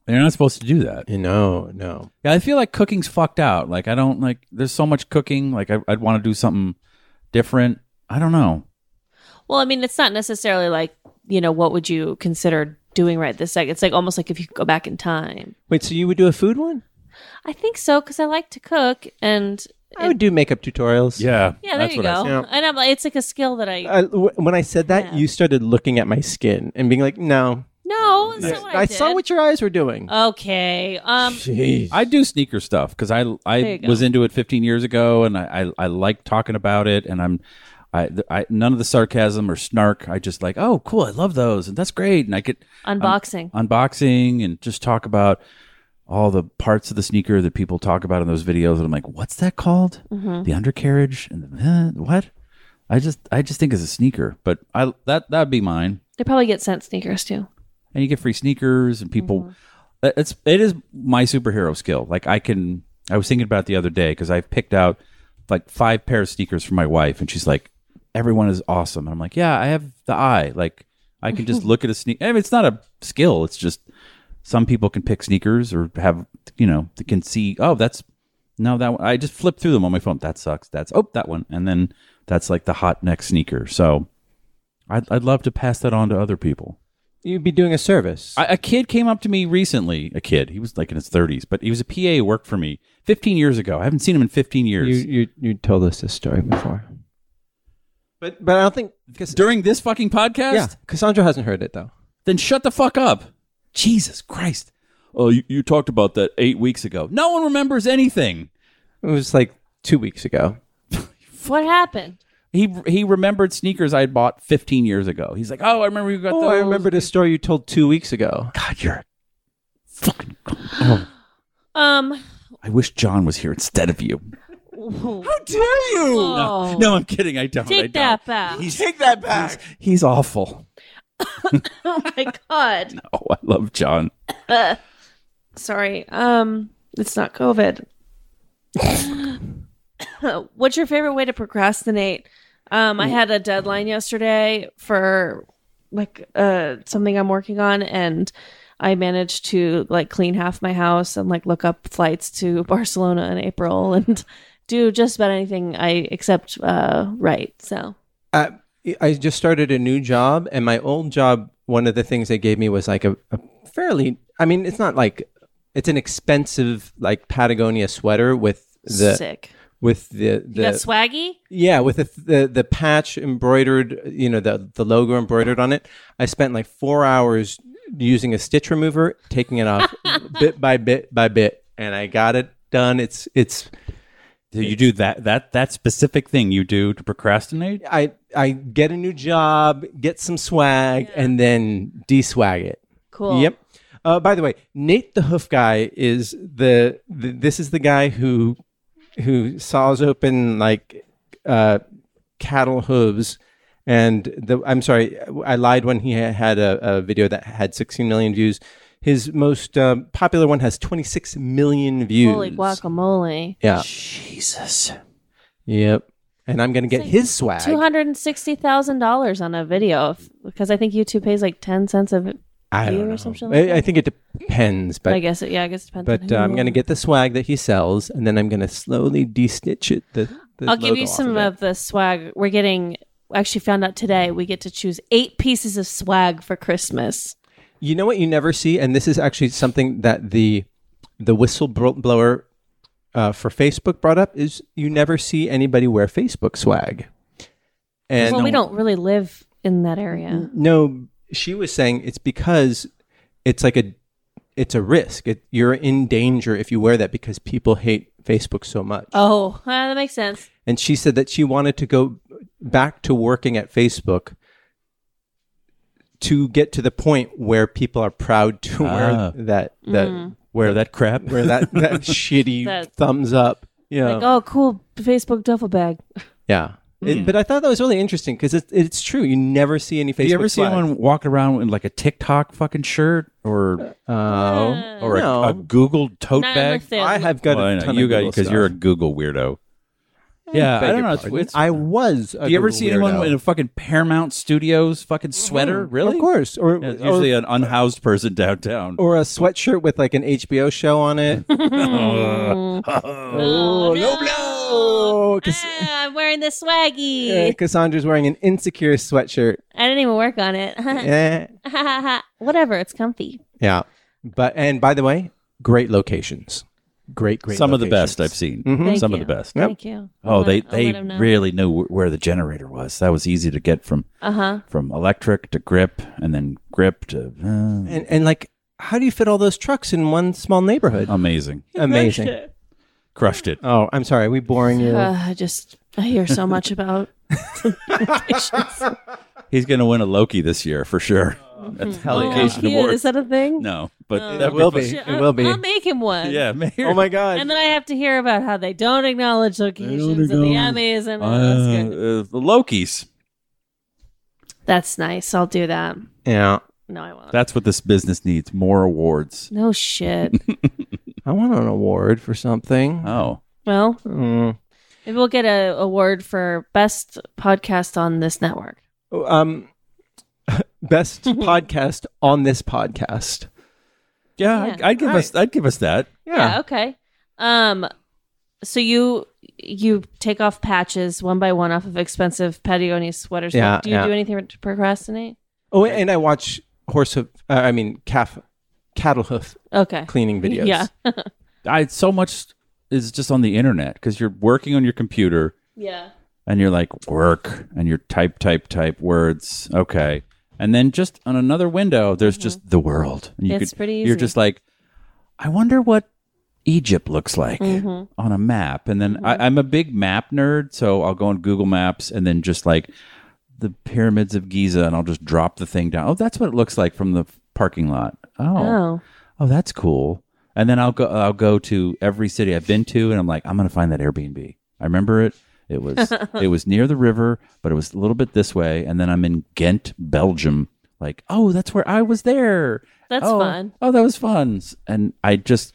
Speaker 3: You're not supposed to do that.
Speaker 1: You know, no.
Speaker 3: Yeah, I feel like cooking's fucked out. Like I don't like. There's so much cooking. Like I, I'd want to do something different. I don't know.
Speaker 2: Oh. Well, I mean, it's not necessarily like you know what would you consider doing right this second. It's like almost like if you could go back in time.
Speaker 1: Wait, so you would do a food one?
Speaker 2: I think so because I like to cook and
Speaker 1: I would do makeup tutorials.
Speaker 3: Yeah.
Speaker 2: yeah, there you go.
Speaker 1: said. Yeah.
Speaker 2: And I'm like, it's like a skill that I
Speaker 1: Uh, w- when I said that, you started looking at my skin and being like, "No,
Speaker 2: No, that's not what I,
Speaker 1: I
Speaker 2: did. Oh.
Speaker 1: saw what your eyes were doing.
Speaker 2: okay. Um,
Speaker 4: Jeez.
Speaker 3: I do sneaker stuff because I
Speaker 2: There
Speaker 3: I
Speaker 2: you go.
Speaker 3: was into it 15 years ago, and I I, I like talking about it, and I'm. I, I, none of the sarcasm or snark. I just like, oh, cool. I love those, and that's great. And I could
Speaker 1: Um,
Speaker 2: unboxing.
Speaker 3: unboxing and just talk about all the parts of the sneaker that people talk about in those videos. And I'm like, what's that called? The undercarriage and the eh, what? I just I just think it's a sneaker, but I that that'd be mine.
Speaker 2: they probably get sent sneakers too.
Speaker 3: And you get free sneakers and people. that- It's it is my superhero skill. Like I can. I was thinking about it the other day because I've picked out like five pair of sneakers for my wife, and she's like, "Everyone is awesome." And I'm like, "Yeah, I have the eye. Like I can just look at a sneaker. I mean, it's not a skill. It's just some people can pick sneakers or have you know they can see oh that's no that one. i just flip through them on my phone that sucks that's oh that one and then that's like the hot next sneaker so i'd, I'd love to pass that on to other people
Speaker 1: You'd be doing a service.
Speaker 3: I, a kid came up to me recently a kid he was like in his 30s but he was a pa who worked for me 15 years ago i haven't seen him in 15 years
Speaker 1: you you you told us this story before. But but I don't think because
Speaker 3: during this fucking podcast
Speaker 1: yeah, Cassandra hasn't heard it though.
Speaker 3: then shut the fuck up jesus christ oh you, you talked about that eight weeks ago no one remembers anything
Speaker 1: It was like two weeks ago.
Speaker 2: What happened?
Speaker 3: He he remembered sneakers I had bought 15 years ago. He's like, oh, I remember you got
Speaker 1: Oh,
Speaker 3: those.
Speaker 1: I remember the story you told two weeks ago.
Speaker 3: God, you're fucking. Oh,
Speaker 2: Um.
Speaker 3: I wish John was here instead of you.
Speaker 2: How
Speaker 3: dare you?
Speaker 2: Oh.
Speaker 3: No, no, I'm kidding. I don't. I don't.
Speaker 2: Take that back.
Speaker 4: Take that back.
Speaker 3: He's awful.
Speaker 2: Oh my god.
Speaker 3: Oh, I love John.
Speaker 2: Sorry. Um, it's not COVID. What's your favorite way to procrastinate? Um, I had a deadline yesterday for like uh something I'm working on and I managed to like clean half my house and like look up flights to Barcelona in April and do just about anything I except uh write. So
Speaker 1: Uh, I just started a new job, and my old job, one of the things they gave me was like a, a fairly. I mean, it's not like it's an expensive like Patagonia sweater with the
Speaker 2: sick.
Speaker 1: with the
Speaker 2: You got
Speaker 1: the
Speaker 2: swaggy?
Speaker 1: yeah with the, the the patch embroidered, you know, the the logo embroidered on it. I spent like four hours using a stitch remover, taking it off bit by bit by bit, and I got it done. It's it's
Speaker 3: You do that that that specific thing you do to procrastinate.
Speaker 1: I I get a new job, get some swag, and then de-swag it.
Speaker 2: Cool.
Speaker 1: Yep. Uh, by the way, Nate the Hoof guy is the, the this is the guy who who saws open like uh, cattle hooves, and the I'm sorry, I lied when he ha- had a, a video that had 16 million views. His most uh, popular one has 26 million views.
Speaker 2: Holy guacamole.
Speaker 1: Yeah.
Speaker 3: Jesus.
Speaker 1: Yep. And I'm gonna get
Speaker 2: like
Speaker 1: his swag.
Speaker 2: Two hundred and sixty thousand dollars on a video if- because I think YouTube pays like ten cents of it.
Speaker 1: I
Speaker 2: view
Speaker 1: don't
Speaker 2: or
Speaker 1: know.
Speaker 2: something like
Speaker 1: I, I think it depends, but
Speaker 2: I guess it. Yeah, I guess it depends.
Speaker 1: But
Speaker 2: on who
Speaker 1: uh,
Speaker 2: you
Speaker 1: I'm going to
Speaker 2: are.
Speaker 1: get the swag that he sells, and then I'm going to slowly de-stitch it. The, the
Speaker 2: I'll give
Speaker 1: logo
Speaker 2: you
Speaker 1: off
Speaker 2: some
Speaker 1: of,
Speaker 2: of, the swag we're getting. Actually, found out today we get to choose eight pieces of swag for Christmas.
Speaker 1: it. You know what you never see, and this is actually something that the the whistleblower uh, for Facebook brought up is you never see anybody wear Facebook swag. And Mm.
Speaker 2: well, we don't really live in that area.
Speaker 1: no, she was saying it's because it's like a it's a risk. It, you're in danger if you wear that because people hate Facebook so much.
Speaker 2: Oh, uh, that makes sense.
Speaker 1: and she said that she wanted to go back to working at Facebook to get to the point where people are proud to
Speaker 3: Ah.
Speaker 1: wear that that
Speaker 3: Wear that crap.
Speaker 1: wear that that shitty
Speaker 2: Mm-hmm. That-
Speaker 1: thumbs up. Yeah,
Speaker 2: Like, oh, cool Facebook duffel bag.
Speaker 1: yeah. It-
Speaker 3: Hmm.
Speaker 1: but I thought that was really interesting because it's it's true. You never see any Facebook.
Speaker 3: Do you ever see
Speaker 1: flag.
Speaker 3: anyone walking around in like a TikTok fucking shirt or
Speaker 1: Oh,
Speaker 3: or
Speaker 1: no.
Speaker 3: a, a Google tote
Speaker 2: Uh, Not
Speaker 3: bag?
Speaker 2: on the thing.
Speaker 1: I have got
Speaker 3: Well, I
Speaker 1: a
Speaker 3: know.
Speaker 1: ton
Speaker 3: you
Speaker 1: of
Speaker 3: got
Speaker 1: because
Speaker 3: because you're a Google weirdo. Yeah, I don't know. It's, it's,
Speaker 1: I was. A
Speaker 3: do you ever
Speaker 1: Google
Speaker 3: see anyone
Speaker 1: weirdo.
Speaker 3: in a fucking Paramount Studios fucking
Speaker 2: Mm-hmm.
Speaker 3: sweater? Really?
Speaker 1: Of course, Oh. or
Speaker 3: Yeah, it's
Speaker 1: or-
Speaker 3: usually an unhoused person downtown.
Speaker 1: or a sweatshirt with like an HBO show on it.
Speaker 2: Oh, no.
Speaker 1: blow. Cass-
Speaker 2: Ah, I'm wearing the swaggy.
Speaker 1: Oh, uh, Cassandra's wearing an insecure sweatshirt.
Speaker 2: I didn't even work on it.
Speaker 1: Eh.
Speaker 2: Whatever, it's comfy.
Speaker 1: Yeah. But and by the way, great locations. great, great.
Speaker 3: Some of the best I've
Speaker 1: locations. Mm-hmm.
Speaker 3: seen.
Speaker 2: Thank
Speaker 3: Some
Speaker 2: you.
Speaker 3: of the best.
Speaker 1: Yep.
Speaker 2: Thank you.
Speaker 3: Oh, they they
Speaker 2: really.
Speaker 3: really knew wh- where the generator was. That was easy to get from
Speaker 2: Uh huh.
Speaker 3: from electric to grip, and then grip to uh,
Speaker 1: And and like, how do you fit all those trucks in one small neighborhood?
Speaker 3: amazing.
Speaker 2: Oh,
Speaker 1: Amazing.
Speaker 3: Crushed it.
Speaker 1: Oh, I'm sorry. Are we boring you?
Speaker 2: Uh, I just I hear so much about locations.
Speaker 3: He's going to win a Loki this year for sure. At the
Speaker 2: Oh,
Speaker 3: allocation
Speaker 2: cute.
Speaker 3: award.
Speaker 2: Is that a thing?
Speaker 3: no, but
Speaker 2: Oh.
Speaker 3: that
Speaker 1: It will
Speaker 3: would
Speaker 1: be.
Speaker 2: Shit,
Speaker 1: It will be.
Speaker 2: I'll make him one.
Speaker 3: Yeah, maybe.
Speaker 1: oh my god.
Speaker 2: And then I have to hear about how they don't acknowledge locations and the
Speaker 3: acknowledge-
Speaker 2: Emmys, and
Speaker 3: Uh,
Speaker 2: oh, that's good.
Speaker 3: uh, the Lokis.
Speaker 2: That's nice. I'll do that.
Speaker 1: yeah.
Speaker 2: No, I won't.
Speaker 3: That's what this business needs. More awards.
Speaker 2: no shit.
Speaker 1: I want an award for something.
Speaker 3: Oh,
Speaker 2: well,
Speaker 1: Mm.
Speaker 2: maybe we'll get a award for best podcast on this network.
Speaker 1: Oh, Um, best podcast on this podcast.
Speaker 3: yeah.
Speaker 2: Yeah.
Speaker 3: I'd, I'd give us. I'd give us that.
Speaker 2: Yeah. okay. Um, so you you take off patches one by one off of expensive Patagonia sweaters.
Speaker 1: Yeah,
Speaker 2: do you
Speaker 1: yeah.
Speaker 2: do anything to procrastinate?
Speaker 1: Oh, and I watch horse hoof. Uh, I mean, calf, cattle hoof
Speaker 2: Okay.
Speaker 1: cleaning videos.
Speaker 2: Yeah.
Speaker 3: I so much is just on the internet because you're working on your computer
Speaker 2: Yeah.
Speaker 3: and you're like work and you're type type type words. Okay, and then just on another window, there's just the world. And
Speaker 2: Mm-hmm. It's pretty
Speaker 3: You're
Speaker 2: easy.
Speaker 3: just like, I wonder what Egypt looks like
Speaker 2: Mm-hmm.
Speaker 3: on a map. And then I, I'm a big map nerd, so I'll go on Google Maps and then just like the pyramids of Giza, and I'll just drop the thing down. Oh, that's what it looks like from the parking lot.
Speaker 2: Oh.
Speaker 3: oh that's cool and then i'll go i'll go to every city i've been to and i'm like i'm gonna find that airbnb i remember it it was it was near the river but it was a little bit this way and then i'm in ghent belgium like oh that's where i was there
Speaker 2: That's
Speaker 3: oh,
Speaker 2: fun.
Speaker 3: oh that was fun and i just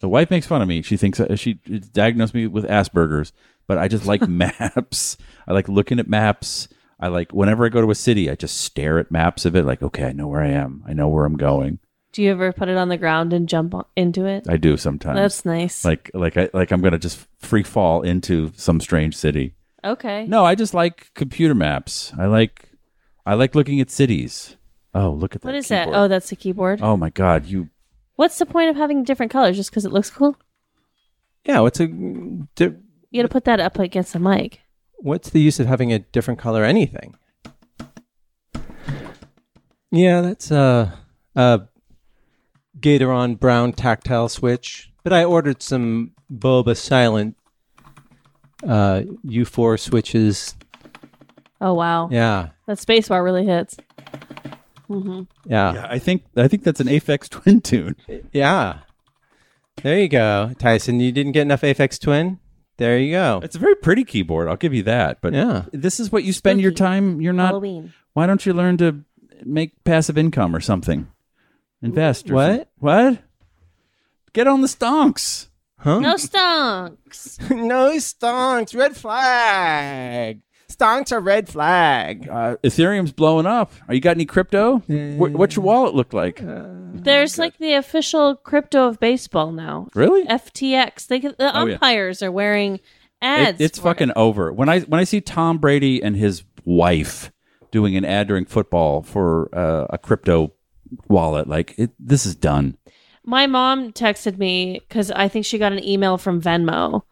Speaker 3: the wife makes fun of me she thinks uh, she diagnosed me with asperger's but i just like maps i like looking at maps i like whenever i go to a city i just stare at maps of it like okay i know where i am i know where i'm going
Speaker 2: Do you ever put it on the ground and jump on, into it?
Speaker 3: i do sometimes
Speaker 2: That's nice.
Speaker 3: like like I like I'm gonna just free fall into some strange city.
Speaker 2: okay.
Speaker 3: No, I just like computer maps. I like I like looking at cities. Oh, look at that.
Speaker 2: What is that? Oh,
Speaker 3: keyboard.
Speaker 2: that's a keyboard.
Speaker 3: Oh my god, you
Speaker 2: What's the point of having different colors? Just because it looks cool?
Speaker 1: Yeah. What's a di-
Speaker 2: You got to put that up against the mic.
Speaker 1: What's the use of having a different color anything? Yeah, that's a, a Gatoron brown tactile switch. But I ordered some Boba Silent uh, U4 switches.
Speaker 2: Oh wow,
Speaker 1: Yeah,
Speaker 2: that space bar really hits.
Speaker 1: yeah,
Speaker 3: Yeah, I think I think that's an Aphex twin tune.
Speaker 1: yeah. There you go, Tyson. You didn't get enough Aphex Twin. There you go.
Speaker 3: It's a very pretty keyboard, I'll give you that. But
Speaker 1: Yeah.
Speaker 3: this is what you spend your
Speaker 2: Spooky.
Speaker 3: time you're not
Speaker 2: Halloween.
Speaker 3: why don't you learn to make passive income or something? Invest or
Speaker 1: What?
Speaker 3: some- What? Get on the stonks.
Speaker 2: No stonks.
Speaker 1: no stonks. Red flag. Stonks are red flag.
Speaker 3: Uh, Ethereum's blowing up. Are you got any crypto? Wh- what's your wallet look like?
Speaker 2: There's like the official crypto of baseball now.
Speaker 3: Really?
Speaker 2: FTX. They could- the
Speaker 3: Oh, yeah.
Speaker 2: umpires are wearing
Speaker 3: It-
Speaker 2: ads.
Speaker 3: it's
Speaker 2: for it.
Speaker 3: fucking over. When I when I see Tom Brady and his wife doing an ad during football for uh, a crypto wallet, like it, this is done.
Speaker 2: My mom texted me because I think she got an email from Venmo,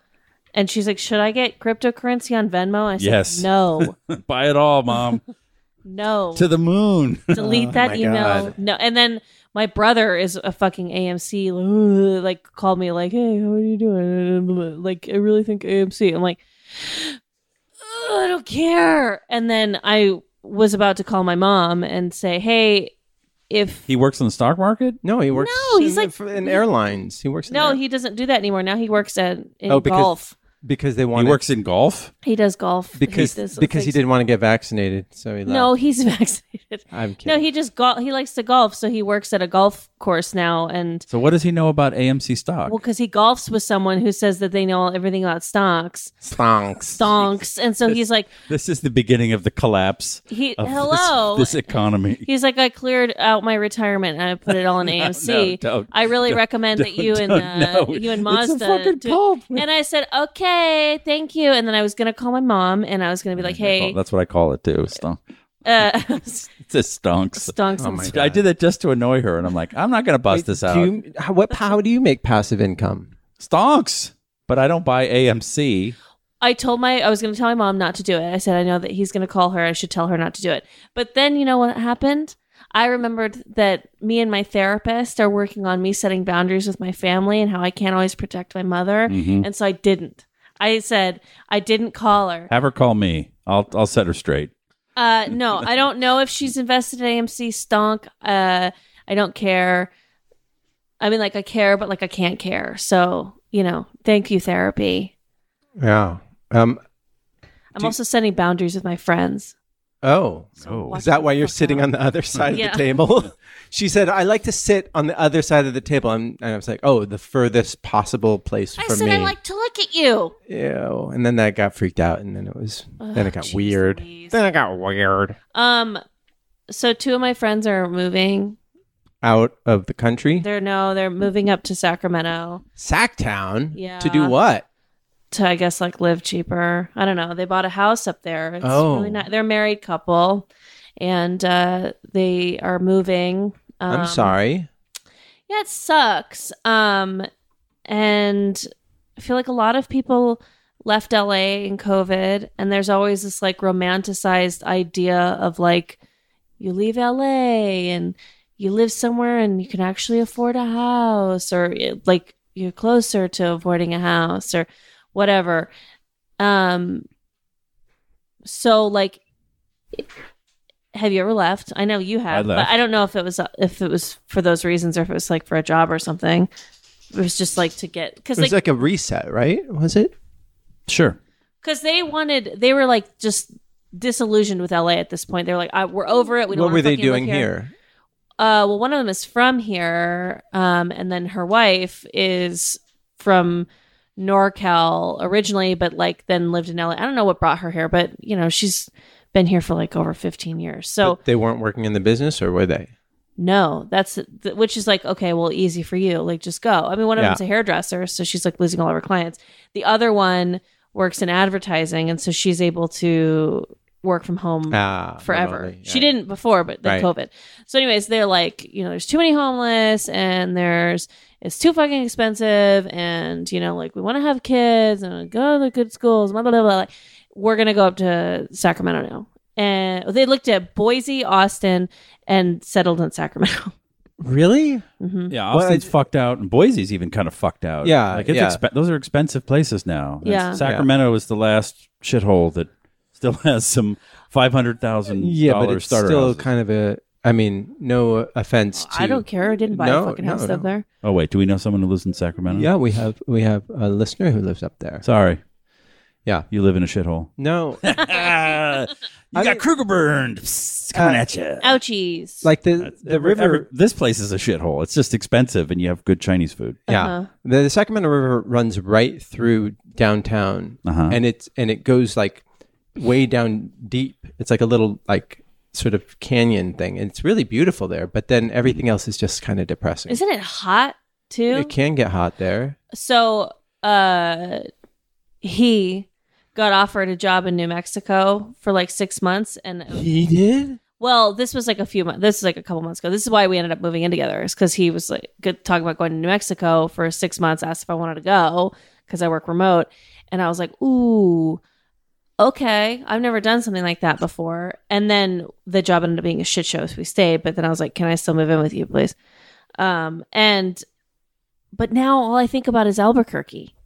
Speaker 2: and she's like, "Should I get cryptocurrency on Venmo?" And I said,
Speaker 3: Yes.
Speaker 2: "No,
Speaker 3: Buy it all, mom.
Speaker 2: no,
Speaker 3: to the Oh, moon.
Speaker 2: delete that
Speaker 1: my
Speaker 2: email."
Speaker 1: God.
Speaker 2: No, and then my brother is a fucking AMC. Like, like, called me like, "Hey, how are you doing?" Like, I really think AMC. I'm like, "Ugh, I don't care. And then I was about to call my mom and say, "Hey, if
Speaker 3: he works on the stock market.
Speaker 1: No, he works.
Speaker 2: No, he's
Speaker 1: in,
Speaker 2: like-
Speaker 1: for- in airlines. He works. In
Speaker 2: no,
Speaker 1: air-
Speaker 2: he doesn't do that anymore. Now he works at in
Speaker 1: Oh, because-
Speaker 2: golf."
Speaker 1: because they
Speaker 3: He
Speaker 1: want
Speaker 3: works in golf.
Speaker 2: He does golf
Speaker 1: because
Speaker 2: does-
Speaker 1: because he didn't want to get vaccinated, so he left.
Speaker 2: No, he's vaccinated.
Speaker 1: I'm kidding.
Speaker 2: No, he just golf. He likes to golf, so he works at a golf course now, and
Speaker 3: So what does he know about AMC stock?
Speaker 2: well, because he golfs with someone who says that they know everything about stocks,
Speaker 1: stonks.
Speaker 2: stonks, and so he's like,
Speaker 3: this is the beginning of the collapse.
Speaker 2: he
Speaker 3: Of
Speaker 2: hello.
Speaker 3: This, this economy.
Speaker 2: He's like, I cleared out my retirement and I put it all in AMC.
Speaker 3: don't,
Speaker 2: I really recommend that you and uh,
Speaker 3: no.
Speaker 2: you and
Speaker 3: It's
Speaker 2: Mazda.
Speaker 3: a fucking
Speaker 2: do-
Speaker 3: cult.
Speaker 2: And I said, okay, thank you. And then I was gonna call my mom and I was gonna be like, hey,
Speaker 3: that's what I call it too. Stonk.
Speaker 2: uh,
Speaker 3: It's a stonks.
Speaker 2: stonks.
Speaker 1: Oh
Speaker 2: and
Speaker 1: my
Speaker 2: stonks.
Speaker 1: God.
Speaker 3: I did that just to annoy her, and I'm like, I'm not gonna bust this
Speaker 1: do
Speaker 3: out.
Speaker 1: you, how, what? How do you make passive income?
Speaker 3: stonks. But I don't buy AMC.
Speaker 2: I told my I was going to tell my mom not to do it. I said I know that he's going to call her. I should tell her not to do it. But then you know what happened? I remembered that me and my therapist are working on me setting boundaries with my family and how I can't always protect my mother.
Speaker 1: Mm-hmm.
Speaker 2: And so I didn't. I said I didn't call her.
Speaker 3: Have her call me. I'll I'll set her straight.
Speaker 2: Uh, no, I don't know if she's invested in AMC stonk. Uh, I don't care. I mean, like I care, but like I can't care. So you know, thank you therapy.
Speaker 1: Yeah. Um.
Speaker 2: I'm also setting boundaries with my friends.
Speaker 1: Oh.
Speaker 3: Oh.
Speaker 2: Watch
Speaker 1: Is that
Speaker 2: the
Speaker 1: why you're
Speaker 2: fuck
Speaker 1: sitting
Speaker 2: out.
Speaker 1: on the other side of
Speaker 2: Yeah.
Speaker 1: the table? she said, "I like to sit on the other side of the table," and, and I was like, "Oh, the furthest possible place
Speaker 2: I
Speaker 1: for
Speaker 2: said
Speaker 1: me."
Speaker 2: I like to look at you.
Speaker 1: Ew. And then that got freaked out, and then it was, then it got
Speaker 2: Jeez
Speaker 1: weird.
Speaker 2: Louise.
Speaker 1: Then it got weird.
Speaker 2: Um, so two of my friends are moving.
Speaker 1: Out of the country,
Speaker 2: They're no, they're moving up to Sacramento
Speaker 1: Sacktown.
Speaker 2: Yeah.
Speaker 1: To do what?
Speaker 2: to, I guess, like live cheaper. I don't know. They bought a house up there. It's
Speaker 1: Oh.
Speaker 2: really not. They're a married couple, and uh, they are moving. Um,
Speaker 1: I'm sorry.
Speaker 2: Yeah, it sucks. Um, and I feel like a lot of people left LA in COVID, and there's always this like romanticized idea of like you leave LA and you live somewhere and you can actually afford a house, or like you're closer to avoiding a house or whatever. Um, so like. Have you ever left? I know you have, but
Speaker 3: left.
Speaker 2: I don't know if it was if it was for those reasons or if it was like for a job or something. It was just like to get because
Speaker 1: It was like a reset, right? Was it?
Speaker 3: Sure.
Speaker 2: because they wanted they were like just disillusioned with LA at this point. They were like, I, "We're over it. We don't."
Speaker 1: what
Speaker 2: wanna
Speaker 1: were they
Speaker 2: fucking live
Speaker 1: doing here?
Speaker 2: Uh, well, one of them is from here, um, and then her wife is from NorCal originally, but like then lived in LA. I don't know what brought her here, but you know she's been here for like over fifteen years. So
Speaker 1: But they weren't working in the business, or were they?
Speaker 2: no, that's th- which is like okay, well, easy for you, like just go. I mean, one of
Speaker 1: Yeah.
Speaker 2: them's a hairdresser, so she's like losing all of her clients. The other one works in advertising, and so she's able to work from home
Speaker 1: Ah,
Speaker 2: Mm, forever.
Speaker 1: remotely,
Speaker 2: She
Speaker 1: yeah.
Speaker 2: didn't before, but
Speaker 1: Right.
Speaker 2: then COVID. So, anyways, they're like, you know, there's too many homeless, and there's it's too fucking expensive, and you know, like we want to have kids and go to the good schools, blah blah blah. blah. Like, we're gonna go up to Sacramento now, and they looked at Boise, Austin, and settled in Sacramento.
Speaker 1: Really?
Speaker 2: hmm
Speaker 3: Yeah,
Speaker 1: Well,
Speaker 3: Austin's
Speaker 1: I-
Speaker 3: fucked out, and Boise's even kind of fucked out.
Speaker 1: Yeah,
Speaker 3: like it's
Speaker 1: yeah.
Speaker 3: expe- those are expensive places now. And
Speaker 2: Yeah.
Speaker 3: Sacramento is the last shithole that still has some five hundred thousand
Speaker 1: Yeah, but
Speaker 3: dollar
Speaker 1: it's
Speaker 3: starter.
Speaker 1: still
Speaker 3: houses.
Speaker 1: kind of a. I mean, no offense to.
Speaker 2: I don't care. I didn't buy a
Speaker 1: No,
Speaker 2: fucking
Speaker 1: no,
Speaker 2: house
Speaker 1: no.
Speaker 2: up there.
Speaker 3: oh wait, do we know someone who lives in Sacramento?
Speaker 1: Yeah, we have we have a listener who lives up there.
Speaker 3: Sorry.
Speaker 1: Yeah.
Speaker 3: you live in a shithole.
Speaker 1: No,
Speaker 3: Ah, you got
Speaker 1: I mean-
Speaker 3: Kruger burned. Psst, coming
Speaker 1: Uh,
Speaker 3: at you.
Speaker 2: Ouchies.
Speaker 1: like the the river.
Speaker 3: this place is a shithole. It's just expensive, and you have good Chinese food.
Speaker 1: yeah,
Speaker 2: Uh-huh.
Speaker 1: the, the Sacramento River runs right through downtown,
Speaker 3: Uh-huh.
Speaker 1: and it's and it goes like way down deep. It's like a little like sort of canyon thing, and it's really beautiful there. But then everything else is just kind of depressing.
Speaker 2: Isn't it hot too?
Speaker 1: It can get hot there.
Speaker 2: so uh he got offered a job in New Mexico for like 6 months and
Speaker 1: He did.
Speaker 2: well this was like a few months this is like a couple months ago this is why we ended up moving in together is cuz he was like good talking about going to New Mexico for 6 months asked if I wanted to go cuz I work remote and I was like ooh okay I've never done something like that before and then the job ended up being a shit show so we stayed but then I was like can I still move in with you please um and but now all I think about is Albuquerque.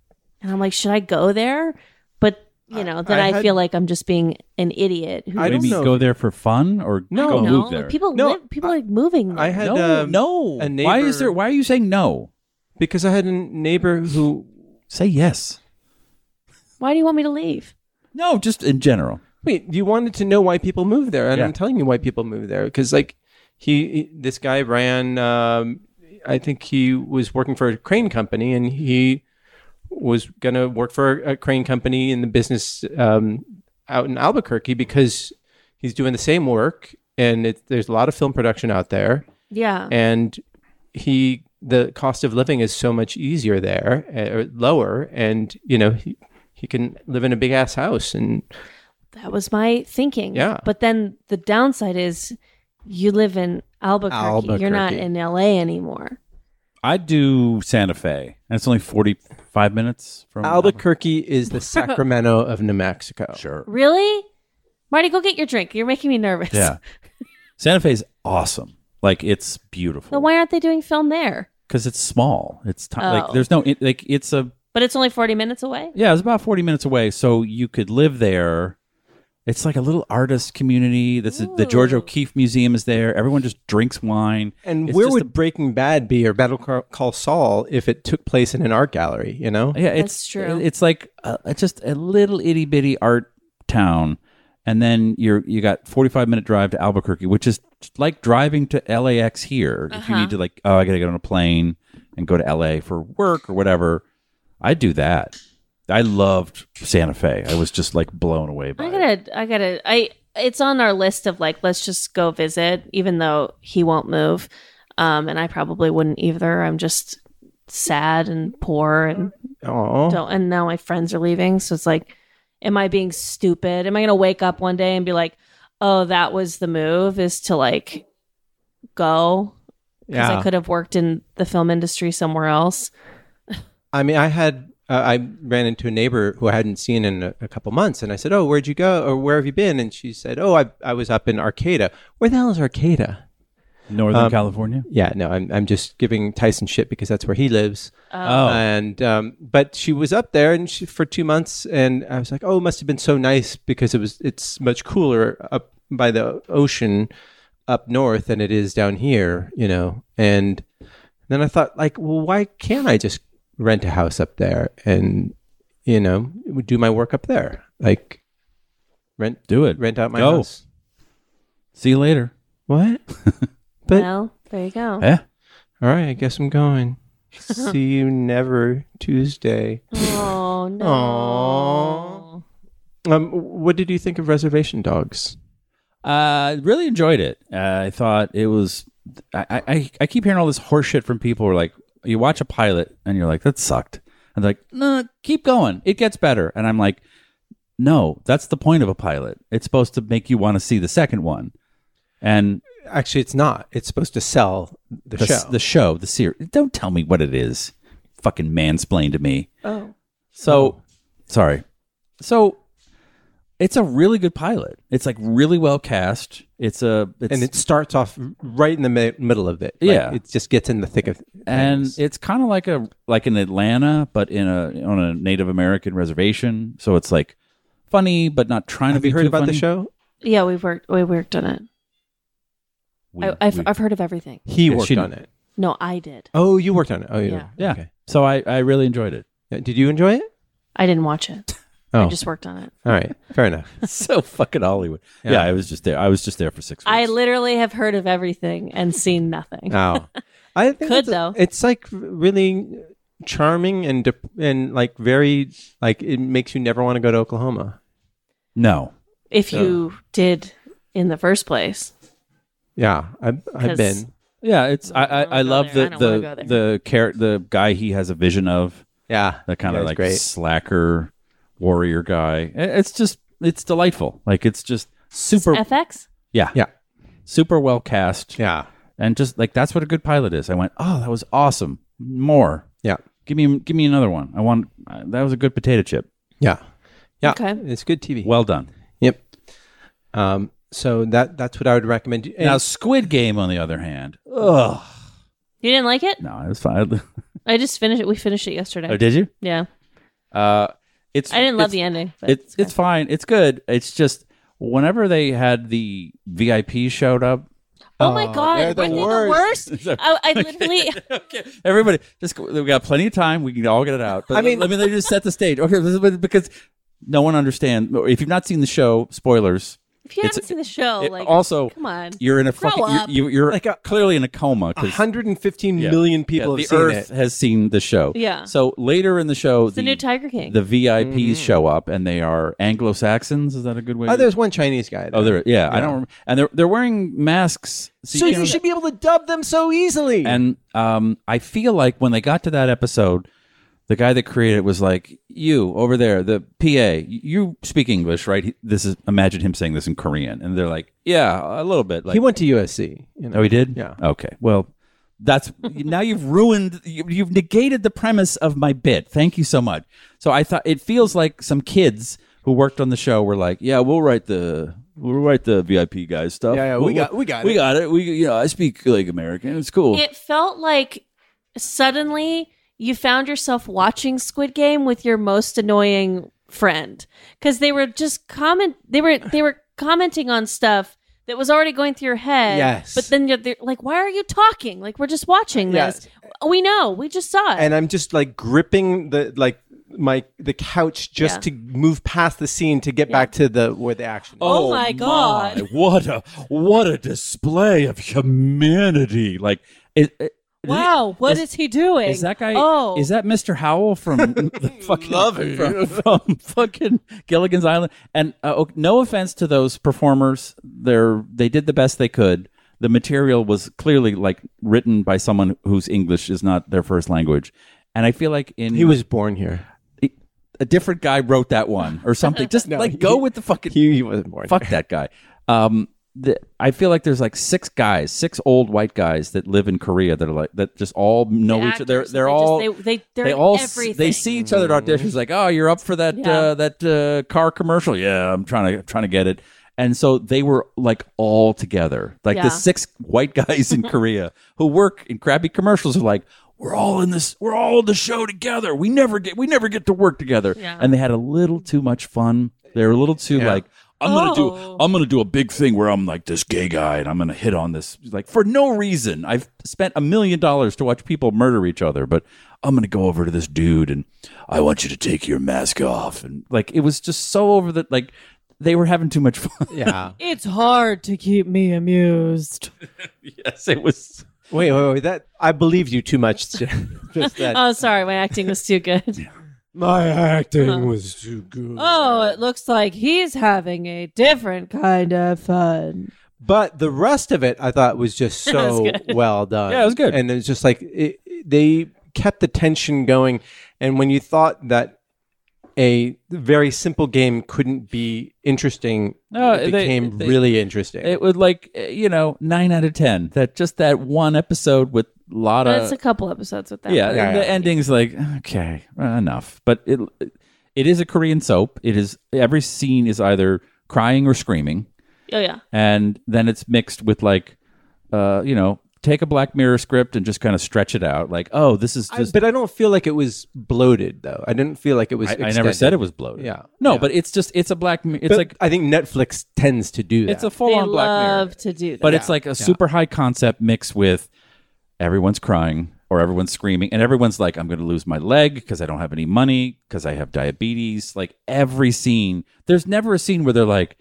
Speaker 2: And I'm like, should I go there? But you know, then
Speaker 1: I
Speaker 2: I,
Speaker 1: had-
Speaker 2: feel like I'm just being an idiot. Who
Speaker 1: I
Speaker 3: What do you
Speaker 1: don't
Speaker 3: mean?
Speaker 1: know.
Speaker 3: Go there for fun or
Speaker 1: No.
Speaker 3: go
Speaker 2: don't know.
Speaker 3: move there?
Speaker 2: Like, Oh, people
Speaker 1: No,
Speaker 2: live, people are like moving.
Speaker 1: I
Speaker 2: there.
Speaker 1: had
Speaker 3: no,
Speaker 1: um,
Speaker 3: no.
Speaker 1: a
Speaker 3: why is
Speaker 1: neighbor-
Speaker 3: there? Why are you saying no?
Speaker 1: because I had a neighbor who.
Speaker 3: Say yes.
Speaker 2: Why do you want me to leave?
Speaker 3: No, just in general.
Speaker 1: Wait, you wanted to know why people move there, and
Speaker 3: Yeah.
Speaker 1: I'm telling you why people move there because like he, he- this guy ran. Um, I think he was working for a crane company, and he was gonna work for a crane company in the business um, out in Albuquerque because he's doing the same work, and it, there's a lot of film production out there,
Speaker 2: Yeah.
Speaker 1: and he the cost of living is so much easier there uh, or lower, and you know he he can live in a big ass house and.
Speaker 2: that was my thinking.
Speaker 1: Yeah.
Speaker 2: But then the downside is you live in Albuquerque. You're not
Speaker 1: Albuquerque.
Speaker 2: in LA anymore.
Speaker 3: I do Santa Fe, and it's only forty-five minutes from
Speaker 1: Albuquerque is the Sacramento of New Mexico.
Speaker 3: Sure.
Speaker 2: Really? Marty, go get your drink. You're making me nervous.
Speaker 3: Yeah. Santa Fe is awesome. Like it's
Speaker 2: But
Speaker 3: beautiful
Speaker 2: why aren't they doing film there?
Speaker 3: because it's small. It's ti
Speaker 2: Oh.
Speaker 3: like there's no it, like it's a
Speaker 2: But it's only 40 minutes away?
Speaker 3: yeah. It's about forty minutes away, so you could live there. It's like a little artist community. That's the George
Speaker 2: Ooh.
Speaker 3: O'Keefe Museum is there. Everyone just drinks wine.
Speaker 1: Oh. And
Speaker 3: It's
Speaker 1: where
Speaker 3: just
Speaker 1: would Breaking Bad be or Battle Ca- Call Saul if it took place in an art gallery? You know,
Speaker 3: Yeah,
Speaker 2: That's
Speaker 3: it's
Speaker 2: true.
Speaker 3: It's like uh, it's just a little itty bitty art town, and then you're you got forty five minute drive to Albuquerque, which is like driving to LAX here. If
Speaker 2: Uh-huh.
Speaker 3: you need to like, oh, I gotta get on a plane and go to LA for work or whatever, I do that. I loved Santa Fe. I was just like blown away by
Speaker 2: I
Speaker 3: it.
Speaker 2: gotta, I gotta, I, it's on our list of like, let's just go visit, even though he won't move. Um, and I probably wouldn't either. I'm just sad and poor and
Speaker 1: oh,
Speaker 2: don't, and now my friends are leaving. So it's like, am I being stupid? Am I gonna wake up one day and be like, oh, that was the move is to like go? Because I
Speaker 1: yeah.
Speaker 2: could have worked in the film industry somewhere else.
Speaker 1: I mean, I had uh, I ran into a neighbor who I hadn't seen in a, a couple months, and I said, "Oh, where'd you go? Or where have you been?" And she said, "Oh, I I was up in Arcata. Where the hell is Arcata?"
Speaker 3: Northern California.
Speaker 1: Yeah, no, I'm I'm just giving Tyson shit because that's where he lives.
Speaker 3: Oh,
Speaker 1: And um, but she was up there and she, for two months, and I was like, oh, it must have been so nice because it was it's much cooler up by the ocean up north than it is down here, you know. And then I thought, like, well, why can't I just rent a house up there and you know do my work up there, like rent
Speaker 3: do it.
Speaker 1: rent out my
Speaker 3: Go.
Speaker 1: house?
Speaker 3: See you later.
Speaker 1: What? But-
Speaker 2: well, there you go.
Speaker 3: Yeah.
Speaker 1: All right, I guess I'm going. See you never Tuesday.
Speaker 2: Oh no.
Speaker 1: Aw. Um, what did you think of Reservation Dogs?
Speaker 3: Uh, really enjoyed it. Uh, I thought it was. I, I- I I keep hearing all this horseshit from people who are like, you watch a pilot and you're like, that sucked. And they're like, no, no, keep going. It gets better. And I'm like, no, that's the point of a pilot. It's supposed to make you want to see the second one. And
Speaker 1: Actually, it's not. It's supposed to sell the,
Speaker 3: the
Speaker 1: show.
Speaker 3: the show, the series. Don't tell me what it is. Fucking mansplain to me.
Speaker 2: Oh.
Speaker 3: So, sorry. So, it's a really good pilot. It's like really well cast. It's a it's,
Speaker 1: and it starts off right in the mi- middle of it. Like,
Speaker 3: Yeah.
Speaker 1: it just gets in the thick of
Speaker 3: and
Speaker 1: things.
Speaker 3: it's kind of like a like in Atlanta, but in a on a Native American reservation. So it's like funny, but not trying to
Speaker 1: Have
Speaker 3: be.
Speaker 1: you heard
Speaker 3: too
Speaker 1: about the
Speaker 3: funny.
Speaker 1: show?
Speaker 2: Yeah, we worked we worked on it.
Speaker 3: We-
Speaker 2: I, I've
Speaker 3: we-
Speaker 2: I've heard of everything.
Speaker 1: He
Speaker 3: Yeah,
Speaker 1: worked
Speaker 3: she-
Speaker 1: on it.
Speaker 2: No, I did.
Speaker 1: Oh, you worked on it. Oh, you
Speaker 2: Yeah.
Speaker 3: yeah.
Speaker 1: okay.
Speaker 3: So I I really enjoyed it.
Speaker 1: Yeah, Did you enjoy it?
Speaker 2: I didn't watch it.
Speaker 1: Oh,
Speaker 2: I just worked on it.
Speaker 1: all right. Fair enough.
Speaker 3: so fucking Hollywood. Yeah.
Speaker 1: Yeah.
Speaker 3: I was just there. I was just there for six. weeks.
Speaker 2: I literally have heard of everything and seen nothing.
Speaker 1: Oh, I think
Speaker 2: Could,
Speaker 1: it's,
Speaker 2: though.
Speaker 1: It's like really charming and dep- and like very like it makes you never want to go to Oklahoma.
Speaker 3: no.
Speaker 2: If you did in the first place,
Speaker 1: Yeah, I've, I've
Speaker 2: 'Cause-
Speaker 1: been.
Speaker 3: Yeah, it's I I,
Speaker 2: wanna
Speaker 3: I
Speaker 2: go
Speaker 3: love
Speaker 2: there.
Speaker 3: the
Speaker 2: I don't wanna go
Speaker 3: the the char- the guy he has a vision of
Speaker 1: Yeah,
Speaker 3: that kind
Speaker 1: Yeah,
Speaker 3: of
Speaker 1: it's
Speaker 3: like
Speaker 1: great.
Speaker 3: slacker warrior guy. It- It's just it's delightful. Like it's just super
Speaker 2: FX.
Speaker 3: yeah
Speaker 1: Yeah.
Speaker 3: super well cast.
Speaker 1: Yeah.
Speaker 3: and just like that's what a good pilot is. I went, oh, that was awesome. More,
Speaker 1: Yeah.
Speaker 3: give me give me another one. I want uh, that was a good potato chip.
Speaker 1: Yeah. Yeah.
Speaker 2: Okay.
Speaker 1: It's good TV.
Speaker 3: Well done.
Speaker 1: yep. Um, so that that's what I would recommend. And
Speaker 3: now Squid Game, on the other hand, ugh,
Speaker 2: You didn't like it?
Speaker 3: no, it was fine.
Speaker 2: I just finished it. We finished it yesterday.
Speaker 3: oh, did you?
Speaker 2: yeah,
Speaker 3: Uh, it's
Speaker 2: I didn't
Speaker 3: it's-
Speaker 2: love the ending. But
Speaker 3: It's it's fine. It's good. It's just whenever they had the VIP showed up,
Speaker 2: oh my
Speaker 1: they're
Speaker 2: god,
Speaker 1: the
Speaker 2: weren't they
Speaker 1: worst.
Speaker 2: the worst? I, I literally
Speaker 3: okay, everybody, just go- we got plenty of time. We can all get it out. But
Speaker 1: I mean-
Speaker 3: let me let me just set the stage. Okay, this is- because no one understands. If you've not seen the show, spoilers.
Speaker 2: if you
Speaker 3: It's-
Speaker 2: haven't seen the show,
Speaker 3: It-
Speaker 2: like
Speaker 3: also,
Speaker 2: come on,
Speaker 3: you're in a
Speaker 2: Grow
Speaker 3: fucking.
Speaker 2: up.
Speaker 3: You're, you're,
Speaker 1: Like a-
Speaker 3: clearly in a coma 'cause-
Speaker 1: 115
Speaker 3: yeah,
Speaker 1: million
Speaker 3: yeah,
Speaker 1: people
Speaker 3: the
Speaker 1: have seen
Speaker 3: Earth
Speaker 1: it.
Speaker 3: has seen the show.
Speaker 2: Yeah.
Speaker 3: So later in the show,
Speaker 2: it's the, new Tiger King.
Speaker 3: the VIPs
Speaker 1: Mm-hmm.
Speaker 3: show up and they are Anglo Saxons. Is that a good way?
Speaker 1: Oh,
Speaker 3: to-
Speaker 1: there's one Chinese guy.
Speaker 3: Oh, there. Yeah, I
Speaker 1: Yeah.
Speaker 3: don't. Remember. And they're they're wearing masks.
Speaker 1: So
Speaker 3: can't-
Speaker 1: you should be able to dub them so easily.
Speaker 3: And um, I feel like when they got to that episode, the guy that created it was like, "You over there, the PA, you speak English, right?" He, this is imagine him saying this in Korean, and they're like, "Yeah, a little bit." Like,
Speaker 1: he went to USC. You know?
Speaker 3: Oh, he did.
Speaker 1: Yeah.
Speaker 3: Okay. Well, That's now you've ruined you, you've negated the premise of my bit. Thank you so much. So I thought it feels like some kids who worked on the show were like, "Yeah, we'll write the we'll write the VIP guys stuff.
Speaker 1: Yeah, yeah, we
Speaker 3: We'll-
Speaker 1: got- we got
Speaker 3: we
Speaker 1: it."
Speaker 3: got it. We you know I speak like American. It's cool.
Speaker 2: It felt like suddenly you found yourself watching Squid Game with your most annoying friend because they were just comment they were they were commenting on stuff that was already going through your head.
Speaker 1: Yes.
Speaker 2: but then you're they're like, "Why are you talking? Like we're just watching this. We know. We just saw it."
Speaker 1: and I'm just like gripping the like my the couch just
Speaker 2: Yeah.
Speaker 1: to move past the scene to get back to the where the action. is.
Speaker 2: Oh my God.
Speaker 3: What a what a display of humanity! Like, it, it-
Speaker 2: wow, what is
Speaker 3: is-
Speaker 2: he doing?
Speaker 3: is that guy?
Speaker 2: Oh,
Speaker 3: is that Mr. Howell from the fucking from, from fucking Gilligan's Island? And uh, ok- no offense to those performers, they're they did the best they could. The material was clearly like written by someone whose English is not their first language, and I feel like in
Speaker 1: He was born here.
Speaker 3: a different guy wrote that one or something. Just like go with the fucking
Speaker 1: He, he wasn't born.
Speaker 3: fuck that guy. Um, the, I feel like there's like six guys, six old white guys that live in Korea that are like that just all know each other. They're,
Speaker 2: actors,
Speaker 3: they're
Speaker 2: they
Speaker 3: all
Speaker 2: just- they- they- they're in
Speaker 3: all s- they
Speaker 2: everything.
Speaker 3: see each other at auditions like, oh, you're up for that
Speaker 2: Yeah.
Speaker 3: uh, that uh, car commercial? Yeah, I'm trying to trying to get it. And so they were like all together, like
Speaker 2: Yeah.
Speaker 3: the six white guys in Korea who work in crappy commercials are like. We're all in this. We're all in the show together. We never get. We never get to work together.
Speaker 2: Yeah.
Speaker 3: And they had a little too much fun. They were a little too like. I'm gonna
Speaker 2: Oh.
Speaker 3: do. I'm gonna do a big thing where I'm like this gay guy, and I'm gonna hit on this like for no reason. I've spent a million dollars to watch people murder each other, but I'm gonna go over to this dude and I want you to take your mask off, and like it was just so over the like they were having too much fun.
Speaker 1: Yeah.
Speaker 2: it's hard to keep me amused.
Speaker 3: yes, it was.
Speaker 1: Wait, wait, wait. That I believed you too much. just that.
Speaker 2: Oh, sorry, my acting was too good. Uh-huh.
Speaker 1: My acting was too good.
Speaker 2: Oh, it looks like he's having a different kind of fun.
Speaker 1: But the rest of it, I thought, was just so well done.
Speaker 3: Yeah, it was good.
Speaker 1: And it was just like it, it- they kept the tension going. And when you thought that a very simple game couldn't be interesting,
Speaker 3: No,
Speaker 1: it
Speaker 3: they-
Speaker 1: became
Speaker 3: they-
Speaker 1: really interesting.
Speaker 3: It was like eh, you know nine out of ten. That just that one episode with Lotta.
Speaker 2: But it's a couple episodes with that.
Speaker 3: yeah,
Speaker 2: one.
Speaker 1: Yeah,
Speaker 3: and the
Speaker 1: yeah.
Speaker 3: ending's like okay uh, enough but it it is a korean soap it is every scene is either crying or screaming
Speaker 2: Oh yeah.
Speaker 3: and then it's mixed with like uh you know take a black mirror script and just kind of stretch it out like oh this is
Speaker 1: I-
Speaker 3: just
Speaker 1: but I don't feel like it was bloated, though. I didn't feel like it was.
Speaker 3: I, I never
Speaker 1: extended.
Speaker 3: said it was bloated
Speaker 1: Yeah.
Speaker 3: no but it's just it's a black Mi- it's
Speaker 1: But
Speaker 3: like
Speaker 1: I think Netflix tends to do that.
Speaker 3: it's a
Speaker 2: They
Speaker 3: full-on black mirror
Speaker 2: love to do that.
Speaker 3: but it's like a super high concept mixed with everyone's crying or everyone's screaming and everyone's like i'm going to lose my leg because i don't have any money because i have diabetes like every scene there's never a scene where they're like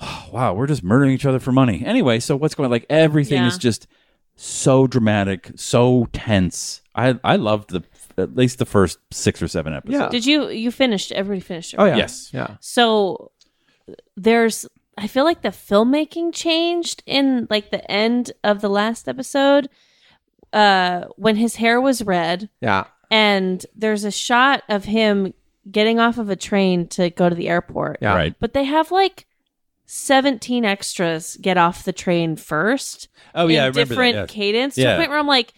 Speaker 3: "Oh, wow we're just murdering each other for money anyway so what's going like everything
Speaker 2: Yeah.
Speaker 3: is just so dramatic so tense i i loved the at least the first six or seven episodes
Speaker 1: Yeah.
Speaker 2: Did you you finished? Everybody finished. it,
Speaker 1: Oh
Speaker 2: right?
Speaker 1: yeah.
Speaker 3: Yes.
Speaker 1: Yeah.
Speaker 2: So there's I feel like the filmmaking changed in like the end of the last episode uh when his hair was red
Speaker 1: Yeah.
Speaker 2: and there's a shot of him getting off of a train to go to the airport.
Speaker 1: Yeah.
Speaker 3: right
Speaker 2: But they have like 17 extras get off the train first.
Speaker 3: oh
Speaker 2: in
Speaker 3: yeah i remember
Speaker 2: different
Speaker 3: that, yeah.
Speaker 2: cadence to
Speaker 3: Yeah.
Speaker 2: a point where I'm like,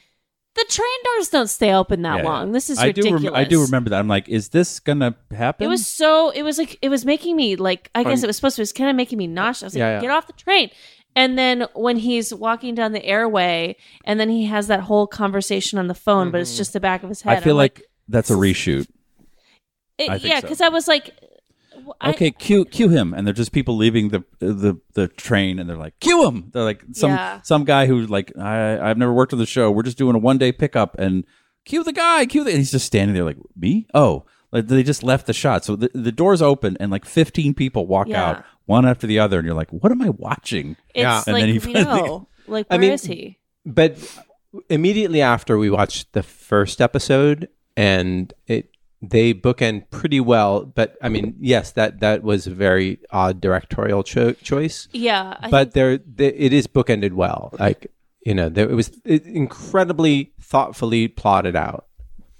Speaker 2: the train doors don't stay open that
Speaker 3: Yeah, yeah.
Speaker 2: long. This is
Speaker 3: I do,
Speaker 2: ridiculous.
Speaker 3: rem- I do remember that. I'm like, is this gonna happen?
Speaker 2: It was so. It was like it was making me like. I guess it was supposed to. It was kind of making me nauseous. I was like,
Speaker 1: Yeah, yeah.
Speaker 2: get off the train. And then when he's walking down the airway, and then he has that whole conversation on the phone, but
Speaker 1: Mm-hmm.
Speaker 2: it's just the back of his head.
Speaker 3: I feel
Speaker 2: I'm
Speaker 3: like that's a reshoot.
Speaker 2: it-
Speaker 3: I think
Speaker 2: yeah,
Speaker 3: so.
Speaker 2: because I was like, w- I-
Speaker 3: okay, cue cue him, and they're just people leaving the the the train, and they're like, cue him. They're like some
Speaker 2: Yeah.
Speaker 3: some guy who's like, I I've never worked on the show. We're just doing a one day pickup, and cue the guy, cue the, and he's just standing there like me. Oh, like they just left the shot, so the, the doors open, and like fifteen people walk
Speaker 2: Yeah.
Speaker 3: out one after the other, and you're like, what am I watching?
Speaker 2: it's
Speaker 1: Yeah.
Speaker 2: like
Speaker 3: And then he
Speaker 2: we
Speaker 3: finally-
Speaker 2: know, like
Speaker 1: I
Speaker 2: where is
Speaker 1: mean-
Speaker 2: he?
Speaker 1: but immediately after we watched the first episode and it they bookend pretty well but i mean yes that that was a very odd directorial cho- choice
Speaker 2: Yeah, I
Speaker 1: but there th- it is bookended well like you know there, it was it incredibly thoughtfully plotted out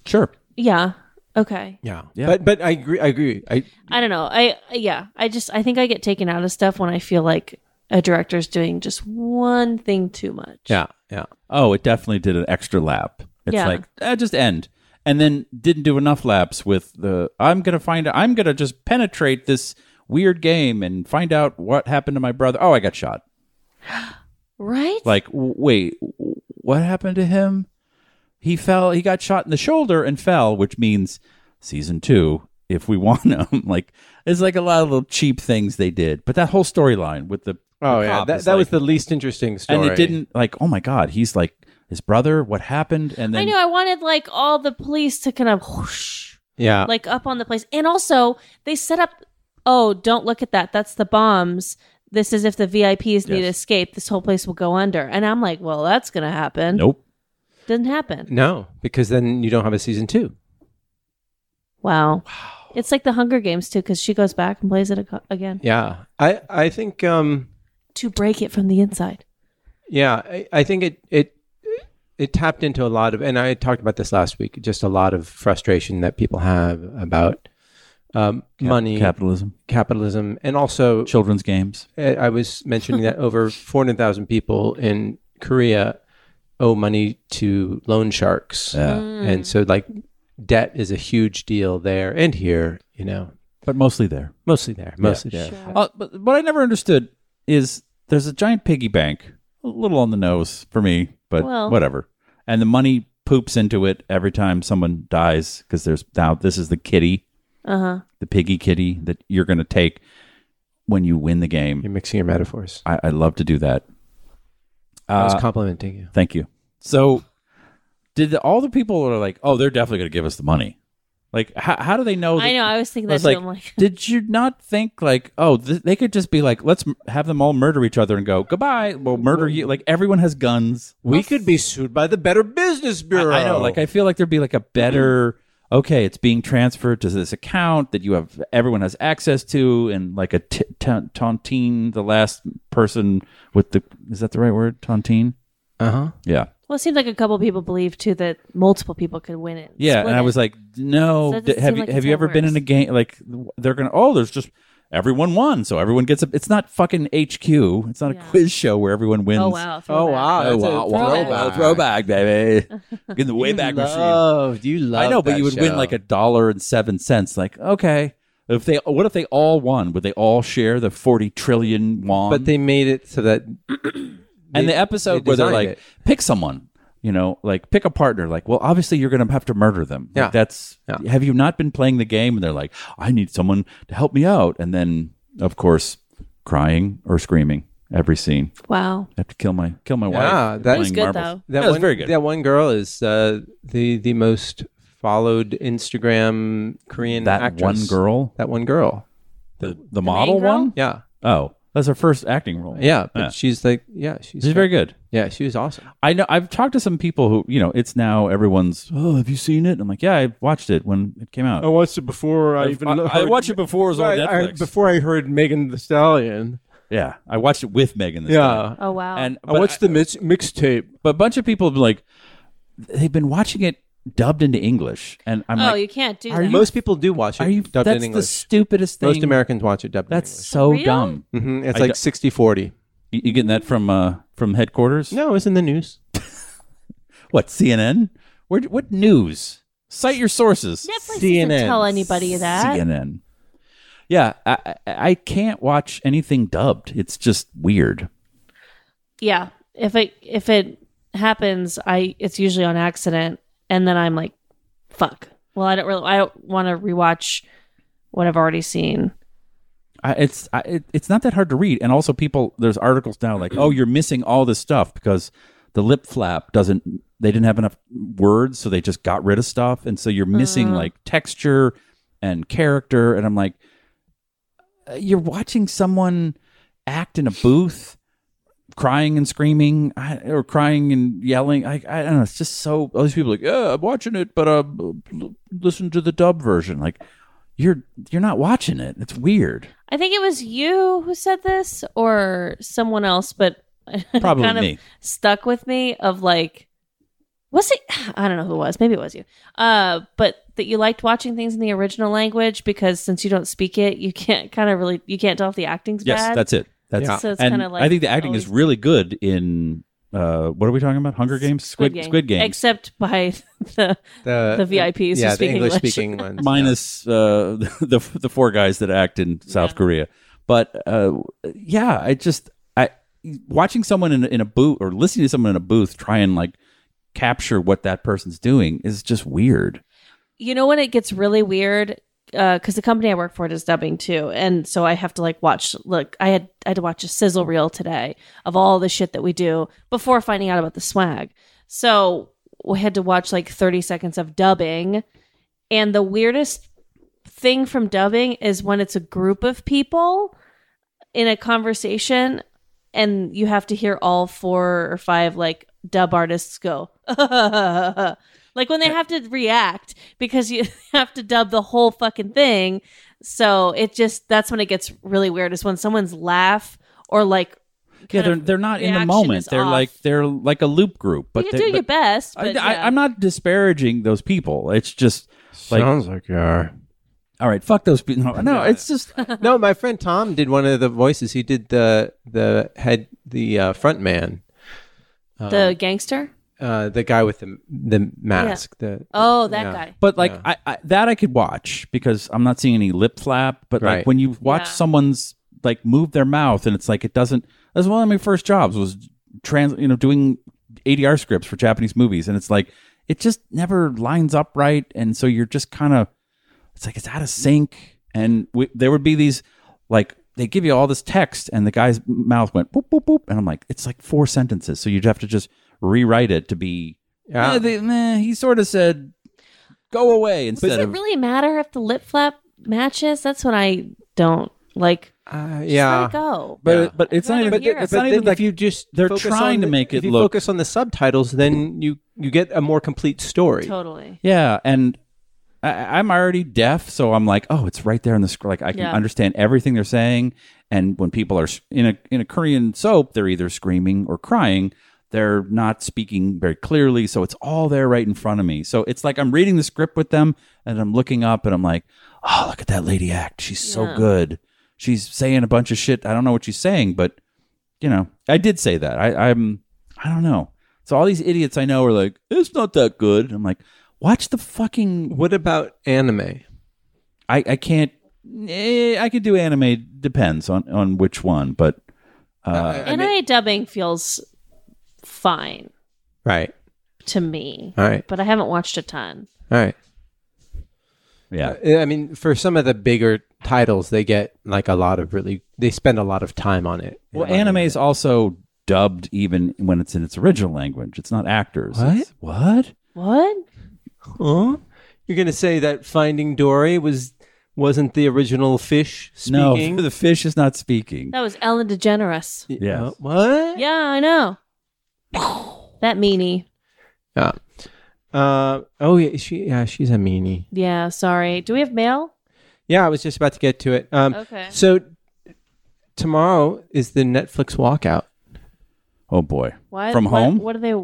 Speaker 3: Sure.
Speaker 2: Yeah. Okay.
Speaker 1: yeah
Speaker 3: Yeah.
Speaker 1: but but i agree i agree i
Speaker 2: I don't know. I yeah. I just I think I get taken out of stuff when I feel like a director's doing just one thing too much.
Speaker 1: Yeah, yeah.
Speaker 3: Oh, it definitely did an extra lap. It's
Speaker 2: Yeah.
Speaker 3: like eh, just end, and then didn't do enough laps with the. I'm gonna find. I'm gonna just penetrate this weird game and find out what happened to my brother. Oh, I got shot.
Speaker 2: Right?
Speaker 3: Like, w- wait, w- what happened to him? He fell. He got shot in the shoulder and fell, which means season two. If we want him, like it's like a lot of little cheap things they did. But that whole storyline with the
Speaker 1: Oh
Speaker 3: the
Speaker 1: yeah,
Speaker 3: cop
Speaker 1: that,
Speaker 3: is
Speaker 1: that was
Speaker 3: like-
Speaker 1: the least interesting story.
Speaker 3: and it didn't like. Oh my god, he's like his brother. What happened? And then
Speaker 2: I know. I wanted like all the police to kind of whoosh,
Speaker 1: Yeah,
Speaker 2: like up on the place. And also, they set up, oh, don't look at that. That's the bombs. This is if the VIPs need to
Speaker 3: Yes.
Speaker 2: escape, this whole place will go under. And I'm like, well, that's going to happen.
Speaker 3: nope.
Speaker 2: Didn't happen.
Speaker 1: no, because then you don't have a season two.
Speaker 2: Wow. It's like the Hunger Games, too, because she goes back and plays it aco- again
Speaker 1: Yeah, I I think um
Speaker 2: to break it from the inside.
Speaker 1: yeah I, I think it it it tapped into a lot of and I talked about this last week. Just a lot of frustration that people have about um, money,
Speaker 3: capitalism,
Speaker 1: capitalism, and also
Speaker 3: children's games.
Speaker 1: I I was mentioning that over 400,000 people in Korea owe money to loan sharks.
Speaker 3: Mm.
Speaker 1: And so, like, debt is a huge deal there and here, you know,
Speaker 3: but mostly there.
Speaker 1: mostly there, mostly there.
Speaker 3: Uh, but what I never understood is there's a giant piggy bank, a little on the nose for me, but
Speaker 2: Well-
Speaker 3: whatever. And the money poops into it every time someone dies because there's now this is the kitty,
Speaker 2: Uh huh.
Speaker 3: the piggy kitty that you're going to take when you win the game.
Speaker 1: You're mixing your metaphors.
Speaker 3: I, I love to do that.
Speaker 1: I was
Speaker 3: Uh,
Speaker 1: complimenting you.
Speaker 3: Thank you. So, did the, all the people that are like, oh, they're definitely going to give us the money? Like, how, how do they know?
Speaker 2: I
Speaker 3: that-
Speaker 2: know. I was thinking
Speaker 3: Oh, I was
Speaker 2: that, too.
Speaker 3: like,
Speaker 2: I'm like,
Speaker 3: did you not think like, oh, th- they could just be like, let's m- have them all murder each other and go goodbye. We'll murder you. Like everyone has guns.
Speaker 1: We could be sued by the Better Business
Speaker 3: I,
Speaker 1: Bureau.
Speaker 3: I know. Like I feel like there'd be like a better. Okay, it's being transferred to this account that you have. Everyone has access to, and like a t- ta- tontine, the last person with the is that the right word? Tontine.
Speaker 1: uh huh.
Speaker 3: Yeah,
Speaker 2: well, it seemed like a couple people believed, too, that multiple people could win it.
Speaker 3: yeah.
Speaker 2: Split
Speaker 3: and I
Speaker 2: it.
Speaker 3: was like, no.
Speaker 2: So it
Speaker 3: d-
Speaker 2: doesn't
Speaker 3: have
Speaker 2: seem
Speaker 3: you
Speaker 2: like
Speaker 3: have
Speaker 2: it's
Speaker 3: you
Speaker 2: how it
Speaker 3: ever been in
Speaker 2: works.
Speaker 3: a game like they're gonna? Oh, there's just everyone won, so everyone gets a. It's not fucking HQ. It's not a
Speaker 2: Yeah.
Speaker 3: quiz show where everyone wins.
Speaker 2: oh, wow.
Speaker 1: Oh, wow.
Speaker 3: Oh,
Speaker 1: That's a
Speaker 3: wow, wow,
Speaker 1: throwback.
Speaker 3: wow, throwback, baby. In the Wayback Machine.
Speaker 1: Loved, you love
Speaker 3: I know, but you would win like a dollar and seven cents. Like, okay. If they, what if they all won? Would they all share the forty trillion won?
Speaker 1: But they made it so that.
Speaker 3: and
Speaker 1: they-
Speaker 3: the episode
Speaker 1: they
Speaker 3: where they're
Speaker 1: designed
Speaker 3: like,
Speaker 1: it.
Speaker 3: pick someone, you know, like pick a partner. Like, well, obviously you're going to have to murder them. Like,
Speaker 1: Yeah.
Speaker 3: that's.
Speaker 1: Yeah.
Speaker 3: Have you not been playing the game? And they're like, I need someone to help me out. And then, of course, crying or screaming every scene.
Speaker 2: Wow.
Speaker 3: I have to kill my kill my
Speaker 1: Yeah,
Speaker 3: wife.
Speaker 1: ah, that- It
Speaker 2: was
Speaker 3: Playing
Speaker 2: good,
Speaker 3: marbles.
Speaker 1: That
Speaker 3: Yeah, it was
Speaker 1: one,
Speaker 3: very good.
Speaker 1: That one girl is uh, the the most followed Instagram Korean
Speaker 3: that
Speaker 1: actress.
Speaker 3: one girl,
Speaker 1: That one girl.
Speaker 3: the, the, model
Speaker 2: main girl?
Speaker 3: one.
Speaker 1: Yeah,
Speaker 3: Oh, that's her first acting role.
Speaker 1: yeah. But
Speaker 3: Yeah.
Speaker 1: she's like, yeah, she's,
Speaker 3: she's very good.
Speaker 1: Yeah, she was awesome.
Speaker 3: I know. I've talked to some people who, you know, it's now everyone's. Oh, have you seen it? I'm like, yeah, I watched it when it came out.
Speaker 1: watched it before I even.
Speaker 3: watched it before it was
Speaker 1: before I heard Megan the Stallion.
Speaker 3: yeah, I watched it with Megan. This time.
Speaker 1: Yeah,
Speaker 2: Oh, wow.
Speaker 3: and
Speaker 1: I watched the mix, mixtape.
Speaker 3: But a bunch of people have been like, they've been watching it dubbed into English, and I'm
Speaker 2: oh,
Speaker 3: like,
Speaker 2: you can't do
Speaker 3: are
Speaker 2: that.
Speaker 3: you-
Speaker 1: Most people do watch it.
Speaker 3: are you?
Speaker 1: dubbed
Speaker 3: that's
Speaker 1: in
Speaker 3: the
Speaker 1: English?
Speaker 3: stupidest thing.
Speaker 1: Most Americans watch it dubbed
Speaker 3: That's so
Speaker 2: Real?
Speaker 3: dumb.
Speaker 1: in English. hmm It's
Speaker 3: I
Speaker 1: like
Speaker 3: don't-
Speaker 1: 60-40.
Speaker 3: You, you getting that from uh from headquarters?
Speaker 1: No, it's in the news.
Speaker 3: What CNN? Where? What news? Cite your sources.
Speaker 2: Netflix
Speaker 1: CNN.
Speaker 2: doesn't tell anybody that.
Speaker 3: CNN. Yeah, I, I I can't watch anything dubbed. It's just weird.
Speaker 2: Yeah. If it if it happens, I it's usually on accident, and then I'm like, fuck. Well, I don't really I don't want to rewatch what I've already seen.
Speaker 3: I, it's I, it, it's not that hard to read, and also people there's articles now like, oh, you're missing all this stuff because the lip flap doesn't. They didn't have enough words, so they just got rid of stuff, and so you're missing like texture and character. And I'm like, uh, you're watching someone act in a booth, crying and screaming, I- or crying and yelling. I I don't know. It's just so all these people are like, yeah, I'm watching it, but uh, l- listen to the dub version, like. You're you're not watching it. It's weird.
Speaker 2: I think it was you who said this, or someone else, but it
Speaker 3: Probably
Speaker 2: kind of
Speaker 3: me.
Speaker 2: stuck with me. Of like, was it? I don't know who it was. Maybe it was you. Uh, but that you liked watching things in the original language because since you don't speak it, you can't kind of really you can't tell if the acting's
Speaker 3: Yes,
Speaker 2: bad.
Speaker 3: that's it. That's
Speaker 1: Yeah.
Speaker 2: So it's
Speaker 3: and
Speaker 2: kind of like
Speaker 3: I think the acting is
Speaker 2: always-
Speaker 3: really good in uh, what are we talking about? Hunger Games, Squid Squid, Game,
Speaker 2: except by the the VIPs who
Speaker 1: yeah,
Speaker 2: speak
Speaker 1: the
Speaker 2: English.
Speaker 1: English speaking ones.
Speaker 3: minus uh, the the four guys that act in South
Speaker 2: Yeah.
Speaker 3: Korea. But uh, yeah, I just I watching someone in in a booth or listening to someone in a booth try and like capture what that person's doing is just weird.
Speaker 2: you know when it gets really weird because the company I work for does dubbing too, and so I have to like watch. Look, I had I had to watch a sizzle reel today of all the shit that we do before finding out about the swag. So we had to watch like thirty seconds of dubbing, and the weirdest thing from dubbing is when it's a group of people in a conversation, and you have to hear all four or five like dub artists go. Like when they have to react because you have to dub the whole fucking thing. So it just that's when it gets really weird is when someone's laugh or like
Speaker 3: Yeah,
Speaker 2: kind
Speaker 3: they're
Speaker 2: of-
Speaker 3: they're not in the
Speaker 2: reaction
Speaker 3: moment.
Speaker 2: is
Speaker 3: They're
Speaker 2: off.
Speaker 3: like they're like a loop group. But
Speaker 2: you
Speaker 3: they-
Speaker 2: do your
Speaker 3: but
Speaker 2: best.
Speaker 3: I,
Speaker 2: But yeah.
Speaker 3: I, I'm not disparaging those people. It's just like
Speaker 1: Sounds like you are.
Speaker 3: all right, fuck those people. No, no it's just
Speaker 1: no, my friend Tom did one of the voices. He did the the head the uh, front man,
Speaker 2: the gangster.
Speaker 1: uh, the guy with the the mask. The
Speaker 2: Oh, that
Speaker 1: yeah.
Speaker 2: guy.
Speaker 3: But like I, I that I could watch because I'm not seeing any lip flap. But like
Speaker 1: Right.
Speaker 3: when you watch
Speaker 2: Yeah.
Speaker 3: someone's like move their mouth and it's like it doesn't. That's one of my first jobs was trans, you know, doing ADR scripts for Japanese movies, and it's like it just never lines up right, and so you're just kind of it's like it's out of sync, and we, there would be these like. They give you all this text, and the guy's mouth went boop boop boop, and I'm like, it's like four sentences, so you'd have to just rewrite it to be.
Speaker 1: Yeah.
Speaker 3: "Eh, they- meh," he sort of said, go away instead
Speaker 2: Does it
Speaker 3: of
Speaker 2: really matter if the lip flap matches? That's when I don't like.
Speaker 1: Uh,
Speaker 2: just
Speaker 1: yeah.
Speaker 2: let it go.
Speaker 3: but
Speaker 1: Yeah.
Speaker 3: but it's
Speaker 2: I'd
Speaker 3: not even
Speaker 2: rather
Speaker 3: but
Speaker 2: hear
Speaker 3: it's
Speaker 1: but
Speaker 2: it.
Speaker 3: not
Speaker 1: then
Speaker 3: even like
Speaker 1: if you just
Speaker 3: they're
Speaker 1: focus
Speaker 3: trying
Speaker 1: on
Speaker 3: to
Speaker 1: the-
Speaker 3: make it
Speaker 1: if you
Speaker 3: look-
Speaker 1: focus on the subtitles, then you you get a more complete story.
Speaker 2: totally.
Speaker 3: yeah and I, I'm already deaf so I'm like oh it's right there in the script like I can
Speaker 2: Yeah.
Speaker 3: understand everything they're saying and when people are s- in a in a Korean soap they're either screaming or crying they're not speaking very clearly so it's all there right in front of me so it's like I'm reading the script with them and I'm looking up and I'm like oh look at that lady act she's so
Speaker 2: Yeah.
Speaker 3: good she's saying a bunch of shit I don't know what she's saying but you know, I did say that. I, I'm, I don't know. So all these idiots I know are like, it's not that good. I'm like, watch the fucking.
Speaker 1: What about anime?
Speaker 3: I, I can't. Eh, I could do anime. Depends on on which one, but
Speaker 1: I
Speaker 2: Anime dubbing feels fine
Speaker 1: Right.
Speaker 2: to me,
Speaker 1: All right.
Speaker 2: but I haven't watched a ton.
Speaker 1: All right.
Speaker 3: yeah,
Speaker 1: Uh, I mean, for some of the bigger titles, they get like a lot of really. They spend a lot of time on it.
Speaker 3: Well, anime is also dubbed even when it's in its original language. It's not actors.
Speaker 1: What?
Speaker 3: It's- what?
Speaker 2: What?
Speaker 1: Huh? You're gonna say that Finding Dory was wasn't the original fish speaking?
Speaker 3: No, the fish is not speaking.
Speaker 2: That was Ellen DeGeneres.
Speaker 3: Yes.
Speaker 1: Uh, what?
Speaker 2: Yeah, I know. That meanie.
Speaker 1: Yeah. Uh, oh yeah, she yeah she's a meanie.
Speaker 2: Yeah, sorry. Do we have mail?
Speaker 1: Yeah, I was just about to get to it. Um,
Speaker 2: Okay.
Speaker 1: So tomorrow is the Netflix walkout.
Speaker 3: Oh boy.
Speaker 2: Why
Speaker 3: From
Speaker 2: why-
Speaker 3: home?
Speaker 2: What are they?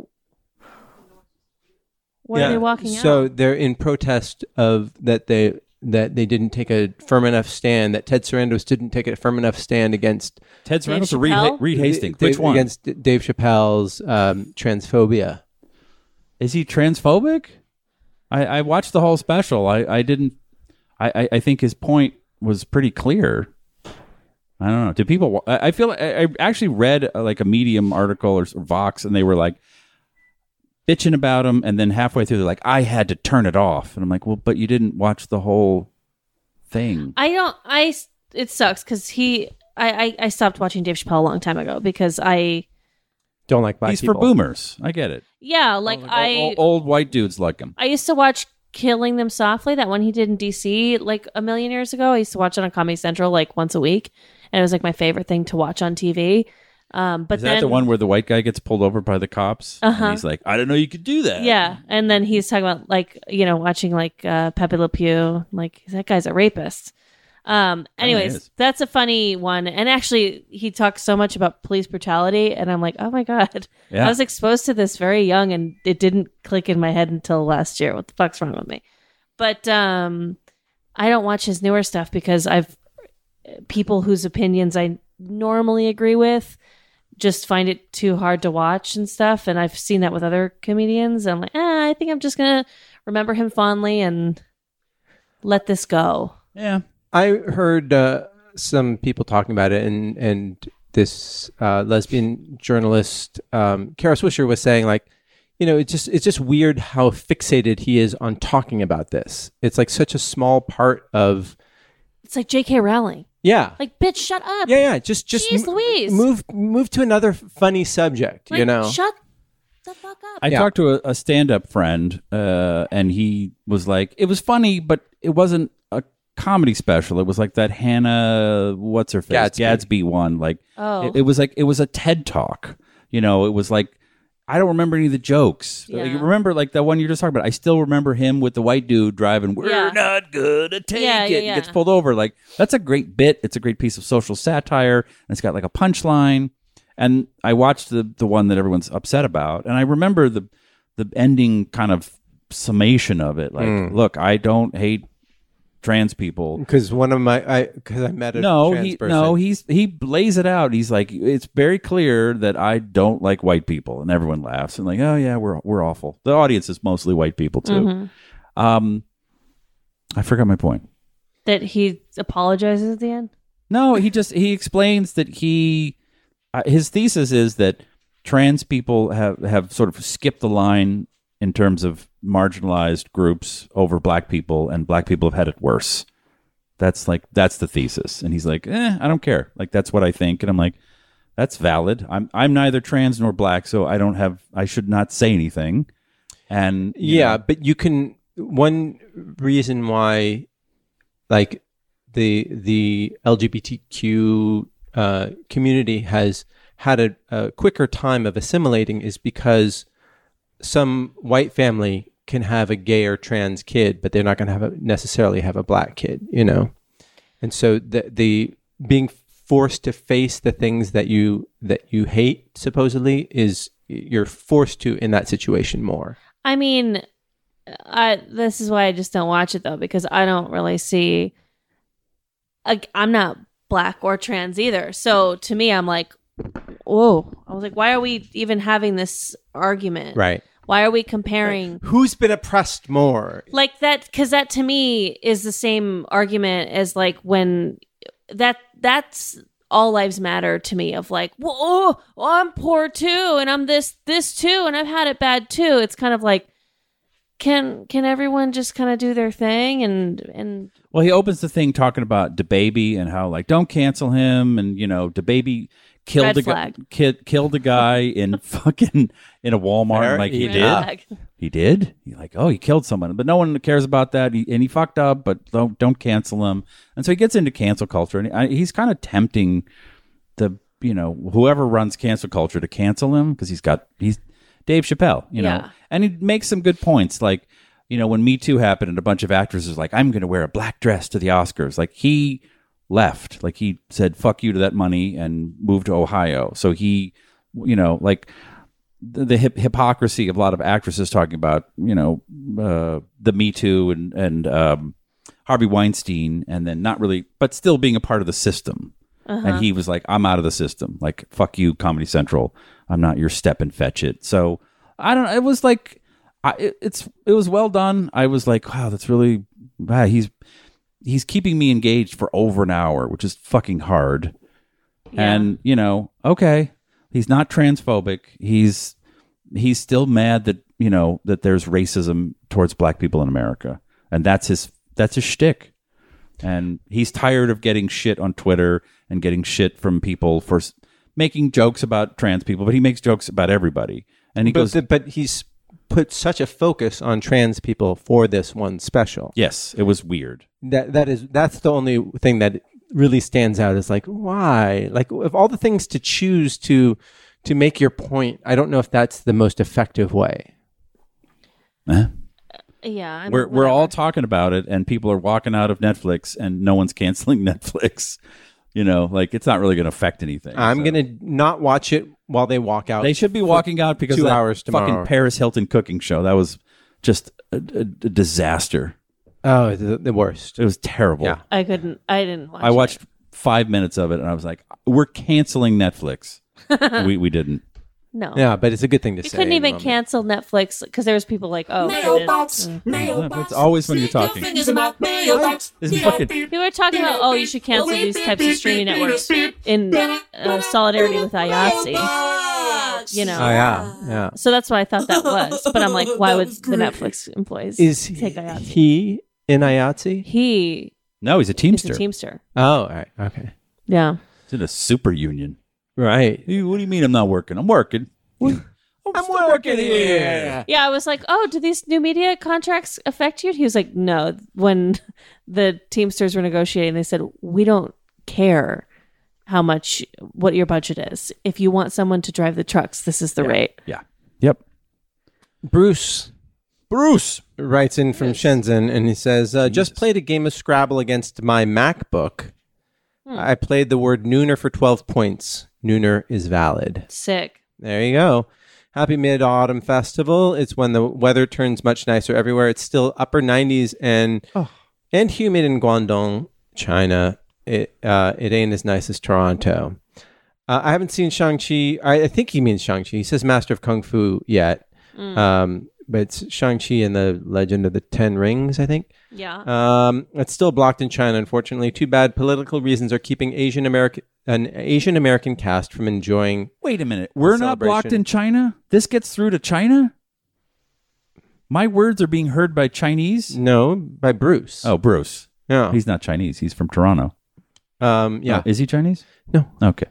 Speaker 2: What are they walking
Speaker 1: So
Speaker 2: out?
Speaker 1: they're in protest of that they that they didn't take a firm enough stand that Ted Sarandos didn't take a firm enough stand against
Speaker 3: Ted
Speaker 2: Dave
Speaker 3: Sarandos or Reed,
Speaker 2: Chappelle?
Speaker 3: Reed Hastings?
Speaker 1: Dave-
Speaker 3: Which one?
Speaker 1: against Dave Chappelle's um, transphobia.
Speaker 3: Is he transphobic? I, I watched the whole special. I, I didn't. I, I, I think his point was pretty clear. I don't know. Do people? wa- I I feel. I, I actually read uh, like a Medium article or, s- or Vox, and they were like bitching about him, and then halfway through, they're like, "I had to turn it off," and I'm like, "Well, but you didn't watch the whole thing."
Speaker 2: I don't. I. s- It sucks because he. I, I I stopped watching Dave Chappelle a long time ago because I.
Speaker 1: Don't like black
Speaker 3: He's
Speaker 1: people.
Speaker 3: for boomers. I get it.
Speaker 2: Yeah, like I.
Speaker 3: O- o- old, white dudes like him.
Speaker 2: I used to watch Killing Them Softly, that one he did in DC like a million years ago. I used to watch it on Comedy Central like once a week, and it was like my favorite thing to watch on TV. Um, but
Speaker 3: Is
Speaker 2: then
Speaker 3: that the one where the white guy gets pulled over by the cops?
Speaker 2: Uh-huh.
Speaker 3: And he's like, "I didn't know you could do that."
Speaker 2: Yeah, and then he's talking about like you know watching like uh, Pepe Le Pew, like that guy's a rapist. Um. Anyways,
Speaker 3: is.
Speaker 2: that's a funny one, and actually, he talks so much about police brutality, and I'm like, oh my god,
Speaker 3: Yeah.
Speaker 2: I was exposed to this very young, and it didn't click in my head until last year. What the fuck's wrong with me? But um, I don't watch his newer stuff because I've people whose opinions I normally agree with just find it too hard to watch and stuff. And I've seen that with other comedians. I'm like, ah, I think I'm just gonna remember him fondly and let this go.
Speaker 3: Yeah.
Speaker 1: I heard uh, some people talking about it, and and this uh, lesbian journalist um, Kara Swisher was saying like, you know, it's just it's just weird how fixated he is on talking about this. It's like such a small part of
Speaker 2: It's like J.K. Rowling.
Speaker 1: yeah,
Speaker 2: Like, bitch, shut up.
Speaker 1: yeah, yeah. Just just
Speaker 2: Jeez
Speaker 1: m-
Speaker 2: Louise.
Speaker 1: move move to another funny subject.
Speaker 2: Like,
Speaker 1: you know,
Speaker 2: Shut the fuck up.
Speaker 3: I
Speaker 1: Yeah.
Speaker 3: talked to a, a stand-up friend, uh, and he was like, "It was funny, but it wasn't a comedy special. It was like that Hannah, what's her face,
Speaker 1: Gadsby.
Speaker 3: one. Like,
Speaker 2: Oh.
Speaker 3: it, it was like it was a TED talk. You know, it was like." I don't remember any of the jokes. Uh, You
Speaker 2: Yeah.
Speaker 3: remember like that one you're just talking about. I still remember him with the white dude driving. We're
Speaker 2: Yeah.
Speaker 3: not gonna take
Speaker 2: Yeah,
Speaker 3: it.
Speaker 2: yeah,
Speaker 3: and
Speaker 2: yeah.
Speaker 3: Gets pulled over. Like that's a great bit. It's a great piece of social satire, and it's got like a punchline. And I watched the the one that everyone's upset about, and I remember the the ending kind of summation of it. Like,
Speaker 1: Hmm.
Speaker 3: look, I don't hate trans people.
Speaker 1: because one of my I because I met a
Speaker 3: No,
Speaker 1: trans
Speaker 3: he
Speaker 1: person.
Speaker 3: no, he's he lays it out. He's like, it's very clear that I don't like white people, and everyone laughs and like, oh yeah, we're we're awful. The audience is mostly white people too.
Speaker 2: Mm-hmm.
Speaker 3: Um, I forgot my point.
Speaker 2: that he apologizes at the end.
Speaker 3: No, he just he explains that he uh, his thesis is that trans people have have sort of skipped the line in terms of marginalized groups over black people and black people have had it worse. That's like that's the thesis and he's like, "Eh, I don't care. Like that's what I think." And I'm like, "That's valid. I'm I'm neither trans nor black, so I don't have I should not say anything." And you
Speaker 1: yeah
Speaker 3: know,
Speaker 1: but you can one reason why like the the lgbtq uh, community has had a, a quicker time of assimilating is because some white family can have a gay or trans kid but they're not going to have a, necessarily have a black kid you know and so the the being forced to face the things that you that you hate supposedly is you're forced to in that situation more
Speaker 2: I mean, I this is why I just don't watch it though because I don't really see. Like, I'm not black or trans either, so to me, I'm like, whoa. I was like, why are we even having this argument?
Speaker 1: right
Speaker 2: Why are we comparing?
Speaker 1: who's been oppressed more
Speaker 2: like that because that to me is the same argument as like when that that's all lives matter to me of like well oh, oh, i'm poor too and i'm this this too and i've had it bad too it's kind of like can can everyone just kind of do their thing and and
Speaker 3: Well, he opens the thing talking about DeBaby and how like don't cancel him, and you know DeBaby killed
Speaker 2: Red
Speaker 3: a guy,
Speaker 2: flag.
Speaker 3: kid, killed a guy in fucking in a Walmart.
Speaker 1: Fair-
Speaker 3: like
Speaker 1: he
Speaker 3: he
Speaker 1: Red
Speaker 3: did,
Speaker 1: flag.
Speaker 3: he did. He like oh he killed someone, but no one cares about that, he, and he fucked up. But don't don't cancel him. And so he gets into cancel culture, and I, he's kind of tempting the you know whoever runs cancel culture to cancel him because he's got he's Dave Chappelle, you know,
Speaker 2: Yeah.
Speaker 3: and he makes some good points like you know when Me Too happened and a bunch of actresses like I'm going to wear a black dress to the Oscars like he left like he said fuck you to that money and moved to Ohio so he you know like the, the hip- hypocrisy of a lot of actresses talking about you know uh, the Me Too and and um, Harvey Weinstein and then not really but still being a part of the system and he was like, "I'm out of the system. Like, fuck you, Comedy Central. I'm not your step and fetch it." So I don't. It was like, I, it, it's it was well done. I was like, wow, that's really wow. He's he's keeping me engaged for over an hour, which is fucking hard.
Speaker 2: Yeah.
Speaker 3: And you know, okay, he's not transphobic. He's he's still mad that you know that there's racism towards black people in America, and that's his that's his shtick. And he's tired of getting shit on Twitter and getting shit from people for s- making jokes about trans people, but he makes jokes about everybody. And he
Speaker 1: but,
Speaker 3: goes,
Speaker 1: the, but he's put such a focus on trans people for this one special
Speaker 3: "Yes, it was weird."
Speaker 1: that that is that's the only thing that really stands out is like why like of all the things to choose to to make your point i don't know if that's the most effective way
Speaker 3: Eh?
Speaker 2: yeah I mean,
Speaker 3: We're we're
Speaker 2: whatever.
Speaker 3: all talking about it, and people are walking out of Netflix, and no one's canceling Netflix. You know, like it's not really going to affect anything.
Speaker 1: i'm
Speaker 3: So-
Speaker 1: gonna not watch it while they walk out
Speaker 3: They should be walking out because
Speaker 1: two
Speaker 3: of that
Speaker 1: hours tomorrow.
Speaker 3: Fucking Paris Hilton cooking show. That was just a, a- a disaster.
Speaker 1: oh the, the worst
Speaker 3: It was terrible.
Speaker 1: Yeah.
Speaker 2: i couldn't i didn't watch
Speaker 3: I watched five minutes of it, and I was like, "We're canceling Netflix." we we didn't. Oh.
Speaker 2: No.
Speaker 1: Yeah, but it's a good thing to
Speaker 2: You
Speaker 1: say.
Speaker 2: couldn't
Speaker 1: in the
Speaker 2: even
Speaker 1: moment.
Speaker 2: cancel Netflix because there was people like, oh,
Speaker 3: It's
Speaker 4: Mailbox,
Speaker 2: Mm.
Speaker 4: mailbox.
Speaker 3: always when you're
Speaker 4: Stick your
Speaker 3: talking.
Speaker 4: fingers in my mailbox.
Speaker 3: This is fucking-
Speaker 2: people are talking about, oh, you should cancel these types of streaming networks in uh, solidarity with IATSE.
Speaker 4: Mailbox.
Speaker 2: You know.
Speaker 1: Oh
Speaker 2: uh,
Speaker 1: yeah, yeah.
Speaker 2: So that's what I thought that was. But I'm like, why
Speaker 4: That
Speaker 2: would
Speaker 4: was
Speaker 2: the
Speaker 4: great.
Speaker 2: Netflix employees
Speaker 1: Is
Speaker 2: take IATSE?
Speaker 1: he in IATSE?
Speaker 2: He
Speaker 3: No, he's a
Speaker 2: is
Speaker 3: teamster.
Speaker 2: a teamster.
Speaker 1: E? Oh, all right, okay,
Speaker 2: Yeah.
Speaker 3: He's in a super union.
Speaker 1: right.
Speaker 3: You- What do you mean I'm not working? I'm working.
Speaker 1: I'm working here.
Speaker 2: Yeah, I was like, oh, do these new media contracts affect you? And he was like, no. When the Teamsters were negotiating, they said, we don't care how much, what your budget is. If you want someone to drive the trucks, this is the rate.
Speaker 3: Yeah. Yep.
Speaker 1: Bruce
Speaker 3: Bruce.
Speaker 1: writes in from Shenzhen and he says, uh, "Just played a game of Scrabble against my MacBook. I played the word nooner for twelve points. Nooner is valid.
Speaker 2: Sick.
Speaker 1: There you go. Happy Mid Autumn Festival. It's when the weather turns much nicer everywhere. It's still upper nineties and and humid in Guangdong, China. It uh, it ain't as nice as Toronto. Uh, I haven't seen Shang Chi. I, I think he means Shang Chi. He says Master of Kung Fu yet. Um, but it's Shang Chi and the Legend of the Ten Rings, I think.
Speaker 2: Yeah.
Speaker 1: Um, it's still blocked in China, unfortunately. Too bad. Political reasons are keeping Asian American an Asian American cast from enjoying
Speaker 3: Wait a minute. We're not
Speaker 1: celebration.
Speaker 3: blocked in China. This gets through to China. My words are being heard by Chinese.
Speaker 1: No, by Bruce.
Speaker 3: Mm. Oh, Bruce.
Speaker 1: yeah.
Speaker 3: He's not Chinese. He's from Toronto.
Speaker 1: um, yeah.
Speaker 3: Oh, is he Chinese?
Speaker 1: No.
Speaker 3: Okay.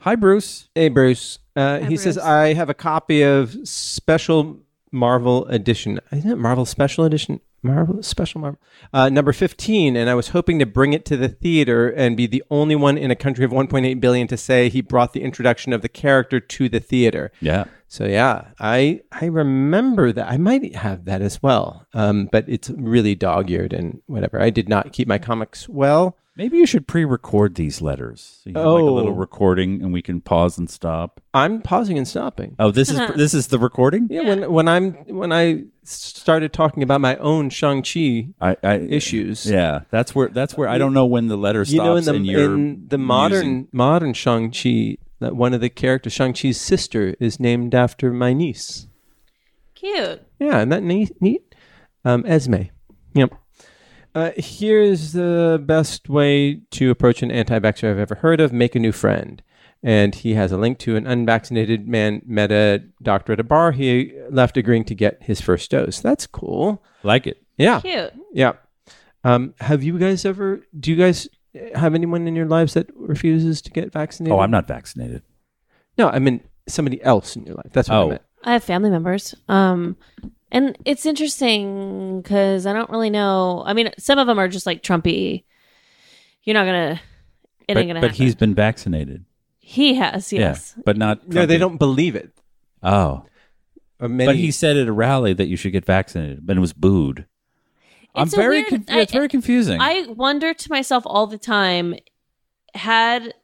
Speaker 3: Hi, Bruce.
Speaker 1: Hey, Bruce. Uh, he says I have a copy of Special Marvel Edition. Isn't it Marvel Special Edition? Marvel Special Marvel uh, number fifteen, and I was hoping to bring it to the theater and be the only one in a country of 1.8 billion to say he brought the introduction of the character to the theater.
Speaker 3: Yeah.
Speaker 1: So yeah, I I remember that. I might have that as well, um, but it's really dog-eared and whatever. I did not keep my comics well.
Speaker 3: Maybe you should pre-record these letters. So you have like a
Speaker 1: Oh.
Speaker 3: little recording, and we can pause and stop.
Speaker 1: I'm pausing and stopping.
Speaker 3: Oh, this is this is the recording.
Speaker 1: Yeah, when when I'm when I started talking about my own Shang Chi
Speaker 3: I, I
Speaker 1: issues,
Speaker 3: Yeah, that's where that's where I don't know when the letter stops.
Speaker 1: you know, in the
Speaker 3: and you're
Speaker 1: in the modern
Speaker 3: using-
Speaker 1: modern Shang Chi, that one of the characters, Shang Chi's sister, is named after my niece.
Speaker 2: Cute.
Speaker 1: Yeah, isn't that neat? neat? Um, Esme. Yep. Uh, here's the best way to approach an anti vaxxer I've ever heard of make a new friend. And he has a link to an unvaccinated man met a doctor at a bar. He left agreeing to get his first dose. That's cool.
Speaker 3: like it.
Speaker 1: Yeah.
Speaker 2: Cute.
Speaker 1: Yeah. Um, have you guys ever, do you guys have anyone in your lives that refuses to get vaccinated?
Speaker 3: Oh, I'm not vaccinated.
Speaker 1: No, I mean somebody else in your life. That's what I
Speaker 3: Oh.
Speaker 1: meant.
Speaker 2: I have family members. Um, and it's interesting because I don't really know. I mean, some of them are just like Trumpy. You're not gonna. It
Speaker 3: but
Speaker 2: ain't gonna.
Speaker 3: but
Speaker 2: happen.
Speaker 3: he's been vaccinated.
Speaker 2: he has yes.
Speaker 3: Yeah, but not.
Speaker 1: No, they
Speaker 3: Trumpy.
Speaker 1: don't believe it.
Speaker 3: Oh,
Speaker 1: Uh, many-
Speaker 3: but he said at a rally that you should get vaccinated, but it was booed. I'm
Speaker 2: It's a
Speaker 3: very
Speaker 2: weird-
Speaker 3: conf-
Speaker 2: I-
Speaker 3: it's very confusing.
Speaker 2: I wonder to myself all the time: had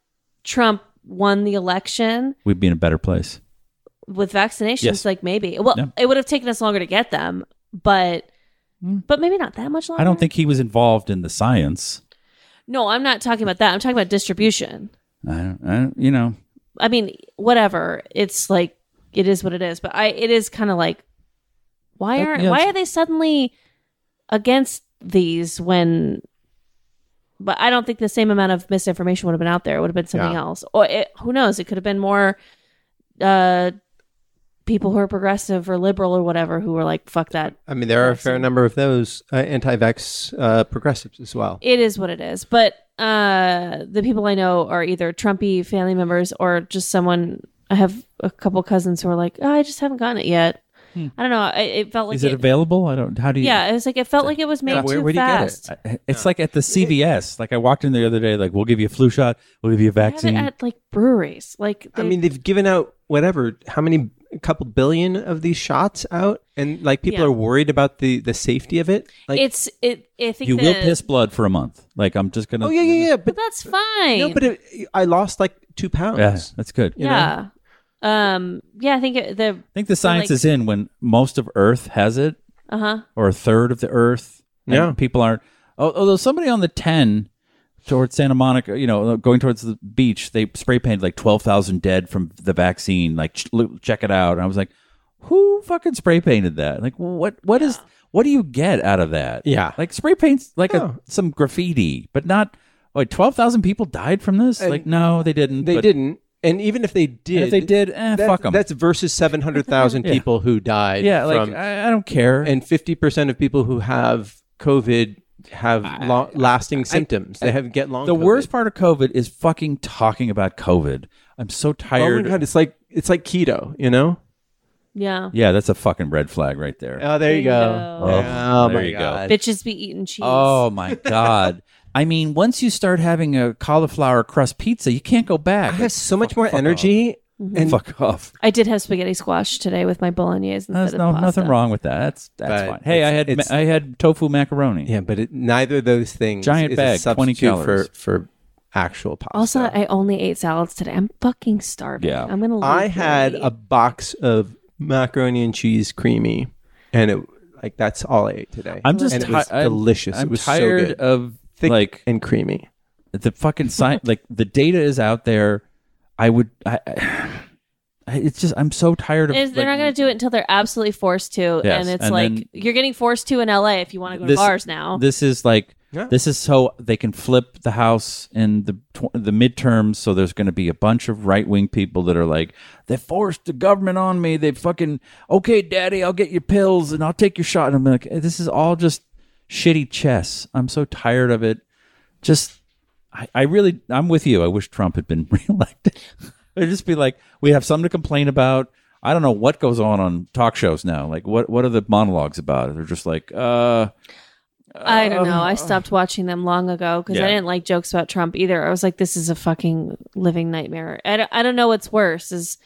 Speaker 2: Trump won the election
Speaker 3: We'd be in a better place.
Speaker 2: with vaccinations,
Speaker 3: Yes.
Speaker 2: like maybe, well,
Speaker 3: Yeah.
Speaker 2: it would have taken us longer to get them, but but maybe not that much longer.
Speaker 3: Mm. I don't think he was involved in the science.
Speaker 2: No, I'm not talking about that. I'm talking about distribution.
Speaker 3: I don't, I don't you know.
Speaker 2: I mean, whatever. It's like it is what it is. But I, it is kind of like, why
Speaker 3: That-
Speaker 2: aren't?
Speaker 3: yeah,
Speaker 2: why
Speaker 3: it's-
Speaker 2: are they suddenly against these when? But I don't think the same amount of misinformation would have been out there. It would have been something
Speaker 1: Yeah.
Speaker 2: else, or it, who knows? It could have been more uh, people who are progressive or liberal or whatever who were like, "Fuck that."
Speaker 1: I mean, there are a fair number of those uh, anti-vax uh, progressives as well.
Speaker 2: It is what it is. But uh, the people I know are either Trumpy family members or just someone. I have a couple cousins who are like, oh, I just haven't gotten it yet. I don't know. I, it felt like
Speaker 3: Is it,
Speaker 2: it-
Speaker 3: available? I don't. How do you?
Speaker 2: yeah, it was like it felt like it was made
Speaker 1: Yeah, where-
Speaker 2: too
Speaker 1: where do you get it?
Speaker 2: fast.
Speaker 3: I- It's like at the CVS. Like I walked in the other day. Like we'll give you a flu shot. We'll give you a
Speaker 2: I have it
Speaker 3: vaccine.
Speaker 2: at like breweries. Like
Speaker 1: I
Speaker 2: they-
Speaker 1: mean, they've given out whatever, how many, a couple billion of these shots out, and like people
Speaker 2: Yeah.
Speaker 1: are worried about the the safety of it. Like,
Speaker 2: it's it. I think
Speaker 3: you
Speaker 2: the-
Speaker 3: will piss blood for a month. Like I'm just gonna.
Speaker 1: oh yeah, yeah, yeah,
Speaker 2: but
Speaker 1: but
Speaker 2: that's fine.
Speaker 1: no, but it, I lost like two pounds.
Speaker 3: Yeah, that's good.
Speaker 2: yeah, um, yeah. I think it, the
Speaker 3: I think the science
Speaker 2: like-
Speaker 3: is in when most of Earth has it,
Speaker 2: uh huh.
Speaker 3: or a third of the Earth. and
Speaker 1: Yeah.
Speaker 3: people aren't. al- Although somebody on the ten towards Santa Monica, you know, going towards the beach, they spray painted like 12,000 dead from the vaccine. Like, ch- look- check it out. And I was like, who fucking spray painted that? Like, what, What is? what do you get out of that?
Speaker 1: Yeah.
Speaker 3: Like, spray paint's like a, some graffiti, but not, like, 12,000 people died from this? like, no, they didn't.
Speaker 1: They
Speaker 3: but-
Speaker 1: didn't. And even if they did,
Speaker 3: And if they did, eh,
Speaker 1: that-
Speaker 3: fuck 'em.
Speaker 1: That's versus 700,000 people who died.
Speaker 3: Yeah, like,
Speaker 1: from-
Speaker 3: I, I don't care.
Speaker 1: and 50% of people who have COVID have lo- lasting symptoms. they have get long
Speaker 3: the
Speaker 1: COVID.
Speaker 3: worst part of COVID is fucking talking about COVID. I'm so
Speaker 1: Oh my
Speaker 3: tired.
Speaker 1: god, it's like it's like keto, you know?
Speaker 2: Yeah.
Speaker 3: yeah, that's a fucking red flag right there.
Speaker 1: Oh, there you go.
Speaker 2: Keto.
Speaker 1: Oh
Speaker 3: there
Speaker 1: my
Speaker 3: you go.
Speaker 1: god.
Speaker 2: Bitches be eating cheese.
Speaker 3: Oh my god! I mean, once you start having a cauliflower crust pizza, you can't go back.
Speaker 1: I have so much more energy and
Speaker 3: Fuck off.
Speaker 2: I did have spaghetti squash today with my bolognese instead
Speaker 3: There's
Speaker 2: of
Speaker 3: no
Speaker 2: pasta.
Speaker 3: nothing wrong with that. That's that's
Speaker 1: But
Speaker 3: fine. Hey, I
Speaker 1: it's-
Speaker 3: had ma-
Speaker 1: it's-
Speaker 3: I had tofu macaroni.
Speaker 1: yeah, but it, neither of those things
Speaker 3: Giant
Speaker 1: is
Speaker 3: bag,
Speaker 1: a
Speaker 3: 20
Speaker 1: substitute for
Speaker 3: calories.
Speaker 1: for actual pasta.
Speaker 2: Also, I only ate salads today. I'm fucking starving.
Speaker 3: Yeah.
Speaker 2: I'm gonna. Leave
Speaker 1: I had
Speaker 2: early.
Speaker 1: a box of macaroni and cheese creamy, and it like that's all I ate today.
Speaker 3: I'm just
Speaker 1: and it
Speaker 3: ti-
Speaker 1: was
Speaker 3: I'm-
Speaker 1: delicious.
Speaker 3: I'm
Speaker 1: it was
Speaker 3: tired
Speaker 1: so good.
Speaker 3: of
Speaker 1: Thick
Speaker 3: like
Speaker 1: and creamy.
Speaker 3: the fucking science like the data is out there i would i, I it's just i'm so tired of
Speaker 2: Is- they're
Speaker 3: like,
Speaker 2: not going to do it until they're absolutely forced to,
Speaker 3: Yes,
Speaker 2: and it's
Speaker 3: and
Speaker 2: like
Speaker 3: then-
Speaker 2: you're getting forced to in LA if you want to go to
Speaker 3: This-
Speaker 2: bars now.
Speaker 3: this is like
Speaker 1: Yeah.
Speaker 3: this is so they can flip the house in the tw- the midterms so there's going to be a bunch of right-wing people that are like they forced the government on me they fucking okay daddy i'll get your pills and i'll take your shot and i'm like this is all just shitty chess i'm so tired of it just I, I really I'm with you. I wish Trump had been reelected. It'd just be like we have something to complain about. I don't know what goes on on talk shows now. Like what what are the monologues about? They're just like uh
Speaker 2: I don't know. I stopped watching them long ago because
Speaker 3: Yeah.
Speaker 2: I didn't like jokes about Trump either. I was like, this is a fucking living nightmare. I don't, I don't know what's worse is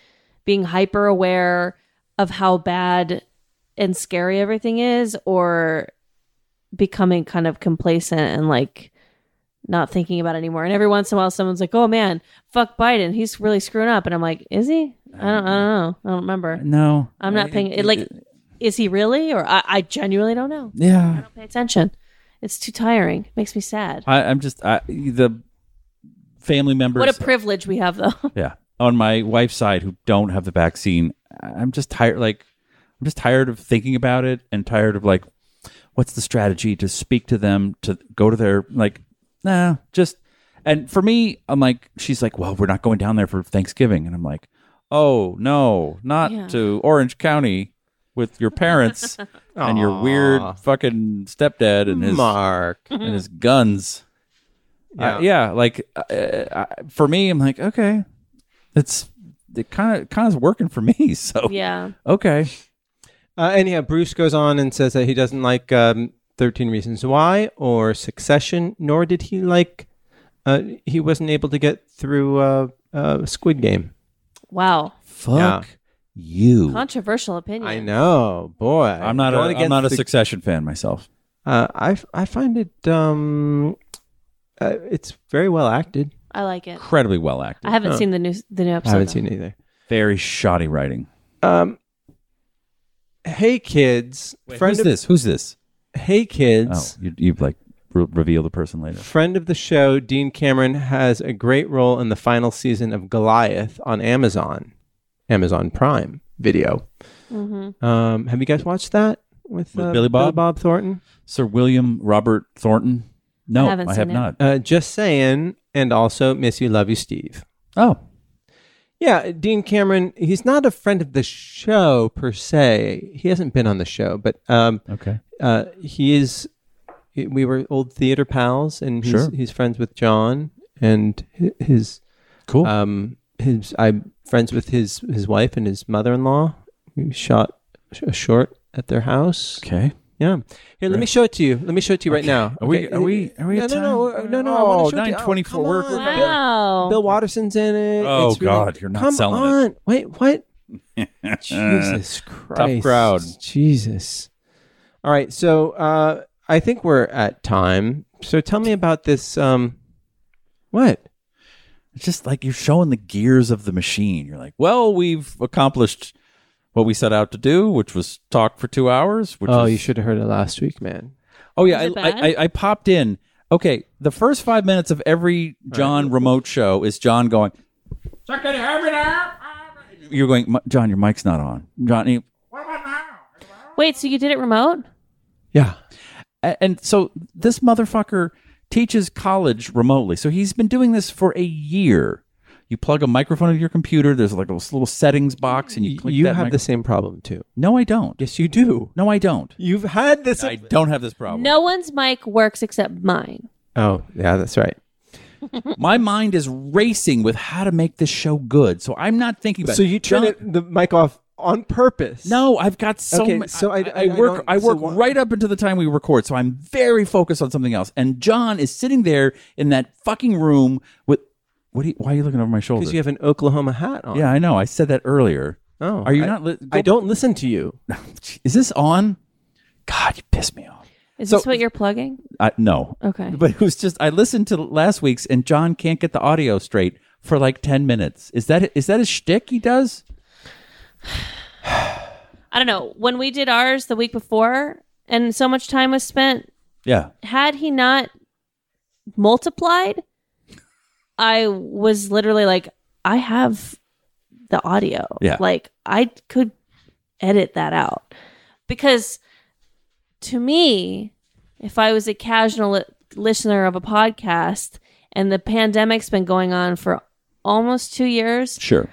Speaker 2: being hyper aware of how bad and scary everything is, or becoming kind of complacent and like not thinking about it anymore. And every once in a while, someone's like, "Oh man, fuck Biden, he's really screwing up," and I'm like, "Is he? I don't, I don't know. I don't remember.
Speaker 3: no.
Speaker 2: I'm not paying it. Like, is he really? Or I, I genuinely don't know."
Speaker 3: Yeah.
Speaker 2: pay attention. It's too tiring. makes me sad.
Speaker 3: I, I'm just I the family members
Speaker 2: What a privilege we have, though.
Speaker 3: yeah on my wife's side who don't have the vaccine i'm just tired like i'm just tired of thinking about it and tired of like what's the strategy to speak to them to go to their like nah just and for me i'm like she's like well we're not going down there for thanksgiving and i'm like oh no not
Speaker 2: Yeah.
Speaker 3: to orange county with your parents and your weird fucking stepdad and his
Speaker 1: Mark. Uh,
Speaker 2: Mm.
Speaker 3: and his guns. Yeah,
Speaker 1: Yeah.
Speaker 3: yeah like uh, uh, for me, I'm like, okay, it's it kind of kind of working for me. So
Speaker 2: Yeah.
Speaker 3: okay,
Speaker 1: Uh, and yeah, Bruce goes on and says that he doesn't like um, 13 Reasons Why or Succession, nor did he like, uh, he wasn't able to get through uh, uh, Squid Game.
Speaker 2: Wow.
Speaker 3: fuck you.
Speaker 2: Controversial opinion.
Speaker 1: I know, boy.
Speaker 3: I'm not a,
Speaker 1: Going
Speaker 3: I'm not a
Speaker 1: against the-
Speaker 3: Succession fan myself.
Speaker 1: Uh, I, I find it, um, uh, it's very well acted.
Speaker 2: I like it.
Speaker 3: Incredibly well acted.
Speaker 2: I haven't seen the new the new episode.
Speaker 1: I haven't
Speaker 2: though.
Speaker 1: seen it either.
Speaker 3: Very shoddy writing.
Speaker 1: Um, hey, kids.
Speaker 3: Who's this? Who's this?
Speaker 1: Hey,
Speaker 3: Oh,
Speaker 1: kids.
Speaker 3: you you like re- reveal the person later.
Speaker 1: Friend of the show, Dean Cameron has a great role in the final season of Goliath on Amazon, Amazon Prime Video. Um, have you guys watched that with,
Speaker 3: With
Speaker 1: uh,
Speaker 3: Billy Bob?
Speaker 1: Thornton?
Speaker 3: Sir William Robert Thornton. No,
Speaker 2: I
Speaker 3: I,
Speaker 2: haven't
Speaker 3: have
Speaker 2: seen it.
Speaker 3: not.
Speaker 1: Uh, just saying, and also Miss You, Love You, Steve.
Speaker 3: Oh,
Speaker 1: Yeah, Dean Cameron. He's not a friend of the show per se. He hasn't been on the show, but um,
Speaker 3: okay.
Speaker 1: uh, he is. We were old theater pals, and he's,
Speaker 3: Sure.
Speaker 1: he's friends with John and hi- his
Speaker 3: Cool.
Speaker 1: um his I'm friends with his his wife and his mother-in-law. We shot sh- a short at their house.
Speaker 3: okay.
Speaker 1: Yeah. Here, let me show it to you. Let me show it to you right now.
Speaker 3: Are we-
Speaker 1: Okay?
Speaker 3: are we- are we
Speaker 1: No,
Speaker 3: at
Speaker 1: no, no,
Speaker 3: time?
Speaker 1: uh, no, no. I
Speaker 3: Oh,
Speaker 1: wanna show it to you.
Speaker 3: 9:24.
Speaker 1: come
Speaker 3: We're-
Speaker 1: on.
Speaker 3: we're back.
Speaker 1: Bill-
Speaker 2: Wow.
Speaker 1: Bill Watterson's in it.
Speaker 3: Oh,
Speaker 1: It's really-
Speaker 3: God, you're not
Speaker 1: come
Speaker 3: selling
Speaker 1: on. Wait, what? Jesus Christ.
Speaker 3: crowd.
Speaker 1: Jesus. All right, so uh, I think we're at time. So tell me about this. Um, what?
Speaker 3: It's just like you're showing the gears of the machine. You're like, well, we've accomplished what we set out to do, which was talk for two hours. Which
Speaker 1: oh,
Speaker 3: was-
Speaker 1: you should have heard it last week, man.
Speaker 3: Oh yeah,
Speaker 2: Was it
Speaker 3: I, I,
Speaker 2: bad?
Speaker 3: I, I popped in. Okay, the first five minutes of every John remote show is John going. You're going, "Mi- John. Your mic's not on, John. you-"
Speaker 2: Wait, so you did it remote?
Speaker 1: Yeah.
Speaker 3: A- And so this motherfucker teaches college remotely. So he's been doing this for a year. You plug a microphone into your computer. There's like a little settings box, and you click
Speaker 1: you
Speaker 3: that
Speaker 1: have
Speaker 3: mic-
Speaker 1: the same problem too.
Speaker 3: No, I don't.
Speaker 1: Yes, you do.
Speaker 3: No, I don't.
Speaker 1: You've had this.
Speaker 3: I don't have this problem.
Speaker 2: No one's mic works except mine.
Speaker 1: Oh, yeah, that's right.
Speaker 3: My mind is racing with how to make this show good. So I'm not thinking about
Speaker 1: so you turn
Speaker 3: John-
Speaker 1: it, the mic off on purpose.
Speaker 3: No, I've got so
Speaker 1: Okay,
Speaker 3: much.
Speaker 1: so I-
Speaker 3: I,
Speaker 1: I-
Speaker 3: I,
Speaker 1: I
Speaker 3: work.
Speaker 1: don't-
Speaker 3: I,
Speaker 1: so
Speaker 3: work
Speaker 1: why-
Speaker 3: right up until the time we record, so I'm very focused on something else. And John is sitting there in that fucking room with. What? Are you, why are you looking over my shoulder?
Speaker 1: because you have an Oklahoma hat on.
Speaker 3: yeah, I know. I said that earlier.
Speaker 1: Oh,
Speaker 3: are you
Speaker 1: I-
Speaker 3: not? Li- go-
Speaker 1: I don't listen to you.
Speaker 3: Is this on? God, you piss me off.
Speaker 2: Is
Speaker 3: So-
Speaker 2: this what you're plugging?
Speaker 3: I, no.
Speaker 2: Okay.
Speaker 3: But it was just I listened to last week's, and John can't get the audio straight for like ten minutes. Is that is that a shtick he does?
Speaker 2: I don't know. When we did ours the week before and so much time was spent,
Speaker 3: Yeah.
Speaker 2: had he not multiplied, I was literally like, I have the audio.
Speaker 3: Yeah.
Speaker 2: Like, I could edit that out. Because to me, if I was a casual li- listener of a podcast and the pandemic's been going on for almost two years,
Speaker 3: Sure.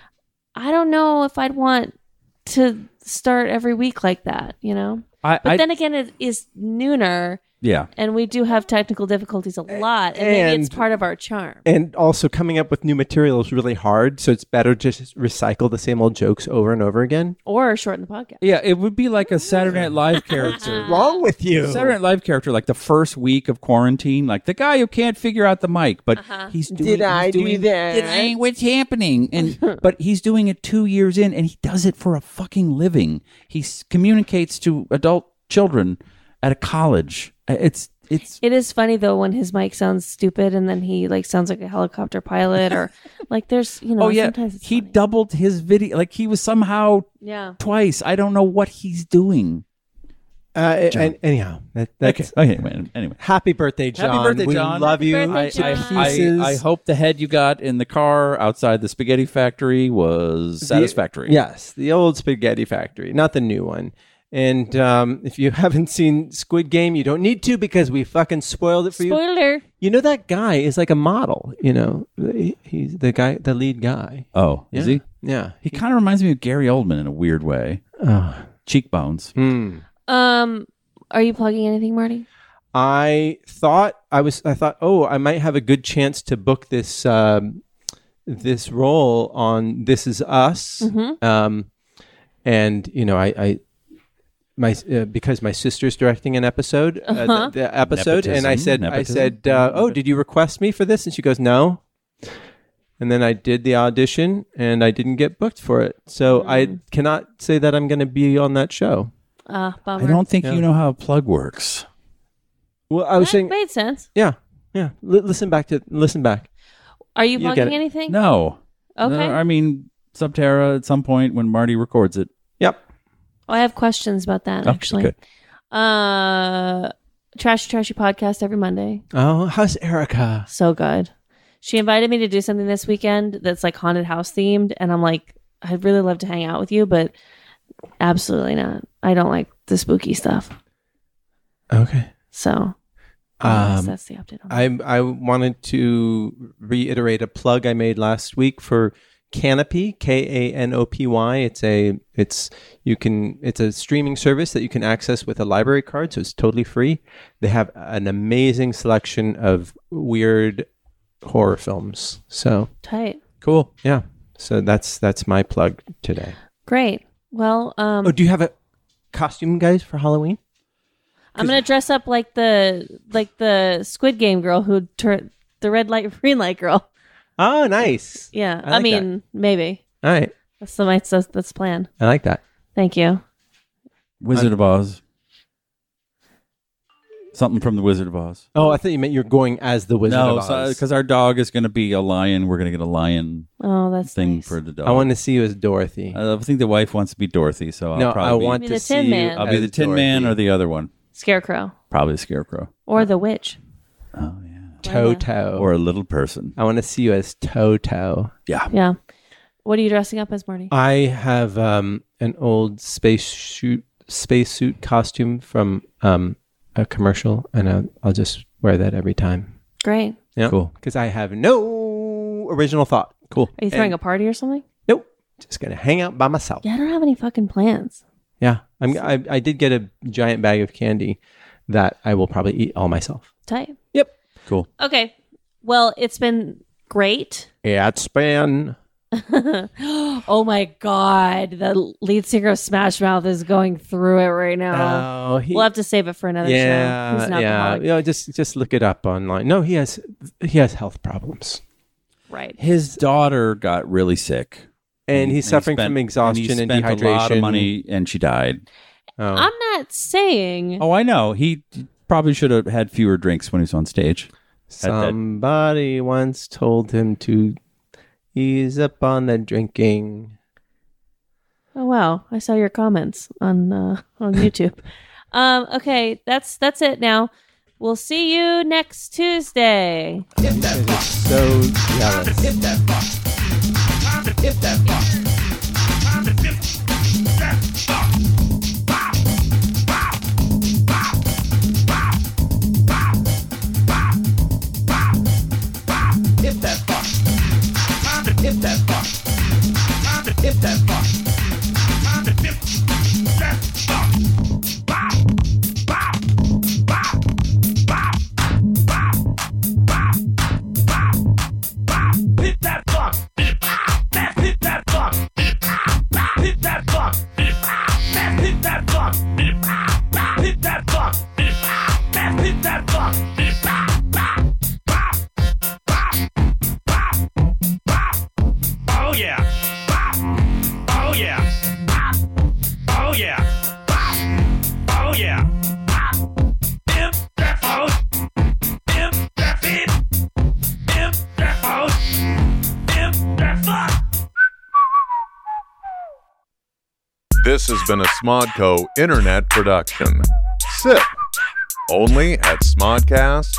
Speaker 2: I don't know if I'd want to start every week like that, you know?
Speaker 3: I.
Speaker 2: But
Speaker 3: I
Speaker 2: then again, it is nooner,
Speaker 3: yeah.
Speaker 2: and we do have technical difficulties a lot, and, maybe it's
Speaker 1: and-
Speaker 2: part of our charm.
Speaker 1: And also, coming up with new material is really hard, so it's better just recycle the same old jokes over and over again.
Speaker 2: Or shorten the podcast.
Speaker 3: Yeah, it would be like a Saturday Night
Speaker 2: Uh-huh.
Speaker 3: Live character.
Speaker 1: Wrong with you?
Speaker 3: Saturday Night Live character, like the first week of quarantine, like the guy who can't figure out the mic, but
Speaker 2: Uh-huh.
Speaker 3: he's doing.
Speaker 1: Did
Speaker 3: he's
Speaker 1: I do
Speaker 3: doing-
Speaker 1: that?
Speaker 3: Did I? What's happening? And but he's doing it two years in, and he does it for a fucking living. He s- communicates to adult children at a college. Uh, It's it's
Speaker 2: It is funny though when his mic sounds stupid, and then he like sounds like a helicopter pilot, or like there's you know.
Speaker 3: oh yeah.
Speaker 2: sometimes it's
Speaker 3: He
Speaker 2: funny.
Speaker 3: doubled his video, like he was somehow
Speaker 2: Yeah,
Speaker 3: twice. I don't know what he's doing.
Speaker 1: Uh, and, anyhow, that, that's
Speaker 3: Okay. man. Anyway.
Speaker 1: happy birthday, John.
Speaker 3: birthday,
Speaker 1: we
Speaker 3: John.
Speaker 1: love you.
Speaker 2: Happy
Speaker 3: I,
Speaker 2: birthday,
Speaker 1: to
Speaker 3: I,
Speaker 2: John.
Speaker 3: I,
Speaker 1: pieces.
Speaker 3: I hope the head you got in the car outside the spaghetti factory was satisfactory.
Speaker 1: The- yes, the old Spaghetti Factory, not the new one. And um, if you haven't seen Squid Game, you don't need to because we fucking spoiled it for you.
Speaker 2: spoiler.
Speaker 1: You know that guy is like a model. You know, He- he's the guy, the lead guy.
Speaker 3: Oh, is he?
Speaker 1: Yeah.
Speaker 3: He kind of reminds me of Gary Oldman in a weird way.
Speaker 1: Oh.
Speaker 3: Cheekbones.
Speaker 1: Hmm.
Speaker 2: Um, are you plugging anything, Marty?
Speaker 1: I thought I was. I thought, oh, I might have a good chance to book this um, this role on This Is Us. Um, and you know, I, I my uh, because my sister's directing an episode, uh, the, the episode, and I
Speaker 3: Nepotism,
Speaker 1: said,
Speaker 3: nepotism.
Speaker 1: I said, uh, oh, did you request me for this? And she goes, no. And then I did the audition, and I didn't get booked for it. So I cannot say that I'm going to be on that show.
Speaker 2: Uh, bummer.
Speaker 3: I don't think you know how a plug works.
Speaker 1: Well, I
Speaker 2: That
Speaker 1: was saying,
Speaker 2: made sense.
Speaker 1: yeah, yeah. Li- listen back to listen back.
Speaker 2: Are
Speaker 1: You
Speaker 2: you
Speaker 1: get
Speaker 2: plugging
Speaker 1: it.
Speaker 2: anything?
Speaker 3: No.
Speaker 2: Okay.
Speaker 3: No, I mean, Subterra at some point when Marty records it.
Speaker 1: Yep.
Speaker 2: Oh, I have questions about that
Speaker 3: Oh,
Speaker 2: actually.
Speaker 3: good.
Speaker 2: Uh, trashy trashy podcast every Monday.
Speaker 1: Oh, how's Erica?
Speaker 2: So good. She invited me to do something this weekend that's like haunted house themed, and I'm like, I'd really love to hang out with you, but absolutely not. I don't like the spooky stuff.
Speaker 1: Okay.
Speaker 2: So I
Speaker 1: Um,
Speaker 2: guess Oh, that's the update. On that.
Speaker 1: I I wanted to reiterate a plug I made last week for Canopy, K A N O P Y. It's a it's you can it's a streaming service that you can access with a library card, so it's totally free. They have an amazing selection of weird horror films. So,
Speaker 2: Tight.
Speaker 3: Cool.
Speaker 1: yeah. So that's that's my plug today.
Speaker 2: Great. Well, um,
Speaker 1: Oh, do you have a costume guys for Halloween?
Speaker 2: I'm gonna dress up like the like the Squid Game girl who turned the red light green light girl.
Speaker 1: Oh, nice.
Speaker 2: Yeah,
Speaker 1: I
Speaker 2: I,
Speaker 1: like
Speaker 2: mean maybe
Speaker 1: All right.
Speaker 2: that's the that's, that's the plan.
Speaker 1: I like that.
Speaker 2: Thank you.
Speaker 3: Wizard of Oz. Something from the Wizard of Oz.
Speaker 1: Oh, I thought you meant you're going as the Wizard
Speaker 3: no,
Speaker 1: of Oz.
Speaker 3: because our dog is going to be a lion. We're going to get a lion
Speaker 2: Oh, that's
Speaker 3: thing
Speaker 2: nice.
Speaker 3: for the dog.
Speaker 1: I want to see you as Dorothy.
Speaker 3: I think the wife wants to be Dorothy, so I'll
Speaker 1: no,
Speaker 3: probably
Speaker 1: I want
Speaker 2: Be
Speaker 1: to
Speaker 2: the
Speaker 1: see
Speaker 2: Tin
Speaker 1: you.
Speaker 2: Man.
Speaker 3: I'll be
Speaker 1: as
Speaker 3: the Tin Man
Speaker 1: Dorothy.
Speaker 3: or the other one.
Speaker 2: Scarecrow
Speaker 3: Probably the Scarecrow.
Speaker 2: or the witch.
Speaker 3: Oh yeah.
Speaker 1: Toto.
Speaker 3: Or a little person.
Speaker 1: I want to see you as Toto.
Speaker 3: Yeah.
Speaker 2: Yeah. What are you dressing up as, Marty?
Speaker 1: I have um, an old space suit, space suit costume from um, a commercial, and I'll, I'll just wear that every time.
Speaker 2: Great.
Speaker 1: Yeah,
Speaker 3: Cool.
Speaker 1: Because I have no original thought.
Speaker 3: Cool.
Speaker 2: Are you throwing a party or something?
Speaker 1: Nope. Just gonna hang out by myself.
Speaker 2: Yeah, I don't have any fucking plans.
Speaker 1: Yeah, I'm, I I did get a giant bag of candy that I will probably eat all myself.
Speaker 2: Tight.
Speaker 1: Yep.
Speaker 3: Cool.
Speaker 2: Okay. Well, it's been great.
Speaker 1: It's been
Speaker 2: Oh my god, the lead singer of Smash Mouth is going through it right now.
Speaker 1: oh he,
Speaker 2: we'll have to save it for another show. He's
Speaker 1: yeah
Speaker 2: an
Speaker 1: yeah
Speaker 2: alcoholic.
Speaker 1: you know, just just look it up online. No, he has he has health problems.
Speaker 2: Right.
Speaker 3: His daughter got really sick.
Speaker 1: and he's
Speaker 3: he
Speaker 1: suffering
Speaker 3: spent-
Speaker 1: from exhaustion and,
Speaker 3: he spent
Speaker 1: dehydration.
Speaker 3: A lot of money, and she died.
Speaker 1: Oh.
Speaker 2: I'm not saying
Speaker 3: Oh, I know. He probably should have had fewer drinks when he was on stage.
Speaker 1: Somebody once told him to ease up on the drinking.
Speaker 2: Oh wow, I saw your comments on uh, on YouTube. um, okay, that's that's it now. We'll see you next Tuesday.
Speaker 1: So jealous.
Speaker 5: Hit that fuck. Let's hit that fuck. Hit that fuck. Let's hit that fuck. Hit that fuck. Let's hit that fuck. Oh yeah. Oh yeah. Oh yeah. Oh yeah. Imp that phone. Imp that fit. Imp that phone. Imp that fuck.
Speaker 6: This has been a Smodco internet production. Sip only at smodcast.com.